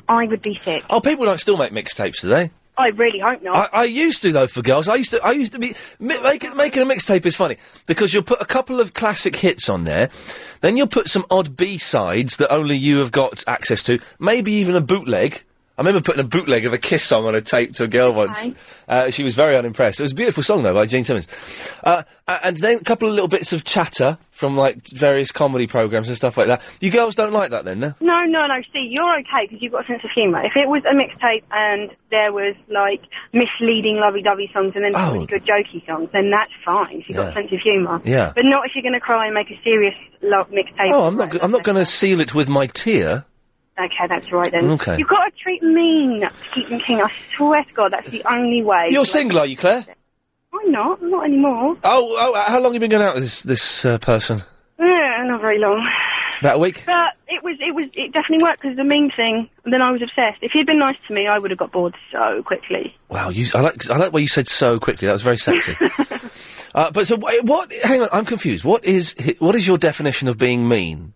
S2: I would be sick.
S1: Oh, people don't still make mixtapes, do they?
S2: I really hope not.
S1: I, I used to though for girls. I used to. I used to be mi- make, making a mixtape is funny because you'll put a couple of classic hits on there, then you'll put some odd B sides that only you have got access to. Maybe even a bootleg. I remember putting a bootleg of a Kiss song on a tape to a girl once. Uh, she was very unimpressed. It was a beautiful song though by Gene Simmons. Uh, a- and then a couple of little bits of chatter from like various comedy programs and stuff like that. You girls don't like that then, no?
S2: No, no, no. See, you're okay because you've got a sense of humour. If it was a mixtape and there was like misleading lovey-dovey songs and then
S1: Oh.
S2: really good jokey songs, then that's fine if you've got
S1: Yeah.
S2: a sense of humour.
S1: Yeah.
S2: But not if you're going to cry and make a serious love mixtape.
S1: Oh, I'm not. go- I'm not going to seal it with my tear.
S2: Okay, that's right then.
S1: Okay.
S2: You've got to treat mean to keep them keen. I swear to God, that's the only way.
S1: You're single, are you, Claire?
S2: I'm not. Not anymore.
S1: Oh, oh, uh, how long you been going out with this this uh, person?
S2: Yeah, Eh, not very long.
S1: About a week.
S2: But it was, it was, it definitely worked because the mean thing. And then I was obsessed. If he'd been nice to me, I would have got bored so quickly.
S1: Wow, you. I like. I like where you said so quickly. That was very sexy. uh, but so wh- what? Hang on, I'm confused. What is hi- what is your definition of being mean?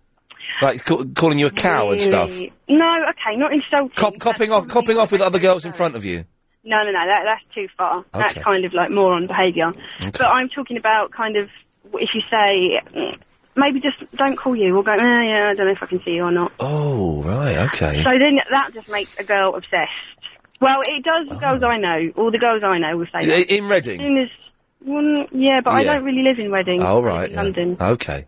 S1: Like ca- calling you a cow and stuff.
S2: Really? No, okay, not insulting.
S1: Cop, copping off, copping off with other girls in front of you.
S2: No, no, no, that, that's too far.
S1: Okay.
S2: That's kind of like moron behaviour.
S1: Okay.
S2: But I'm talking about kind of if you say "Mm, maybe just don't call you or go, eh, yeah, I don't know if I can see you or not.
S1: Oh, right. Okay.
S2: So then that just makes a girl obsessed. Well, it does. The girls I know, all the girls I know, will say
S1: Oh. I-
S2: that.
S1: in Reading?
S2: As soon as, well, yeah, but I
S1: Yeah.
S2: don't really live in Reading.
S1: oh,
S2: I live
S1: right.
S2: in
S1: yeah.
S2: London.
S1: Okay.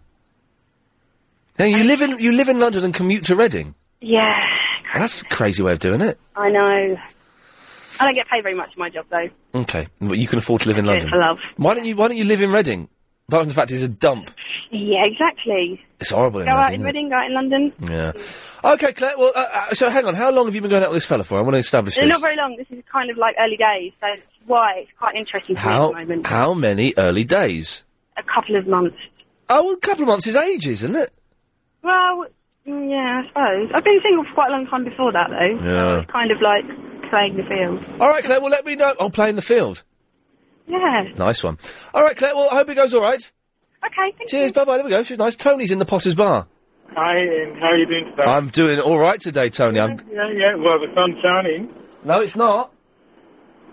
S1: Now you live in you live in London and commute to Reading.
S2: Yeah,
S1: That's a crazy way of doing it.
S2: I know. I don't get paid very much for my job though.
S1: Okay, but you can afford to live in
S2: Do it
S1: London.
S2: for love.
S1: Why don't you Why don't you live in Reading? Apart from the fact it's a dump.
S2: Yeah, exactly.
S1: It's horrible in
S2: Go out
S1: Reading.
S2: in
S1: isn't it?
S2: Reading, go out in London.
S1: Yeah. Okay, Claire. Well, uh, uh, so hang on. How long have you been going out with this fella for? I want to establish
S2: They're
S1: this.
S2: not very long. This is kind of like early days, so that's why it's quite interesting to
S1: how
S2: me at the moment.
S1: How many early days?
S2: A couple of months.
S1: Oh, well, a couple of months is ages, isn't it?
S2: Well, mm, yeah, I suppose. I've been single for quite a long time before that, though.
S1: Yeah.
S2: Kind of like playing the field.
S1: All right, Claire. Well, let me know. I'll play in the field.
S2: Yeah.
S1: Nice one. All right, Claire. Well, I hope it goes all right.
S2: Okay. Thank
S1: Cheers. Bye bye. There we go. She's nice. Tony's in the Potter's Bar.
S3: Hi, and how are you doing today?
S1: I'm doing all right today, Tony. I'm.
S3: yeah, yeah, well, the sun's shining.
S1: No, it's not.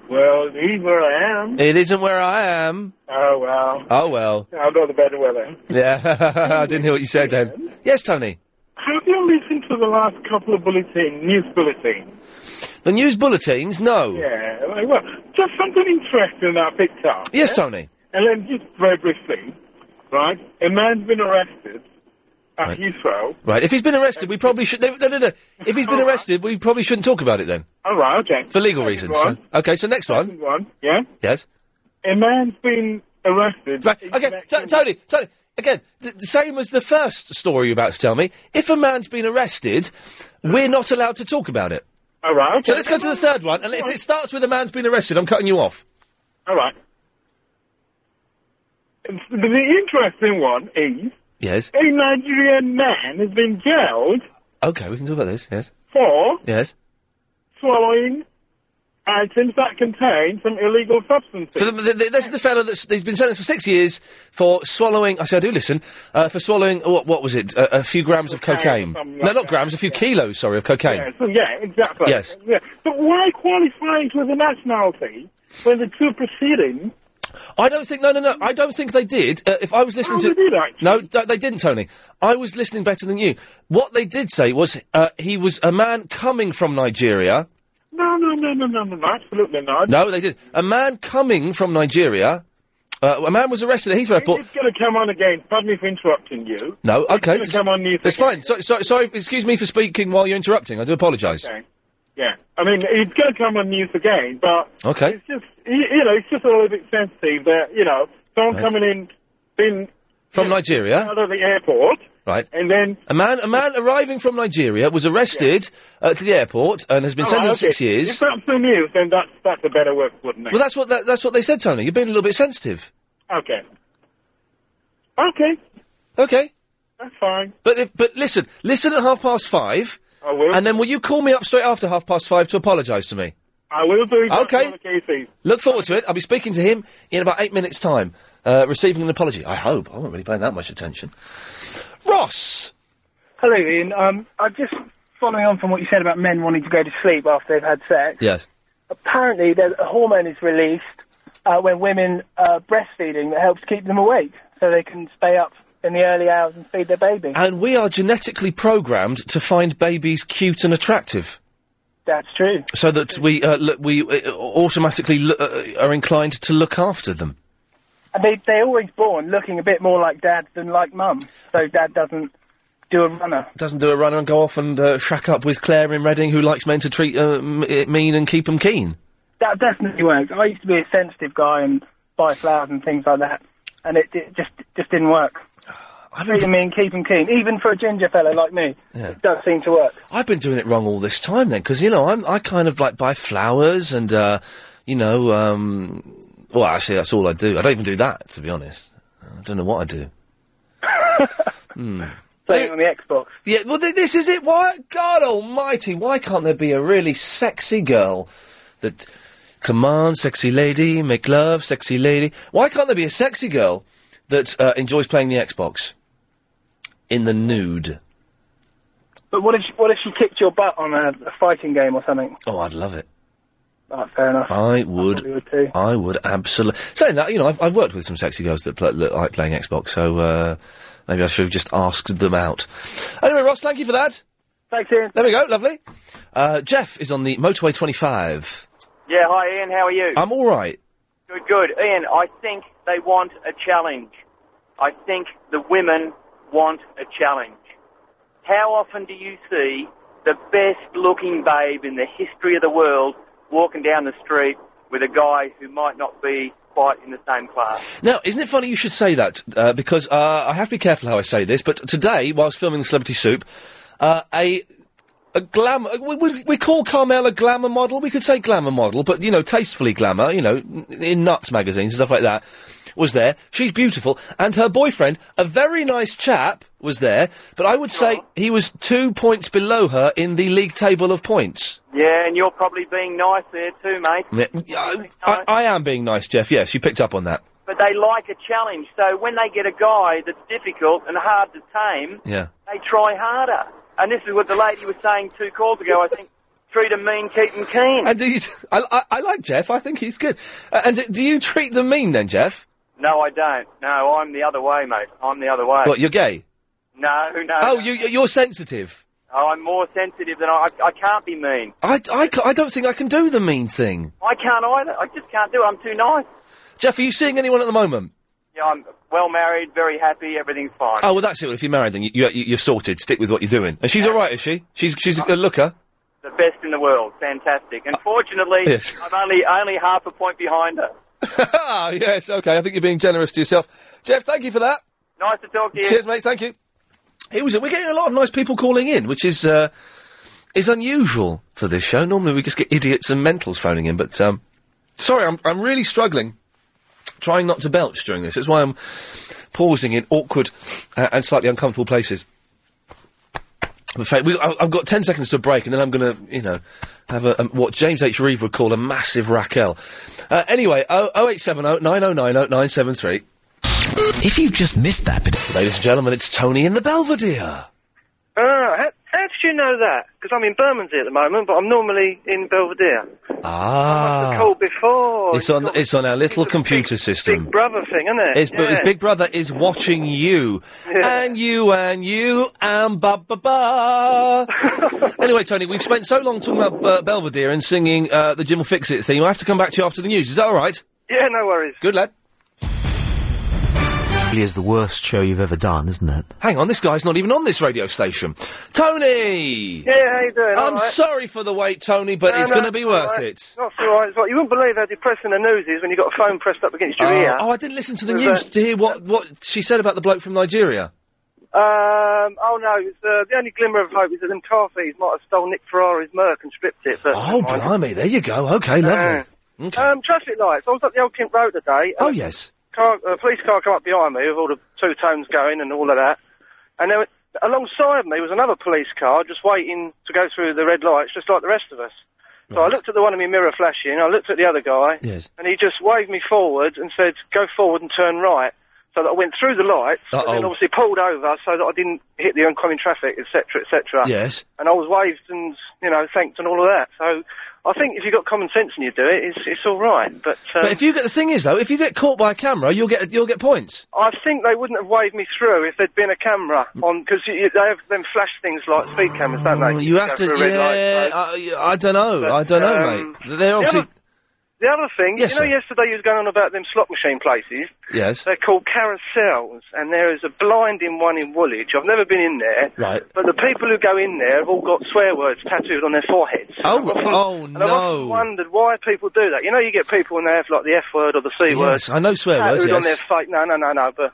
S3: Well, it is where I am.
S1: It isn't where I am.
S3: Oh, well.
S1: Oh well.
S3: I've got the better weather.
S1: Yeah. I didn't hear what you said then. Yes, Tony.
S3: Have you listened to the last couple of bulletin, news bulletins?
S1: The news bulletins. No.
S3: Yeah, like, well, just something interesting that I picked up.
S1: Yes,
S3: yeah?
S1: Tony.
S3: And then just very briefly, right? A man's been arrested
S13: Ah,
S1: Right.
S13: you fell.
S1: Right. If he's been arrested, we probably should. No, no, no. no. If he's been arrested, we probably shouldn't talk about it then,
S13: All right, okay.
S1: for legal reasons. So-
S13: one.
S1: okay. So next one.
S13: One, yeah?
S1: Yes.
S13: A man's been arrested.
S1: Right. Okay. T- Tony. Tony. Again, th- the same as the first story you're about to tell me. If a man's been arrested, we're not allowed to talk about it.
S13: All right.
S1: So let's go to the third one. And if it starts with a man's been arrested, I'm cutting you off.
S13: All right. It's- The interesting one is
S1: Yes.
S13: a Nigerian man has been jailed
S1: Okay. We can talk about this. Yes.
S13: for
S1: Yes.
S13: swallowing items that contain some illegal substances.
S1: For the, the, the, this is the fellow that's he's been sentenced for six years for swallowing. I say I do listen uh, for swallowing what what was it? Uh, A, a few grams of cocaine.
S13: or something
S1: no,
S13: like
S1: not grams. A few kilos. Sorry, of cocaine.
S13: Yeah, so, yeah, exactly.
S1: Yes.
S13: Yeah. But why qualify it with a nationality when the two proceedings?
S1: I don't think. No, no, no. I don't think they did. Uh, if I was listening
S13: Oh,
S1: to,
S13: they did,
S1: no, d- they didn't, Tony. I was listening better than you. What they did say was uh, he was a man coming from Nigeria.
S13: No, no, no, no, no, no, no, absolutely not.
S1: No, they did. A man coming from Nigeria. Uh, a man was arrested at Heathrow Airport.
S13: It's going to come on again. Pardon me for interrupting you.
S1: No, okay.
S13: It's gonna come on
S1: It's fine. So, so, sorry, excuse me for speaking while you're interrupting. I do apologise.
S13: Okay. Yeah. I mean, it's going to come on news again, but
S1: Okay.
S13: it's just, you, you know, it's just a little bit sensitive that, you know, someone
S1: Right.
S13: coming in, been
S1: From Nigeria.
S13: out of the airport,
S1: Right.
S13: and then
S1: A man, a man arriving from Nigeria was arrested uh, to the airport and has been
S13: All right,
S1: sentenced to
S13: Oh, okay.
S1: six years.
S13: If that's the news, then that's that's a better word, wouldn't it?
S1: Well, that's what that, that's what they said, Tony. You've been a little bit sensitive.
S13: okay. Okay.
S1: Okay.
S13: That's fine.
S1: But if- but listen, listen at half past five. I will. And then will you call me up straight after half past five to apologise to me?
S13: I will do. that
S1: Okay.
S13: on occasion.
S1: Look forward to it. I'll be speaking to him in about eight minutes' time, uh, receiving an apology. I hope. I won't really pay that much attention. Ross.
S33: Hello, Ian. Um, I'm just following on from what you said about men wanting to go to sleep after they've had sex.
S1: Yes.
S33: Apparently, there's a hormone is released uh, when women are breastfeeding that helps keep them awake, so they can stay up in the early hours and feed their baby.
S1: And we are genetically programmed to find babies cute and attractive.
S33: That's true.
S1: so that we uh, look, we uh, automatically lo- uh, are inclined to look after them.
S33: And they they're always born looking a bit more like dad than like mum, so dad doesn't do a runner.
S1: Doesn't do a runner and go off and uh, shack up with Claire in Reading, who likes men to treat uh, m- it mean and keep them keen.
S33: That definitely works. I used to be a sensitive guy and buy flowers and things like that, and it, it just just didn't work. Treating me and keeping keen, even for a ginger fellow like me,
S1: Yeah.
S33: it does seem to work.
S1: I've been doing it wrong all this time then, because you know I'm I kind of like buy flowers and uh, you know um, well actually that's all I do. I don't even do that to be honest. I don't know what I do. Hmm.
S33: Playing on the Xbox.
S1: Yeah, well, th- this is it. Why, God Almighty, why can't there be a really sexy girl that, come on, sexy lady, make love, sexy lady? Why can't there be a sexy girl that uh, enjoys playing the Xbox in the nude?
S33: But what if she, what if she kicked your butt on a, a fighting game or something?
S1: Oh, I'd love it.
S33: Oh, fair enough.
S1: I would.
S33: probably would too.
S1: I would absolutely. Saying that, you know, I've, I've worked with some sexy girls that, pl- that like playing Xbox, so uh, maybe I should have just asked them out. Anyway, Ross, thank you for that.
S33: Thanks, Ian.
S1: There we go, lovely. Uh, Jeff is on the motorway 25.
S12: Yeah, hi Ian, how are you?
S1: I'm all right.
S12: good, good. Ian, I think they want a challenge. I think the women want a challenge. How often do you see the best looking babe in the history of the world walking down the street with a guy who might not be quite in the same class?
S1: Now, isn't it funny you should say that? Uh, because uh, I have to be careful how I say this, but today, whilst filming the Celebrity Soup, uh, a a glamour. We, we, we call Carmel a glamour model. We could say glamour model, but you know, tastefully glamour. You know, n- in nuts magazines and stuff like that. Was there? She's beautiful, and her boyfriend, a very nice chap, was there. But I would say he was two points below her in the league table of points.
S12: Yeah, and you're probably being nice there too, mate.
S1: Yeah, I, I, I am being nice, Jeff. Yes, you picked up on that.
S12: But they like a challenge, so when they get a guy that's difficult and hard to tame,
S1: Yeah.
S12: they try harder. And this is what the lady was saying two calls ago, I think. Treat 'em mean, keep 'em keen.
S1: And do you, I, I, I like Jeff. I think he's good. Uh, and do- do you treat them mean then, Jeff?
S12: No, I don't. No, I'm the other way, mate. I'm the other way.
S1: What, you're gay?
S12: No, no.
S1: oh,
S12: no.
S1: you, you- you're sensitive.
S12: Oh, I'm more sensitive than I... I I can't be mean.
S1: I, I, ca- I don't think I can do the mean thing.
S12: I can't either. I just can't do it. I'm too nice.
S1: Jeff, are you seeing anyone at the moment?
S5: Yeah, I'm well married, very happy, everything's fine.
S1: Oh well, that's it. If you're married, then you, you you're sorted. Stick with what you're doing. And she's all right, is she? She's she's a good looker.
S5: The best in the world, fantastic. Unfortunately,
S1: yes.
S5: I'm only only half a point behind her.
S1: Ah, yes, okay. I think you're being generous to yourself. Jeff, thank you for that.
S5: Nice to talk to you.
S1: Cheers, mate. Thank you. It was. We're getting a lot of nice people calling in, which is uh, is unusual for this show. Normally, we just get idiots and mentals phoning in. But um, sorry, I'm I'm really struggling trying not to belch during this. That's why I'm pausing in awkward uh, and slightly uncomfortable places. In fact, we, I, I've got ten seconds to break, and then I'm going to, you know, have a, um, what James H. Reeve would call a massive Raquel. Uh, anyway, oh eight seven oh nine oh nine oh nine seven three. If you've just missed that bit, ladies and gentlemen, it's Tony in the Belvedere.
S7: Ah, how, how did you know that? Because I'm in Bermondsey at the moment, but I'm normally in Belvedere.
S1: Ah,
S7: Called before.
S1: it's on it's on our little computer system.
S7: Brother thing, isn't it?
S1: His, b- his
S7: Yeah.
S1: big brother is watching you. And you, and you, and ba ba ba. Ah. anyway, Tony, we've spent so long talking about uh, Belvedere and singing uh, the Jim will fix it theme. I have to come back to you after the news. Is that all right?
S7: Yeah, no worries.
S1: Good lad.
S8: Really is the worst show you've ever done, isn't it?
S1: Hang on, this guy's not even on this radio station. Tony!
S7: Yeah, how you doing?
S1: I'm
S7: All right.
S1: sorry for the wait, Tony, but
S7: No,
S1: it's
S7: no,
S1: going to be
S7: all
S1: worth
S7: right.
S1: it.
S7: Not so right. It's like, you wouldn't believe how depressing the news is when you got a phone pressed up against your
S1: Oh,
S7: ear.
S1: oh, I didn't listen to the
S7: There's
S1: news
S7: a-
S1: to hear what, what she said about the bloke from Nigeria.
S7: Um, oh no, it's, uh, the only glimmer of hope is that them car thieves might have stolen Nick Ferrari's Merc and stripped it. But
S1: Oh, blimey, there you go. Okay, lovely.
S7: Um, traffic lights. I was up the Old Kent Road today.
S1: Oh, yes.
S7: Car, a police car come up behind me with all the two tones going and all of that. And then alongside me was another police car just waiting to go through the red lights, just like the rest of us. So I looked at the one in my mirror flashing. I looked at the other guy,
S1: Yes.
S7: and he just waved me forward and said, "Go forward and turn right." So that I went through the lights,
S1: Uh-oh.
S7: and then obviously pulled over so that I didn't hit the oncoming traffic, etc., etc.
S1: Yes.
S7: And I was waved and you know thanked and all of that. So I think if you've got common sense and you do it, it's it's all right. But, um,
S1: But if you get the thing is though, if you get caught by a camera, you'll get you'll get points.
S7: I think they wouldn't have waved me through if there'd been a camera on because they have them flash things like speed cameras, don't they?
S1: Mm, You have
S7: Go
S1: to.
S7: for a red light.
S1: Yeah, I, I don't know. I don't know,
S7: um,
S1: mate. They're
S7: the
S1: obviously
S7: other, the other thing,
S1: Yes,
S7: you know,
S1: sir.
S7: yesterday you was going on about them slot machine places.
S1: yes.
S7: They're called carousels, and there is a blinding one in Woolwich. I've never been in there,
S1: Right.
S7: but the people who go in there have all got swear words tattooed on their foreheads.
S1: Oh,
S7: And I've often-
S1: oh,
S7: and I've often
S1: no.
S7: wondered why people do that. You know, you get people and they have like the F word or the C word.
S1: Yes, I know swear words.
S7: tattooed on their
S1: Yes.
S7: face. No, no, no, no. But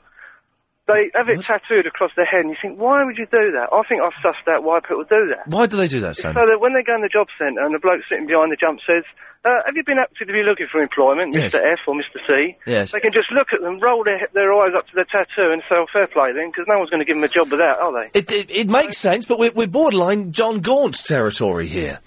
S7: they have it tattooed across their head, and you think, why would you do that? I think I've sussed out why people do that.
S1: Why do they do that,
S7: So
S1: Sam?
S7: that when they go in the job centre and the bloke sitting behind the jump says, uh, have you been actively looking for employment,
S1: Yes.
S7: Mr F or Mr C?
S1: Yes.
S7: They can just look at them, roll their, their eyes up to their tattoo and say, oh, fair play then, because no one's going to give them a job with that, are they?
S1: It, it it makes sense, but we're, we're borderline John Gaunt territory here.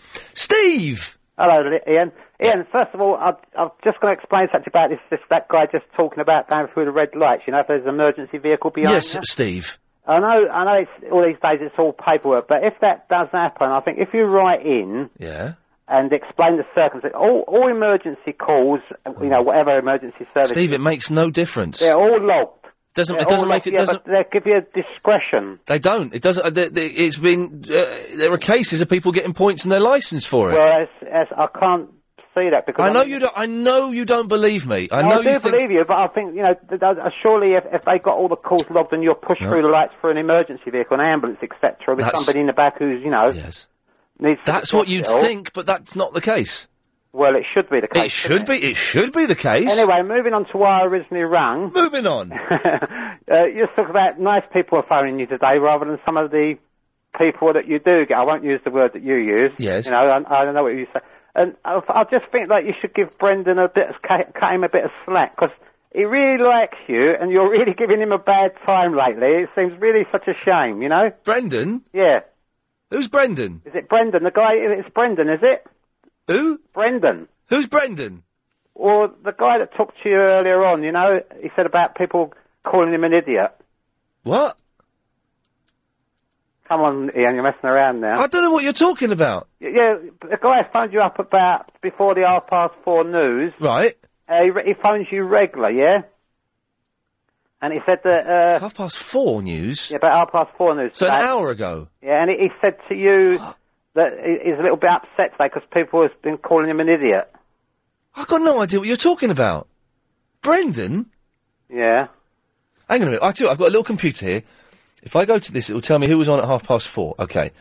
S1: Steve.
S24: Hello, Li- Ian. Ian, first of all, I, I'm just going to explain something about this, this that guy just talking about going through the red lights. You know, if there's an emergency vehicle behind
S1: Yes,
S24: you.
S1: Steve.
S24: I know, I know. It's, all these days, it's all paperwork. But if that does happen, I think if you write in
S1: Yeah.
S24: and explain the circumstances, all, all emergency calls, you know, whatever emergency service,
S1: Steve, it makes no difference.
S24: they're all logged.
S1: Doesn't- it
S24: They're
S1: doesn't
S24: all
S1: make-
S24: logged,
S1: it
S24: yeah,
S1: doesn't-
S24: but They give you a discretion.
S1: They don't. It doesn't. Uh, they, they, it's been. Uh, there are cases of people getting points in their license for it.
S24: Whereas, as I can't see that because
S1: I know
S24: mean-
S1: you don't. I know you don't believe me. I know
S24: do
S1: you think.
S24: believe you, but I think you know. th- th- uh, Surely, if, if they got all the calls logged and you're pushed
S1: No.
S24: through the lights for an emergency vehicle, an ambulance, etc., with
S1: That's-
S24: somebody in the back who's you know needs. to
S1: That's
S24: be
S1: what you'd
S24: hospital.
S1: think, but that's not the case.
S24: Well, it should be the case.
S1: It should be. It should be the case.
S24: Anyway, moving on to why I originally rang.
S1: Moving on.
S24: uh, you talk about nice people are phoning you today rather than some of the people that you do get. I won't use the word that you use.
S1: Yes.
S24: You know, I, I don't know what you say. And I, I just think that you should give Brendan a bit, of, cut cut him a bit of slack because he really likes you and you're really giving him a bad time lately. It seems really such a shame, you know?
S1: Brendan?
S24: Yeah.
S1: Who's Brendan?
S24: Is it Brendan? The guy, it's Brendan, is it?
S1: Who?
S24: Brendan.
S1: Who's Brendan?
S24: Or the guy that talked to you earlier on, you know, he said about people calling him an idiot.
S1: What?
S24: Come on, Ian, you're messing around now.
S1: I don't know what you're talking about.
S24: Y- Yeah, the guy phoned you up about before the half past four news.
S1: Right.
S24: Uh, he, re- he phones you regular, yeah? And he said that... Uh,
S1: half past four news?
S24: Yeah, about half past four news.
S1: So an
S24: today.
S1: hour ago.
S24: Yeah, and he, he said to you that he- he's a little bit upset today because people have been calling him an idiot.
S1: I've got no idea what you're talking about. Brendan?
S24: Yeah.
S1: Hang on a minute. I tell you, what, I've got a little computer here. If I go to this, it will tell me who was on at half past four. Okay.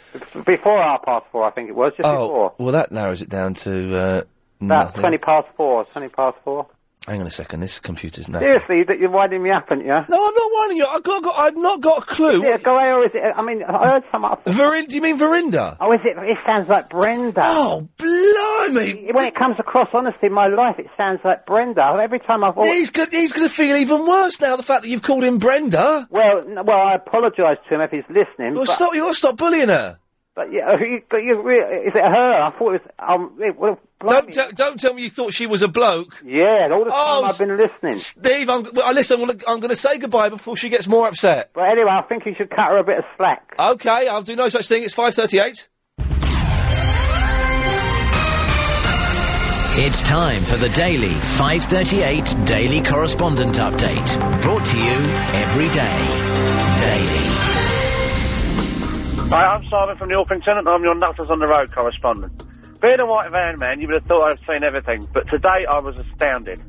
S24: Before half past four, I think it was, just
S1: oh,
S24: before.
S1: well, that narrows it down to uh,
S24: About
S1: nothing.
S24: 20 past four, 20 past four.
S1: Hang on a second. This computer's now.
S24: Seriously, that you're winding me up, aren't you? No, I'm
S1: not winding you. I've got, I've not got a clue.
S24: Is it a guy or is it? I mean, I heard some up.
S1: Verin- do you mean Verinda?
S24: Oh, is it? It sounds like Brenda.
S1: Oh, blimey!
S24: When it comes across, honestly, in my life, it sounds like Brenda. Every time I've.
S1: He's go- he's going to feel even worse now. The fact that you've called him Brenda.
S24: Well, n- well, I apologise to him if he's listening.
S1: Well,
S24: but,
S1: stop, you got to stop bullying her.
S24: But yeah, you, Oh, but you, re- is it her? I thought it was. Um, it, well,
S1: Don't, tell don't tell me you thought she was a bloke.
S24: Yeah, all the time
S1: oh,
S24: I've been listening.
S1: Steve, I'm, well, I- listen, I'm going to I'm gonna say goodbye before she gets more upset.
S24: But anyway, I think you should cut her a bit of slack.
S1: Okay, I'll do no such thing. It's 5.38.
S9: It's time for the daily 538 Daily Correspondent Update. Brought to you every day.
S6: Hi, I'm Simon from the Orpington and I'm your Nutters on the Road correspondent. Being a white van man, you would have thought I'd seen everything, but today I was astounded.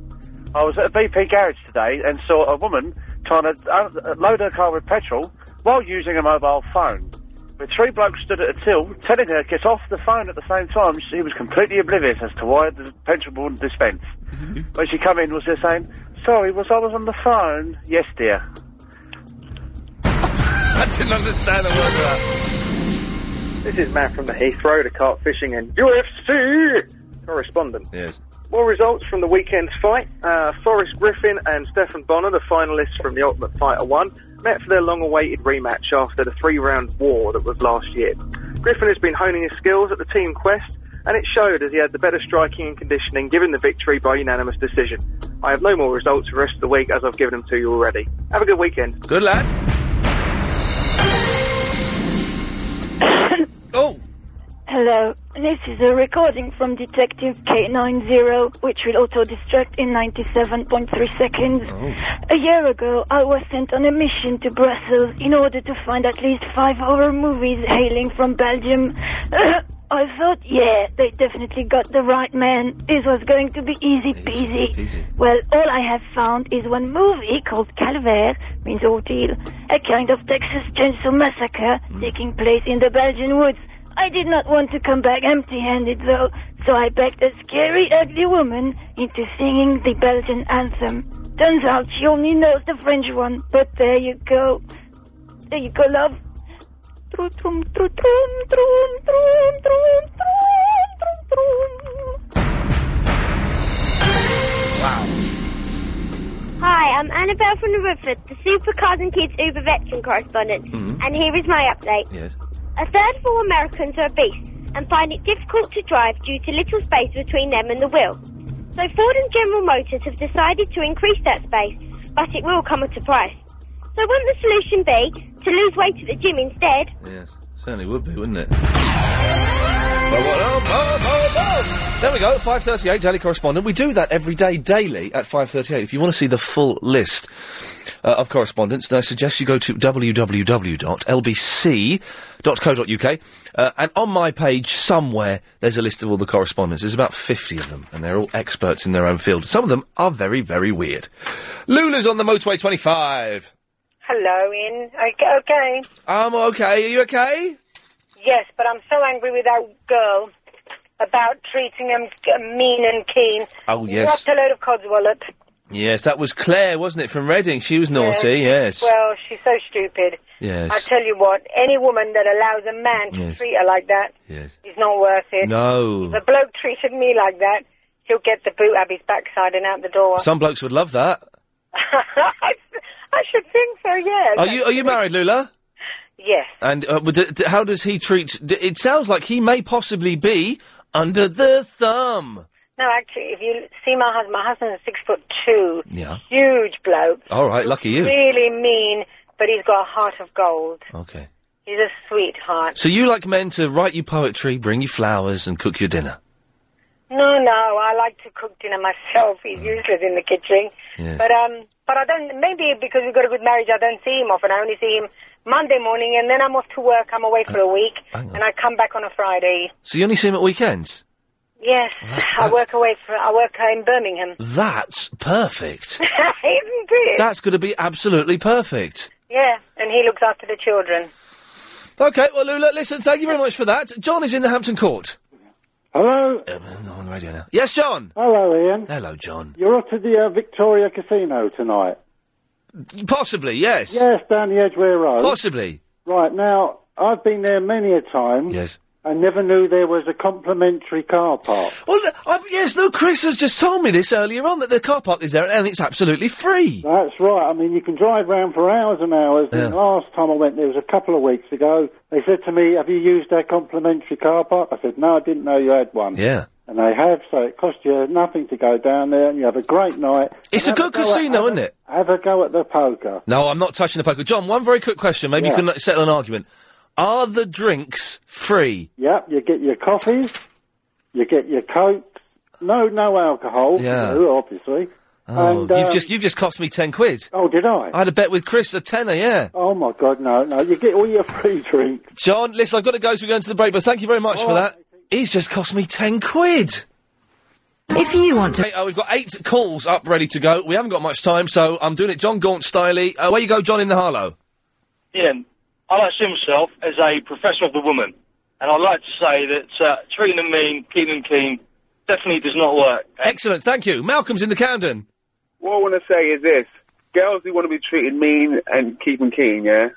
S6: I was at a BP garage today and saw a woman trying to uh, load her car with petrol while using a mobile phone. But three blokes stood at a till telling her to get off the phone at the same time. She was completely oblivious as to why the petrol wasn't dispensed. When she come in, was there saying, sorry, was I was on the phone? Yes, dear.
S1: I didn't understand uh, the word of that.
S12: This is Matt from the Heathrow to Cart Fishing and UFC correspondent.
S1: Yes.
S12: More results from the weekend's fight. Uh, Forrest Griffin and Stefan Bonner, the finalists from The Ultimate Fighter 1, met for their long-awaited rematch after the three-round war that was last year. Griffin has been honing his skills at the team quest, and it showed as he had the better striking and conditioning, given the victory by unanimous decision. I have no more results for the rest of the week, as I've given them to you already. Have a good weekend.
S1: Good lad. Oh.
S34: Hello. This is a recording from Detective K90, which will auto-destruct in 97.3 seconds. A
S1: Oh.
S34: year ago, I was sent on a mission to Brussels in order to find at least five horror movies hailing from Belgium. I thought, yeah, they definitely got the right man. This was going to be easy peasy.
S3: Easy.
S34: Well, all I have found is one movie called Calvaire, means ordeal, a kind of Texas Chainsaw Massacre taking place in the Belgian woods. I did not want to come back empty-handed, though, so I begged a scary, ugly woman into singing the Belgian anthem. Turns out she only knows the French one, but there you go. There you go, love. Trum, trum, trum, trum, trum, trum, trum, trum, trum, trum.
S35: Hi, I'm Annabelle from the Woodford, the Supercars and Kids Uber veteran correspondent,
S3: Mhm.
S35: and here is my update.
S1: Yes.
S35: A third of all Americans are obese and find it difficult to drive due to little space between them and the wheel. So Ford and General Motors have decided to increase that space, but it will come at a price. So wouldn't the solution be to lose weight at the gym instead?
S1: Yes, certainly would be, wouldn't it? There we go, 5.38, Daily Correspondent. We do that every day, daily, at 5.38. If you want to see the full list uh, of correspondence, then I suggest you go to www.lbc.co.uk. Uh, and on my page, somewhere, there's a list of all the correspondence. There's about 50 of them, and they're all experts in their own field. Some of them are very, very weird. Lula's on the motorway 25.
S36: Hello, Ian. Okay, okay.
S1: I'm okay. Are you okay?
S36: Yes, but I'm so angry with that girl about treating him g- mean and keen.
S1: Oh, yes.
S36: What a load of codswallop.
S1: Yes, that was Claire, wasn't it, from Reading? She was naughty, yes.
S36: Uh, Well, she's so stupid.
S1: Yes.
S36: I tell you what, any woman that allows a man to
S1: Yes.
S36: treat her like that
S1: Yes.
S36: is not worth it.
S1: No.
S36: If The bloke treated me like that. He'll get the boot up his backside and out the door.
S1: Some blokes would love that.
S36: I, I should think so, yes.
S1: Are you uh are you married, Lula?
S36: Yes.
S1: And uh, would- d- d- how does he treat? D- it sounds like he may possibly be under the thumb.
S36: No, actually, if you see my husband, my husband's six foot two.
S1: Yeah.
S36: Huge bloke.
S1: All right, lucky you.
S36: Really mean, but he's got a heart of gold.
S1: Okay.
S36: He's a sweetheart.
S1: So you like men to write you poetry, bring you flowers, and cook your dinner.
S36: No, no, I like to cook dinner myself. He's
S1: Mm.
S36: useless in the kitchen.
S1: Yes.
S36: But um, but I don't. Maybe because we've got a good marriage, I don't see him often. I only see him Monday morning, and then I'm off to work. I'm away for a week, and I come back on a Friday.
S1: So you only see him at weekends.
S36: Yes, I work away for. I work uh, in Birmingham.
S1: That's perfect.
S36: Isn't it?
S1: That's going to be absolutely perfect.
S36: Yeah, and he looks after the children.
S1: Okay, well, Lula, listen, thank you very much for that. John is in the Hampton Court. Uh,
S37: Hello.
S1: I'm on the radio now. Yes, John.
S37: Hello, Ian.
S1: Hello, John.
S37: You're off to the uh, Victoria Casino tonight.
S1: Possibly, yes.
S37: Yes, down the Edgware Road.
S1: Possibly.
S37: Right now, I've been there many a time.
S1: Yes.
S37: I never knew there was a complimentary car park.
S1: Well, i yes, no, Chris has just told me this earlier on that the car park is there and it's absolutely free.
S37: That's right. I mean, you can drive round for hours and hours. And last time I went there was a couple of weeks ago. They said to me, "Have you used our complimentary car park?" I said, "No, I didn't know you had one."
S1: Yeah.
S37: And they have, so it costs you nothing to go down there, and you have a great night.
S1: It's
S37: And
S1: a
S37: have
S1: good
S37: go at-
S1: casino,
S37: have a-
S1: isn't it?
S37: Have a go at the poker.
S1: No, I'm not touching the poker. John, one very quick question. Maybe
S37: Yeah.
S1: you can uh, settle an argument. Are the drinks free?
S37: Yep, you get your coffees, you get your cokes. No, no alcohol.
S1: Yeah.
S37: no, obviously.
S1: Oh,
S37: and, um,
S1: you've just you've just cost me ten quid.
S37: Oh, did I?
S1: I had a bet with Chris a tenner. Yeah.
S37: Oh my God, no, no! You get all your free drinks.
S1: John, listen, I've got to go, so we're going to the break. But thank you very much for that. He's just cost me ten quid.
S38: If you want to.
S1: Hey, uh, we've got eight calls up ready to go. We haven't got much time, so I'm doing it John Gaunt styly. Uh, where you go, John in the Harlow?
S39: Ian, I like to see myself as a professor of the woman, and I like to say that uh, treating them mean, keeping them keen, definitely does not work.
S1: Excellent, thank you. Malcolm's in the Camden.
S40: What I want to say is this: girls who want to be treated mean and keep them keen, yeah,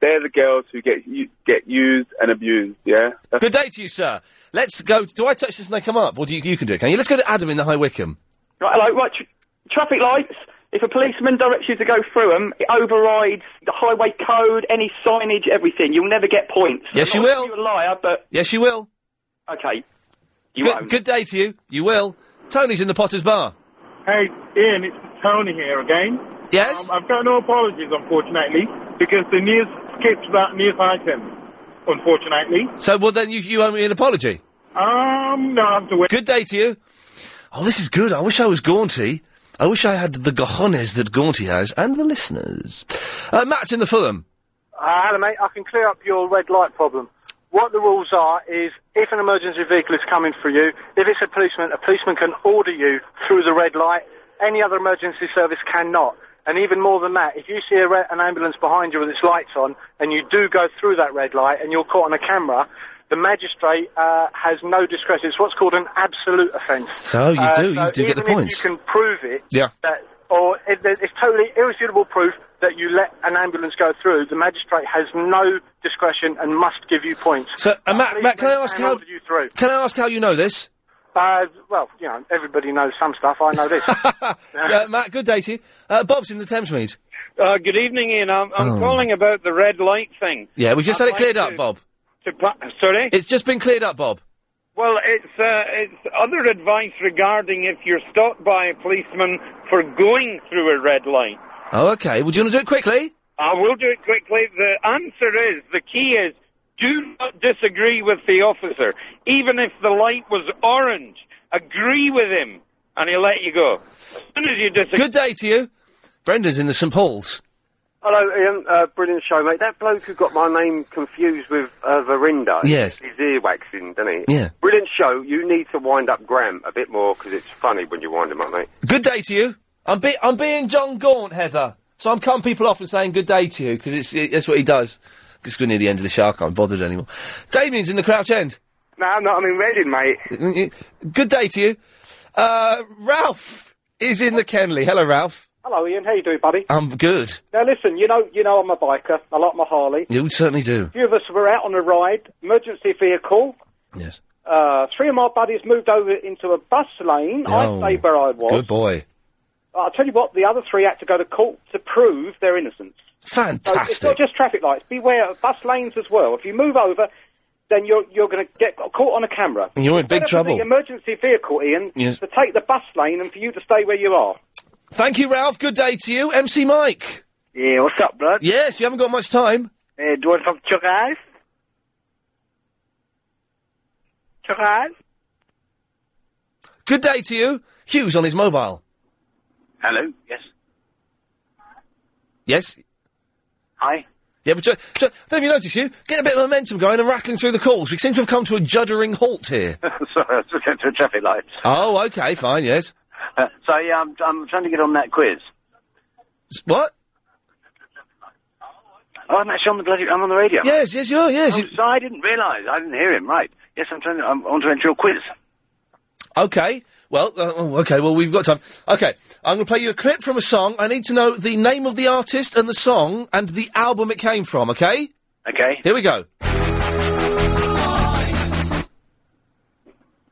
S40: they're the girls who get u- get used and abused, yeah. That's
S1: Good day to you, sir. Let's go. Do I touch this and they come up? Or do you, you can do it, can you? Let's go to Adam in the High Wycombe.
S39: Right, hello, right, tr traffic lights. If a policeman directs you to go through them, it overrides the highway code, any signage, everything. You'll never get points.
S1: Yes,
S39: I'm
S1: you
S39: not
S1: will.
S39: You're a liar, but
S1: Yes, you will.
S39: okay.
S1: good, good day to you. You will. Tony's in the Potter's Bar.
S13: Hey, Ian, it's Tony here again.
S1: Yes?
S13: Um, I've got no apologies, unfortunately, because the news skipped that news item, unfortunately.
S1: So, well, then you, you owe me an apology.
S13: Um, no, I'm to wait.
S1: Good day to you. Oh, this is good. I wish I was Gaunty. I wish I had the gojones that Gaunty has and the listeners. Uh, Matt's in the Fulham.
S20: Uh, hello, mate. I can clear up your red light problem. What the rules are is if an emergency vehicle is coming for you, if it's a policeman, a policeman can order you through the red light. Any other emergency service cannot. And even more than that, if you see a re- an ambulance behind you with its lights on and you do go through that red light and you're caught on a camera, the magistrate uh, has no discretion. It's what's called an absolute offence.
S1: So you
S20: Uh,
S1: do- you
S20: so
S1: do get the
S20: even if
S1: points.
S20: you can prove it,
S1: Yeah.
S20: that, or it, there- it's totally irrefutable proof that you let an ambulance go through. The magistrate has no discretion and must give you points.
S1: So, uh, Matt, Matt, can I ask
S20: And
S1: how?
S20: order you through?
S1: Can I ask how you know this?
S20: Uh, well, you know, everybody knows some stuff. I know this.
S1: Uh, Matt, good day to you. Uh, Bob's in the Thamesmead.
S12: Uh, good evening, Ian. I'm, I'm
S1: Oh.
S12: calling about the red light thing.
S1: Yeah, we just
S12: I'd
S1: had it
S12: like
S1: cleared
S12: to-
S1: up, Bob.
S12: to pa- sorry?
S1: It's just been cleared up, Bob.
S12: Well, it's uh, it's other advice regarding if you're stopped by a policeman for going through a red light.
S1: Oh, okay. Well, do you want to do it quickly?
S12: I will do it quickly. The answer is the key is do not disagree with the officer, even if the light was orange. Agree with him, and he'll let you go. As soon as you disagree.
S1: Good day to you. Brenda's in the St Paul's.
S15: Hello, Ian. Uh, brilliant show, mate. That bloke who got my name confused with uh, Verinder.
S1: Yes.
S15: His ear waxing, doesn't he?
S1: Yeah.
S15: Brilliant show. You need to wind up Graham a bit more because it's funny when you wind him up, mate.
S1: Good day to you. I'm be- I'm being John Gaunt, Heather. So I'm cutting people off and saying good day to you because it's it, that's what he does. Because we're near the end of the show, I can't be bothered anymore. Damien's in the Crouch End. Mm,
S40: No, I'm not. I'm in Reading, mate.
S1: Good day to you. Uh, Ralph is in the Kenley. Hello, Ralph.
S7: Hello, Ian. How you doing, buddy?
S1: I'm good.
S7: Now, listen. You know, you know, I'm a biker. I like my Harley.
S1: You certainly
S7: A
S1: do.
S7: few of us were out on a ride, emergency vehicle.
S1: Yes.
S7: Uh, three of my buddies moved over into a bus lane.
S1: Oh,
S7: I stayed where I was.
S1: Good boy.
S7: I'll tell you what. The other three had to go to court to prove their innocence. So it's
S1: Fantastic.
S7: not just traffic lights. Beware of bus lanes as well. If you move over, then you're you're going to get caught on a camera.
S1: And you're in
S7: It's
S1: big
S7: better for
S1: trouble.
S7: The emergency vehicle, Ian,
S1: Yes.
S7: to take the bus lane and for you to stay where you are.
S1: Thank you, Ralph. Good day to you. MC Mike. Yeah, what's up, bro? Yes, you haven't got much time.
S7: Uh, do you want some chocolates? Chocolates?
S1: Good day to you. Hugh's on his mobile.
S41: Hello. Yes.
S1: Yes?
S41: Hi.
S1: Yeah, but ju- ju- I don't know if you notice, you get a bit of momentum going and rattling through the calls. We seem to have come to a juddering halt here.
S9: Sorry, I was just going through traffic lights.
S1: oh, okay, fine, yes.
S9: Uh, so yeah, I'm, I'm trying to get on that quiz.
S1: S- What?
S9: Oh, I'm actually on the bloody. I'm on the radio.
S1: Yes, yes, you are. Yes.
S9: Oh, so I didn't realise. I didn't hear him. Right. Yes, I'm trying. To, I'm on to enter your quiz.
S1: Okay. Well, uh, oh, okay. Well, we've got time. Okay, I'm going to play you a clip from a song. I need to know the name of the artist and the song and the album it came from. Okay.
S9: Okay.
S1: Here we go.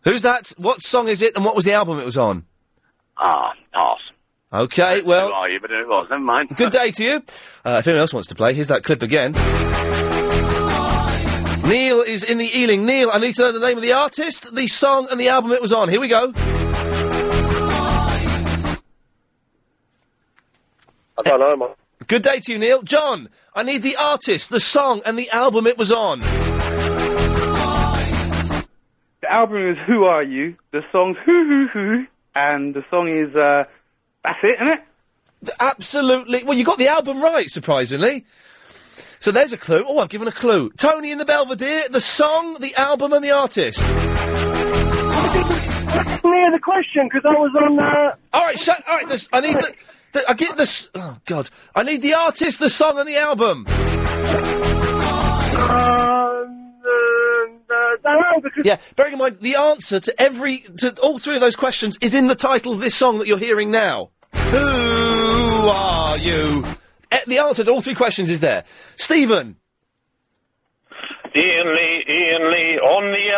S1: Who's that? What song is it? And what was the album it was on?
S9: Ah, pass.
S1: Okay. Well,
S9: Who are you? But it was. Never mind.
S1: Good day to you. Uh, if anyone else wants to play, here's that clip again. Neil is in the Ealing. Neil, I need to know the name of the artist, the song, and the album it was on. Here we go.
S20: I don't know, man.
S1: Good day to you, Neil. John, I need the artist, the song, and the album it was on.
S2: The album is Who Are You? The song's Hoo Hoo Hoo, and the song is, uh, that's it, isn't it?
S1: Absolutely. Well, you got the album right, surprisingly. So there's a clue. Oh, I've given a clue. Tony in the Belvedere, the song, the album, and the artist.
S20: Near the question because I was on. Uh...
S1: All right, shut. All right, this, I need the, the. I get this. Oh God, I need the artist, the song, and the album.
S20: Uh,
S1: Yeah, bearing in mind the answer to every to all three of those questions is in the title of this song that you're hearing now. Who are you? Eh, The answer to all three questions is there. Stephen,
S4: Ian Lee, Ian Lee on the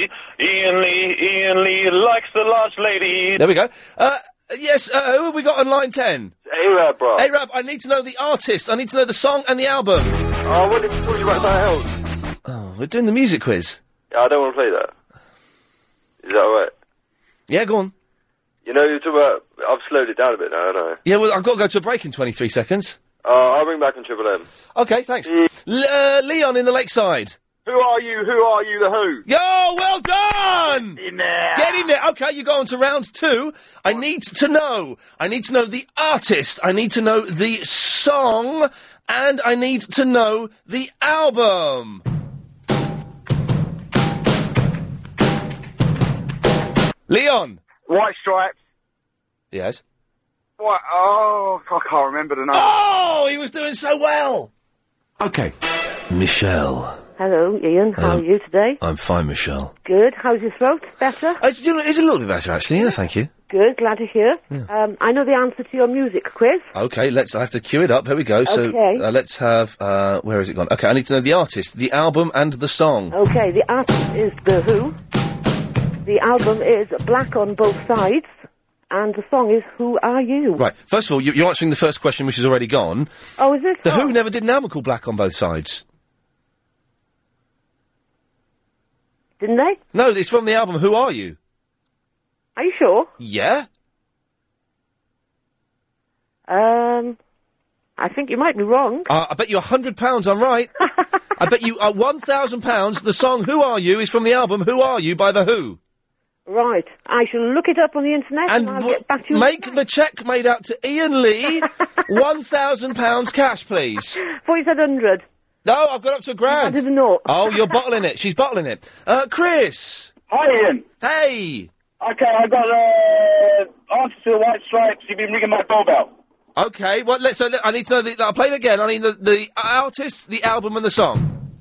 S4: LBC. Ian Lee, Ian Lee likes the large lady.
S1: there we go. Uh, yes, uh, who have we got on line ten?
S4: Arab, bro.
S1: Arab, I need to know the artist. I need to know the song and the album.
S20: Oh, what did you talk about that else?
S1: Oh, we're doing the music quiz.
S20: I don't want to play that. Is that alright?
S1: Yeah, go on.
S20: You know, you talk about. I've slowed it down a bit now, haven't I?
S1: Yeah, well, I've got to go to a break in twenty-three seconds.
S20: Uh, I'll ring back on Triple M.
S1: Okay, thanks. L- uh, Leon in the Lakeside.
S20: Mm. Who are you? Who are you? The who?
S1: Yo, well done! Get in there. Okay, you go on to round two. I need to know. I need to know the artist. I need to know the song. And I need to know the album. Leon.
S20: White Stripes.
S1: Yes.
S20: What? Oh, I can't remember the name.
S1: Oh, he was doing so well. Okay. Michelle.
S25: Hello, Ian. How
S1: Hello.
S25: are you today?
S1: I'm fine, Michelle.
S25: Good. How's your throat? Better?
S1: It's, it's a little bit better, actually. Yeah, thank you.
S25: Good. Glad to hear. Um, I know the answer to your music quiz.
S1: Okay, let's. I have to queue it up. Here we go.
S25: Okay.
S1: So uh, let's have. Uh, where has it gone? Okay, I need to know the artist, the album, and the song.
S25: Okay, the artist is The Who. The album is Black on Both Sides. And the song is Who Are You?
S1: Right. First of all, you, you're answering the first question, which is already gone.
S25: Oh, is it?
S1: The Who never did an album called Black on Both Sides.
S25: Didn't they?
S1: No, it's from the album Who Are You?
S25: Are you sure?
S1: Yeah.
S25: Um, I think you might be wrong.
S1: Uh, I bet you hundred pounds I'm right. I bet you uh, one thousand pounds. The song Who Are You is from the album Who Are You by the Who.
S25: Right. I shall look it up on the internet and, I'll get back to you.
S1: Make the cheque made out to Ian Lee, one thousand pounds cash, please.
S25: Before you said 100.
S1: No, I've got up to a grand.
S25: I didn't know.
S1: Oh, you're bottling it. She's bottling it. Uh, Chris.
S31: Hi, Ian.
S1: Hey.
S31: Okay, I got uh, answer to the White Stripes. You've been ringing my doorbell.
S1: Okay. Well, let's. So let- I need to know. The, I'll play it again. I need the, the artist, the album, and the song.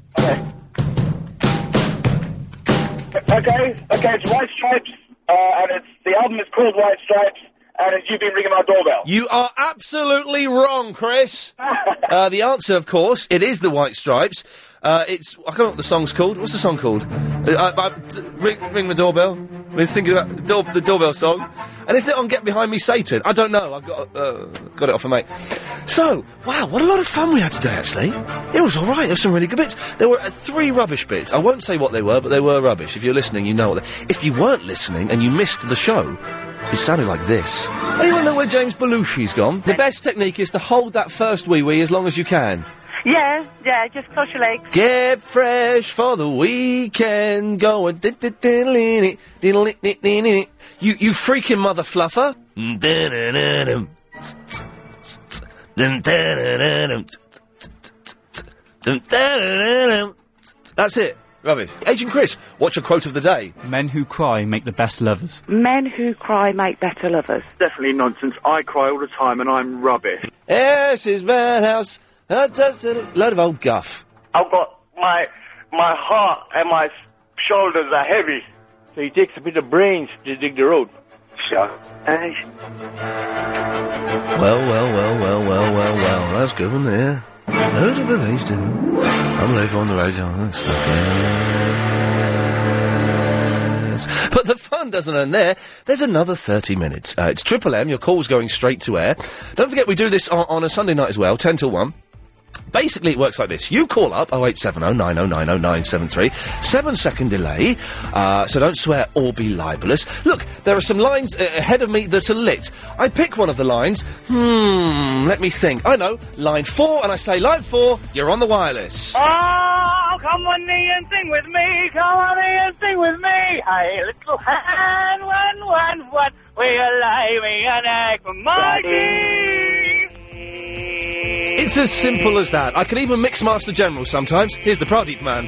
S31: Okay, okay, it's White Stripes, uh, and it's the album is called White Stripes, and it's You've Been Ringing My Doorbell.
S1: You are absolutely wrong, Chris. uh, the answer, of course, it is the White Stripes. Uh, it's. I can't remember what the song's called. What's the song called? Uh, I, I, t- ring, ring the doorbell. We're thinking about the, door, the doorbell song, and isn't it on "Get Behind Me, Satan"? I don't know. I got uh, got it off a mate. So, wow, what a lot of fun we had today. Actually, it was all right. There were some really good bits. There were uh, three rubbish bits. I won't say what they were, but they were rubbish. If you're listening, you know what. They, if you weren't listening and you missed the show, it sounded like this. Anyone know where James Belushi's gone? The best technique is to hold that first wee wee as long as you can.
S32: Yeah, yeah, just cross your legs.
S1: Get fresh for the weekend. Go and di- di- diddle-ini, diddle-ini-ini. you you freaking mother fluffer. Dun-dun-dun-dum. Dun-dun-dun-dum. Dum, da, da, da, dum. That's it. Rubbish. Agent Chris, what's your quote of the day?
S42: Men who cry make the best lovers.
S26: Men who cry make better lovers.
S12: Definitely nonsense. I cry all the time and I'm rubbish.
S1: Yes, is Madhouse. That's a load of old guff.
S4: I've got my my heart and my shoulders are heavy.
S14: So it takes a bit of brains to dig the road.
S4: Sure.
S1: Well, well, well, well, well, well, well. That's good one there. Who'd have believed it? I'm live on the radio. That's Yes. But the fun doesn't end there. There's another 30 minutes. Uh, it's Triple M. Your call's going straight to air. Don't forget, we do this on, on a Sunday night as well, 10 till 1. Basically, it works like this. You call up 0870 9090 973. oh Seven second delay, uh, so don't swear or be libelous. Look, there are some lines uh, ahead of me that are lit. I pick one of the lines. Hmm, let me think. I know, line four, and I say, line four, you're on the wireless.
S4: Oh, come on me and sing with me. Come on me and sing with me. Hey, little hand, one, one, one. We'll lay me an egg for Margie.
S1: It's as simple as that. I can even mix Master General sometimes. Here's the Pradeep man.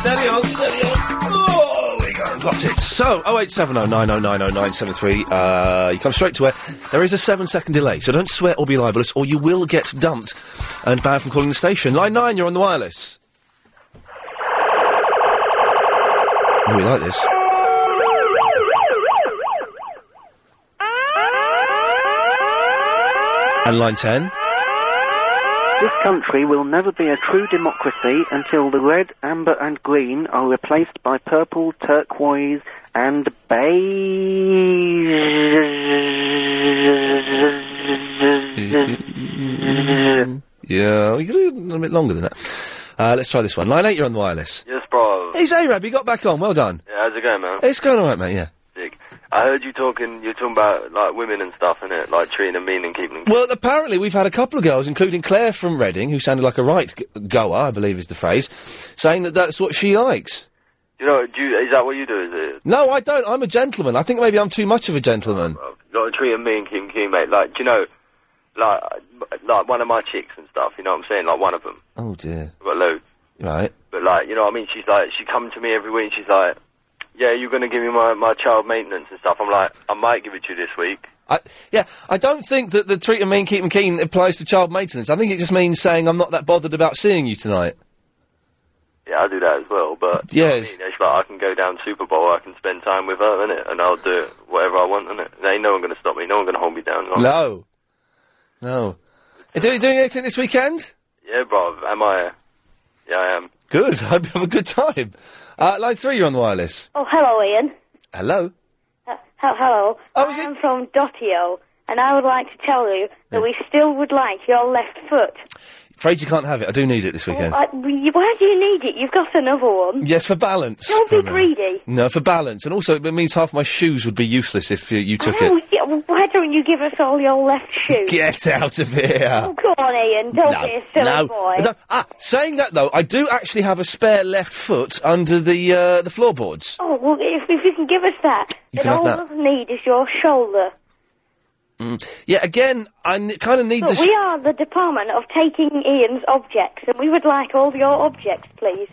S1: Steady on, steady on. Oh, we go. Got it. So, 0870 9090973, uh, you come straight to it. There is a seven second delay, so don't swear or be libelous, or you will get dumped and banned from calling the station. Line 9, you're on the wireless. Oh, we like this. And line 10.
S22: This country will never be a true democracy until the red, amber, and green are replaced by purple, turquoise, and beige.
S1: Yeah, we could do it a little bit longer than that. Uh, let's try this one. Line 8, you're on the wireless.
S10: Yes, bro.
S1: He's Arab, you got back on, well done.
S10: Yeah, how's it going, man?
S1: It's going alright, mate, yeah.
S10: Dick. I heard you talking. You're talking about like women and stuff, innit? Like treating them mean and keeping them.
S1: Well, apparently we've had a couple of girls, including Claire from Reading, who sounded like a right g- goer, I believe is the phrase, saying that that's what she likes.
S10: You know, do you, is that what you do? Is it?
S1: No, I don't. I'm a gentleman. I think maybe I'm too much of a gentleman.
S10: Like treating me and keeping keen, mate. Like, do you know, like, like one of my chicks and stuff. You know what I'm saying? Like one of them.
S1: Oh dear.
S10: I've got loads.
S1: Right.
S10: But like, you know what I mean? She's like, she come to me every week. and She's like, yeah, you're going to give me my, my child maintenance and stuff. I'm like, I might give it to you this week.
S1: I, yeah, I don't think that the treat 'em mean, keep 'em keen applies to child maintenance. I think it just means saying I'm not that bothered about seeing you tonight.
S10: Yeah, I do that as well. But you know what I
S1: Yes.
S10: mean? it's like I can go down Super Bowl. I can spend time with her, innit? And I'll do whatever I want, innit? There ain't no one going to stop me. No one going to hold me down. right?
S1: No. No. Are you doing anything this weekend?
S10: Yeah, bro. Am I? Yeah, I am.
S1: Good. Hope you have a good time. Uh, line three, you're on the wireless.
S35: Oh, hello, Ian.
S1: Hello.
S35: Uh, he- hello.
S1: Oh,
S35: I am from Dottio, and I would like to tell you that we still would like your left foot.
S1: Afraid you can't have it. I do need it this weekend.
S35: Uh, we- why do you need it? You've got another one.
S1: Yes, for balance.
S35: Don't be greedy.
S1: No, for balance, and also it means half my shoes would be useless if uh, you took
S35: Oh,
S1: it.
S35: yeah, well, why don't you give us all your left shoe?
S1: Get out of here.
S35: Oh, come on, Ian. Don't be a silly
S1: no,
S35: boy.
S1: no. Ah, saying that though, I do actually have a spare left foot under the uh, the floorboards.
S35: Oh, well, if, if you can give us that, then
S1: You can have
S35: all
S1: that.
S35: we'll need is your shoulder.
S1: Mm. Yeah, again, I n- kind of need
S35: But
S1: this.
S35: we are the department of taking Ian's objects, and we would like all your objects, please.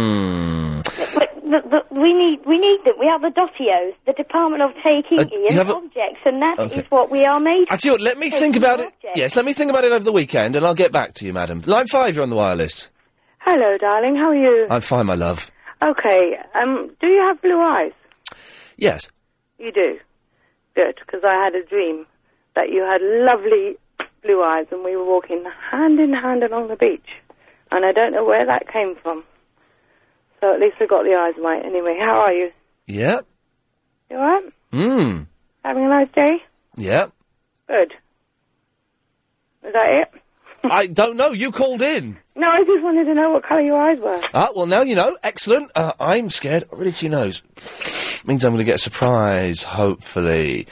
S1: Mm.
S35: But the, the, we need we need them. We are the Dottios, the Department of Taking
S1: Uh, you
S35: Ian's
S1: have a-
S35: Objects, and that is
S1: Okay.
S35: what we are made.
S1: I tell you what, let me
S35: Taking
S1: think about it.
S35: objects.
S1: Yes, let me think about it over the weekend, and I'll get back to you, madam. Line five, you're on the wireless.
S16: Hello, darling. How are you?
S1: I'm fine, my love.
S16: Okay. Um, do you have blue eyes?
S1: Yes.
S16: You do. Good, because I had a dream that you had lovely blue eyes, and we were walking hand in hand along the beach, and I don't know where that came from. So at least I got the eyes right. Anyway, how are you?
S1: Yeah.
S16: You alright?
S1: Mm.
S16: Having a nice day?
S1: Yeah.
S16: Good. Is that it?
S1: I don't know. You called in.
S16: No, I just wanted to know what colour your eyes were.
S1: Ah, well, now you know. Excellent. Uh, I'm scared. Really, she knows. Means I'm going to get a surprise, hopefully.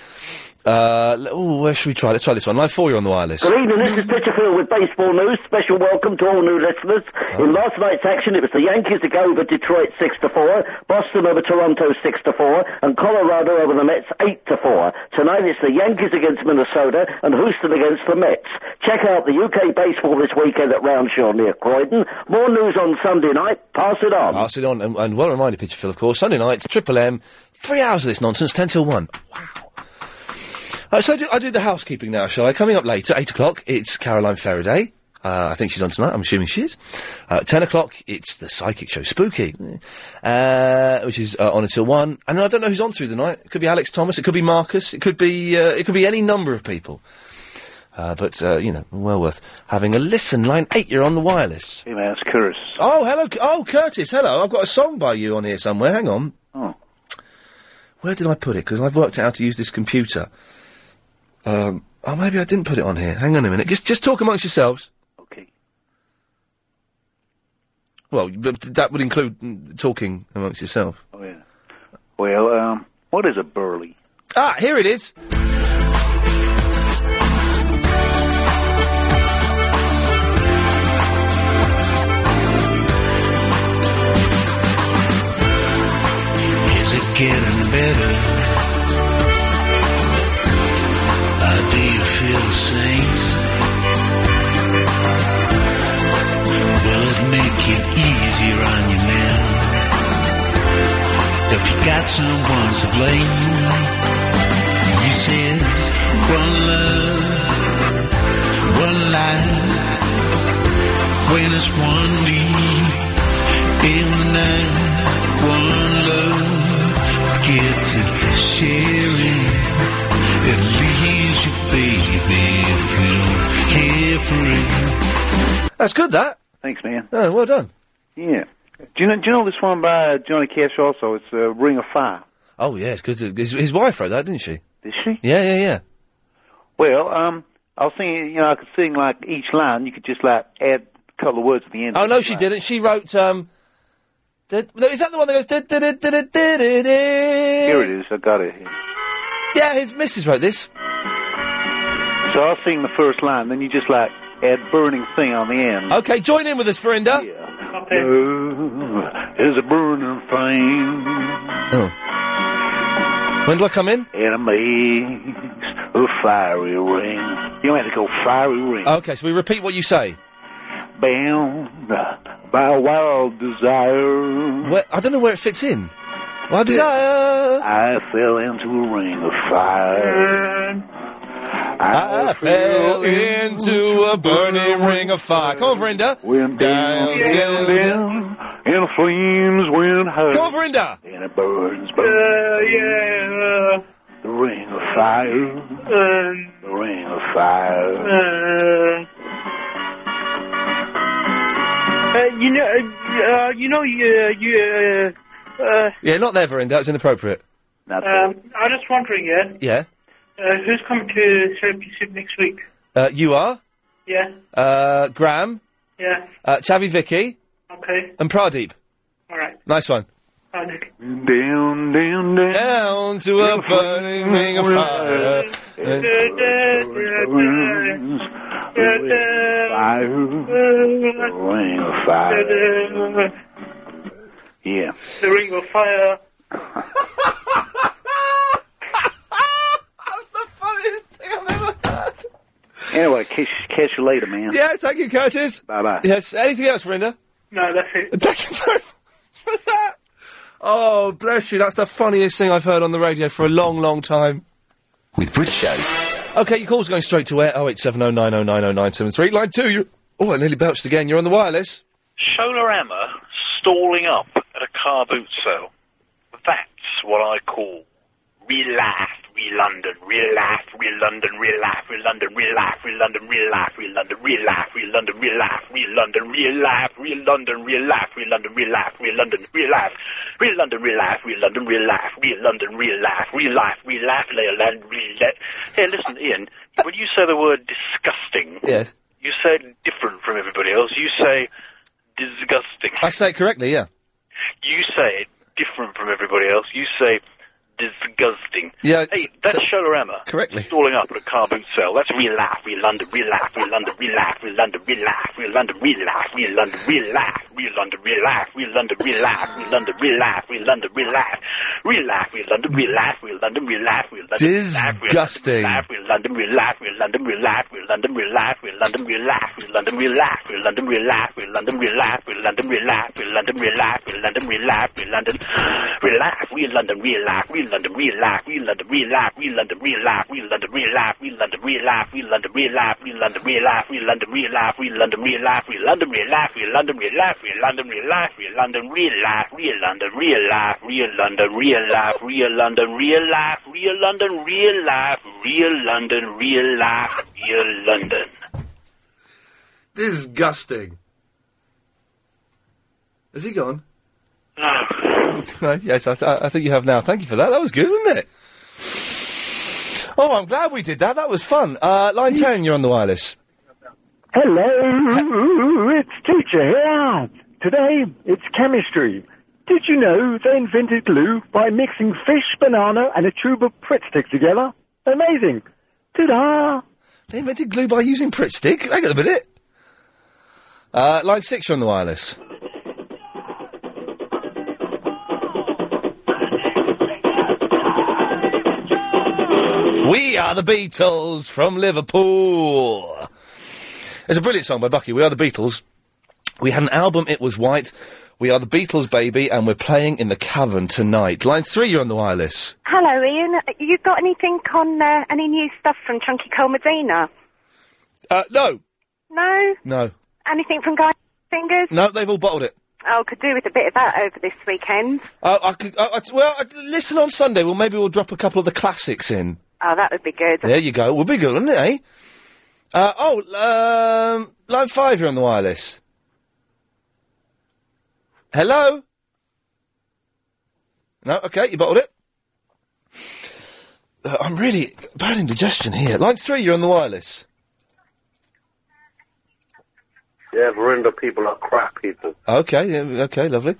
S1: Uh, l- ooh, where should we try? Let's try this one. Line four, you're on the wireless.
S22: Good evening, this is Pitcherfield with baseball news. Special welcome to all new listeners. In last night's action, it was the Yankees to go over Detroit 6 to 4, Boston over Toronto 6 to 4, and Colorado over the Mets 8 to 4. Tonight it's the Yankees against Minnesota and Houston against the Mets. Check out the UK baseball this weekend at Roundshaw near Croydon. More news on Sunday night. Pass it on.
S1: Pass it on. "Oh, And, and well reminded, Pitcher Phil, of course. Sunday night, Triple M. Three hours of this nonsense, 10 till 1. Wow. Uh, so I do, I do the housekeeping now, shall I? Coming up later, 8 o'clock, it's Caroline Faraday. Uh, I think she's on tonight. I'm assuming she is. Uh, 10 o'clock, it's the psychic show, Spooky, uh, which is uh, on until 1. And then I don't know who's on through the night. It could be Alex Thomas, it could be Marcus, it could be, uh, it could be any number of people. Uh, but, uh, you know, well worth having a listen. Line 8, you're on the wireless.
S6: Hey, man, it's Curtis.
S1: Oh, hello. C- Oh, Curtis, hello. I've got a song by you on here somewhere. Hang on.
S6: Oh.
S1: Where did I put it? Because I've worked out how to use this computer. Um, oh, maybe I didn't put it on here. Hang on a minute. Just, just talk amongst yourselves.
S6: Okay.
S1: Well, but that would include mm, talking amongst yourself.
S6: Oh, yeah. Well, um, what is a burley?
S1: Ah, here it is.
S43: Is it getting better? How do you feel the same? Will it make it easier on you now? If you got someone to blame, you said one love, one life. When it's one need in the night, one love, get to sharing. It leaves you, baby, if you don't care for it.
S1: That's good, that.
S6: Thanks, man.
S1: Oh, well done.
S6: Yeah. Do you know, do you know this one by Johnny Cash also? It's uh, Ring of Fire.
S1: Oh, yeah, it's good. to- His, his wife wrote that, didn't she?
S6: Did she?
S1: Yeah, yeah, yeah.
S6: Well, um, I was thinking, you know, I could sing like each line. You could just like add a couple of words at the end.
S1: Oh no, she didn't. She wrote. um... Did, is that the one that goes? Did, did, did, did, did, did,
S6: Here it is. I got it. Here.
S1: Yeah, his missus wrote this.
S6: So I'll sing the first line, then you just like add burning thing on the end.
S1: Okay, join in with us, Verinda.
S6: Love Oh, is a burning flame,
S1: Oh. When do I come in?
S6: and it makes a fiery ring. You have to go fiery ring.
S1: Okay, so we repeat what you say.
S6: Bound by wild desire.
S1: Where, I don't know where it fits in. Wild desire.
S6: I fell into a ring of fire.
S1: I, fell into a burning ring of fire. Come on, Verinda.
S6: When
S1: down,
S6: down, down, and flames went high.
S1: Come on, Verinda.
S6: And it burns, burns. yeah. The ring of fire.
S43: uh,
S6: the ring of fire.
S13: Uh, you know, uh, uh, you know, you, uh, you, uh, uh,
S1: Yeah, not there, Verinda. It's inappropriate.
S13: um, I was just wondering, yeah,
S1: Yeah.
S13: uh, who's coming to Therapy Soup next week?
S1: Uh, you are.
S13: Yeah,
S1: Uh, Graham.
S13: yeah,
S1: Uh, Chavi Vicky.
S13: okay,
S1: And Pradeep.
S13: all right,
S1: Nice one.
S13: bye, Nick.
S6: Down, down, down.
S1: Down to a burning ring of fire.
S6: Burns, the ring of fire. The ring of fire. Yeah.
S13: The Ring of Fire.
S1: That's the funniest thing I've ever heard.
S6: Anyway, catch, catch you later, man.
S1: Yeah, thank you, Curtis.
S6: Bye bye.
S1: Yes, anything else, Verinda?
S13: No, that's it.
S1: Thank you very much for that. Oh, bless you. That's the funniest thing I've heard on the radio for a long, long time. With Brit Show. Okay, your call's going straight to air. Oh, 08709090973. Line 2, you... Oh, I nearly belched again. You're on the wireless.
S29: Solarama stalling up at a car boot sale. That's what I call real life, real London, real life, real London, real life, real London, real life, real London, real life, real London, real life, real London, real life, real London, real life, real London, real life, real London, real life, real London, real life, real London, real life, real London, real life, real London, real life, real life, real life, real London, real life. Hey, listen, Ian, when you say the word disgusting,
S1: Yes.
S29: you say it different from everybody else. You say disgusting.
S1: I say it correctly, yeah.
S29: You say it different from everybody else. You say disgusting.
S1: Yeah,
S29: Hey, that's Showrama.
S1: Correctly.
S29: Stalling up at a car boot sale. That's real life, real London, real life, real London, real life, real London, real life, real London, real life, real London, real life, real London, real life, real London, real life, real London, real life, real London, real life, real life, real London, real life, real London, real life, real London, real life, real
S1: Disgusting.
S29: life, real London, real life, real London, real life, real London, real life, real London, real life, real London, real life, real London, real life, real London, real life, real London, real life, real London, real life, real London, real life, real London, real life, real London, real life, real London, real life, real London, real life, real London, real life, real London, real life, real London, real life, real London, real life, real London, real life, real London, real life, real London, real life, real London, real life, real London, real life, real London, real life, real London, real life, real London, real life, real London, real life, real London, real life, real London, real life, real London, real life, real London.
S1: Disgusting. Is he gone? Uh,
S29: No.
S1: yes, I, th- I think you have now. Thank you for that. That was good, wasn't it? Oh, I'm glad we did that. That was fun. Uh, line 10, you're on the wireless.
S20: Hello, it's teacher here. Today, it's chemistry. Did you know they invented glue by mixing fish, banana, and a tube of Pritt stick together? Amazing. Ta-da!
S1: They invented glue by using Pritt stick? Hang on a minute. Uh, line 6, you're on the wireless. We are the Beatles from Liverpool. It's a brilliant song by Bucky. We are the Beatles. We had an album, it was white. We are the Beatles, baby, and we're playing in the cavern tonight. Line three, you're on the wireless.
S16: Hello, Ian. You got anything on uh, any new stuff from Chunky Cole Medina?
S1: Uh, no,
S16: No.
S1: no,
S16: Anything from Guy Fingers?
S1: no, they've all bottled it.
S16: Oh, could do with a bit of that over this weekend.
S1: Uh, I could, uh, I- well, uh, listen on Sunday. Well, maybe we'll drop a couple of the classics in.
S16: Oh, that would be good.
S1: There you go. We'll be good, wouldn't it, eh? Uh, oh, um, line five, you're on the wireless. Hello? No? Okay, you bottled it. Uh, I'm really bad indigestion here. Line three, you're on the wireless.
S44: Yeah, Verinder people are crap people.
S1: Okay, yeah, okay, lovely.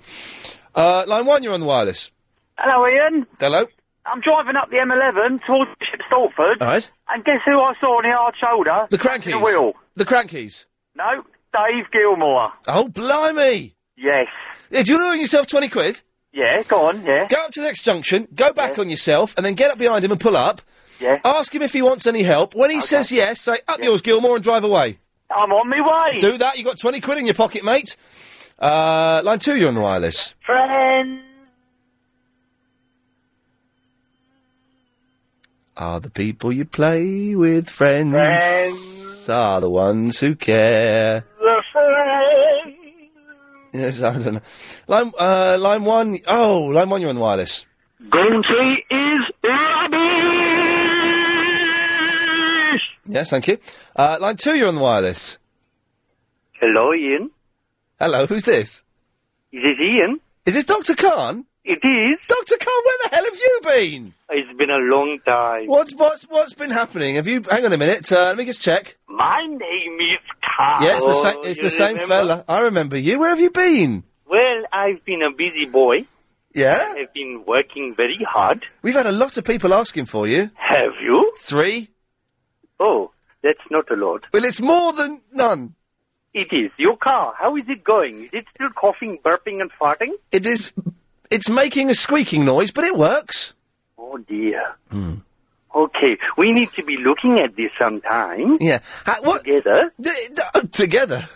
S1: Uh, line one, you're on the wireless.
S13: Hello, Ian.
S1: Hello?
S13: I'm driving up the M11 towards Bishop Stortford.
S1: All right.
S13: And guess who I saw on the hard shoulder?
S1: The crankies.
S13: The wheel.
S1: The crankies.
S13: No, Dave Gilmore.
S1: Oh, blimey!
S13: Yes.
S1: Yeah, do you owe yourself 20 quid?
S13: Yeah, go on, yeah.
S1: Go up to the next junction, go back on yourself, and then get up behind him and pull up.
S13: Yeah.
S1: Ask him if he wants any help. When he says yes, say, up yours, Gilmore, and drive away.
S13: I'm on my way.
S1: Do that. You've got 20 quid in your pocket, mate. Uh, line two, you're on the wireless.
S13: Friend.
S1: Are the people you play with friends?
S13: Friends.
S1: Are the ones who care.
S13: The friend.
S1: Yes, I don't know. Line, uh, line one. Oh, line one, you're on the wireless.
S13: Gaunty is rubbish.
S1: Yes, thank you. Uh, line two, you're on the wireless.
S13: Hello, Ian.
S1: Hello, who's this?
S13: Is it Ian?
S1: Is this Dr. Khan?
S13: It is.
S1: Dr. Khan, where the hell have you been?
S13: It's been a long time.
S1: What's what's what's been happening? Have you? Hang on a minute. Uh, let me just check.
S13: My name is Carl.
S1: yeah, it's the same. It's
S13: Oh, You
S1: the same
S13: remember?
S1: fella. I remember you. Where have you been?
S13: Well, I've been a busy boy.
S1: Yeah?
S13: I've been working very hard.
S1: We've had a lot of people asking for you.
S13: Have you?
S1: Three.
S13: Oh, that's not a lot.
S1: Well, it's more than none.
S13: It is. Your car, how is it going? Is it still coughing, burping, and farting?
S1: It is. It's making a squeaking noise, but it works.
S13: Oh, dear. Okay, we need to be looking at this sometime.
S1: Yeah. Ha- what? uh,
S13: Together.
S1: together.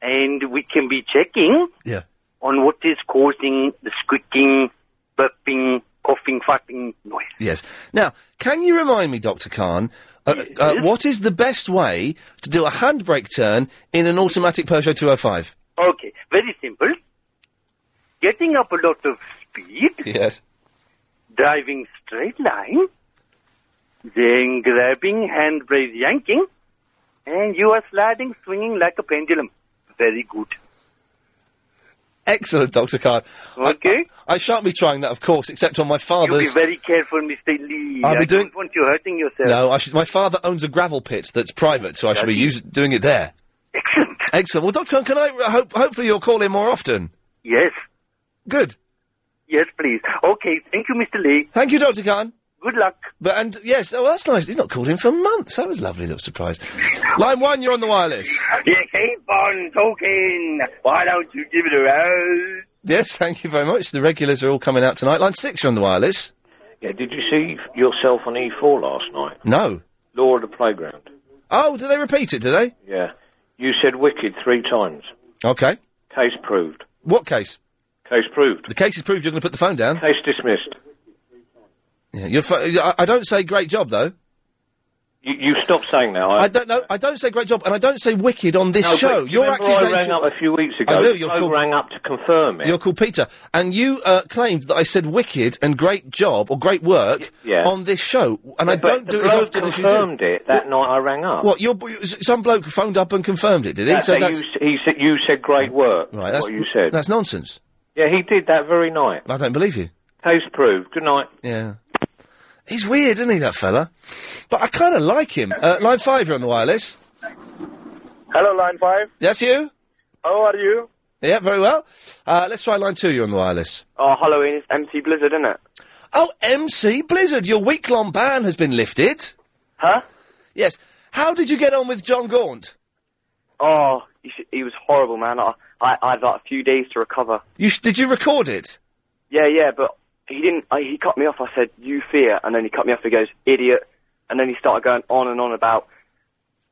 S13: And we can be checking
S1: Yeah.
S13: on what is causing the squeaking, burping, coughing, farting noise.
S1: Yes. Now, can you remind me, Dr. Khan, uh, uh, what is the best way to do a handbrake turn in an automatic Peugeot 205?
S13: Okay, very simple. Getting up a lot of speed,
S1: Yes.
S13: driving straight line, then grabbing handbrake yanking, and you are sliding, swinging like a pendulum. Very good.
S1: Excellent, Dr. Khan.
S13: Okay.
S1: I, I, I shan't be trying that, of course, except on my father's.
S13: You be very careful, Mr. Lee.
S1: I'll be
S13: I
S1: doing-
S13: don't want you hurting yourself.
S1: No, I should, my father owns a gravel pit that's private, so I should be use, doing it there. Excellent. uh, Excellent. Well, Dr. Khan, can I hope, hopefully you'll call in more often?
S13: Yes.
S1: Good.
S45: Yes, please. Okay, thank you, Mr. Lee.
S1: Thank you, Dr. Khan.
S45: Good luck.
S1: But and yes, oh that's nice. He's not called in for months. That was a lovely little surprise. Line one, you're on the wireless.
S46: You keep on talking. Why don't you give it a rose?
S1: Yes, thank you very much. The regulars are all coming out tonight. Line six, you're on the wireless.
S20: Yeah, did you see yourself on E4 last night?
S1: No.
S20: Law of the Playground.
S1: Oh, did they repeat it? Did they?
S20: Yeah. You said wicked three times.
S1: Okay.
S20: Case proved.
S1: What case?
S20: Case proved.
S1: The case is proved. You're going to put the phone down.
S20: Case dismissed.
S1: Yeah, you're fu- I, I don't say great job though.
S20: You, you stopped saying that.
S1: I don't know. I don't say great job, and I don't say wicked on this
S20: No, but
S1: show.
S20: do you
S1: Your
S20: remember
S1: accusation.
S20: I rang up a few weeks ago.
S1: I do. You're
S20: Joe
S1: called,
S20: rang up to confirm it.
S1: You're called Peter, and you uh, claimed that I said wicked and great job or great work
S20: yeah.
S1: on this show, and I
S20: But
S1: don't
S20: the
S1: do it as
S20: bloke
S1: often as you do.
S20: confirmed it that night. I rang up.
S1: What? Your, your some bloke phoned up and confirmed it, did he?
S20: That day you, s- he said you said great work.
S1: right, that's
S20: what you said.
S1: That's nonsense.
S20: yeah, he did that very night.
S1: I don't believe you.
S20: Case proved. Good night.
S1: Yeah. He's weird, isn't he, that fella? But I kind of like him. Uh, line five, you're on the wireless.
S12: Hello, line five.
S1: That's you?
S12: How are you?
S1: Yeah, very well. Uh, let's try line two, you're on the wireless.
S12: Oh, Halloween is MC Blizzard, isn't it?
S1: Oh, MC Blizzard, your week long ban has been lifted.
S12: Huh?
S1: Yes. How did you get on with John Gaunt?
S12: Oh, you sh- he was horrible, man. I, I, I had like a few days to recover.
S1: You sh- did you record it?
S12: Yeah, yeah, but he didn't. I, he cut me off. I said, "You fear," and then he cut me off. He goes, "Idiot," and then he started going on and on about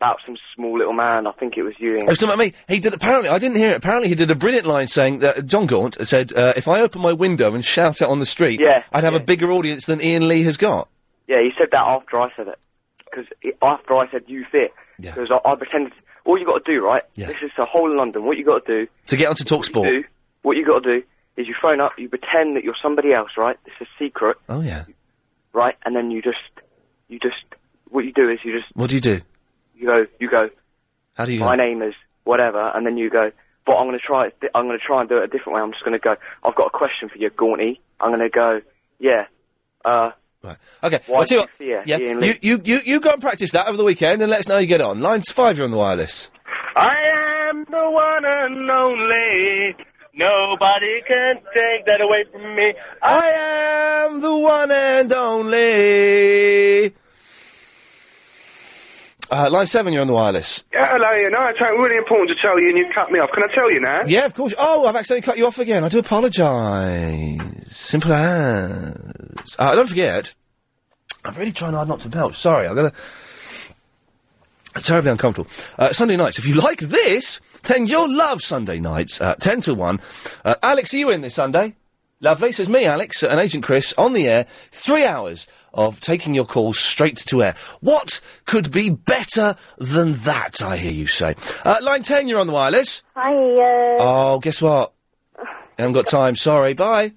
S12: about some small little man. I think it was you.
S1: It was something about me. He did apparently. I didn't hear it. Apparently, he did a brilliant line saying that uh, John Gaunt said, uh, "If I open my window and shout out on the street,
S12: Yeah,
S1: I'd have a bigger audience than Ian Lee has got."
S12: Yeah, he said that after I said it. Because after I said you fit, because I, I pretended. All you got to do, right? This is the whole of London. What you got to do?
S1: To get onto Talksport.
S12: You do, what you got to do is you phone up, you pretend that you're somebody else, right? It's a secret,
S1: Oh yeah.
S12: right? And then you just, you just, what you do is you just,
S1: What do you do?
S12: you go, you go.
S1: How do you?
S12: My
S1: go?
S12: name is whatever, and then you go. But I'm going to try. it di- I'm going to try and do it a different way. I'm just going to go. I've got a question for you, Gaunty. I'm going to go. Yeah. Uh,
S1: Okay.
S12: Why
S1: I'll tell
S12: do you
S1: what-
S12: fear
S1: yeah.
S12: Ian
S1: You,
S12: Lee?
S1: you you you go and practice that over the weekend, and let us know how you get on. Lines five, you're on the wireless.
S13: I am the one and only. Nobody can take that away from me.
S1: I am the one and only. Eh, Uh, line seven, you're on the wireless.
S13: Yeah, hello, you know, it's really important to tell you, and you cut me off. Can I tell you now?
S1: Yeah, of course. Oh, I've accidentally cut you off again. I do apologise. Simple as. Uh, don't forget, I'm really trying hard not to belch. Sorry, I'm gonna. Terribly uncomfortable. Uh, Sunday nights. If you like this, then you'll love Sunday nights. Uh, Ten to one. Uh, Alex, are you in this Sunday? Lovely. So it's me, Alex, and Agent Chris on the air. Three hours of taking your calls straight to air. What could be better than that? I hear you say. Uh, line ten. You're on the wireless.
S35: Hi, uh,
S1: Oh, guess what? haven't got time. Sorry. Bye.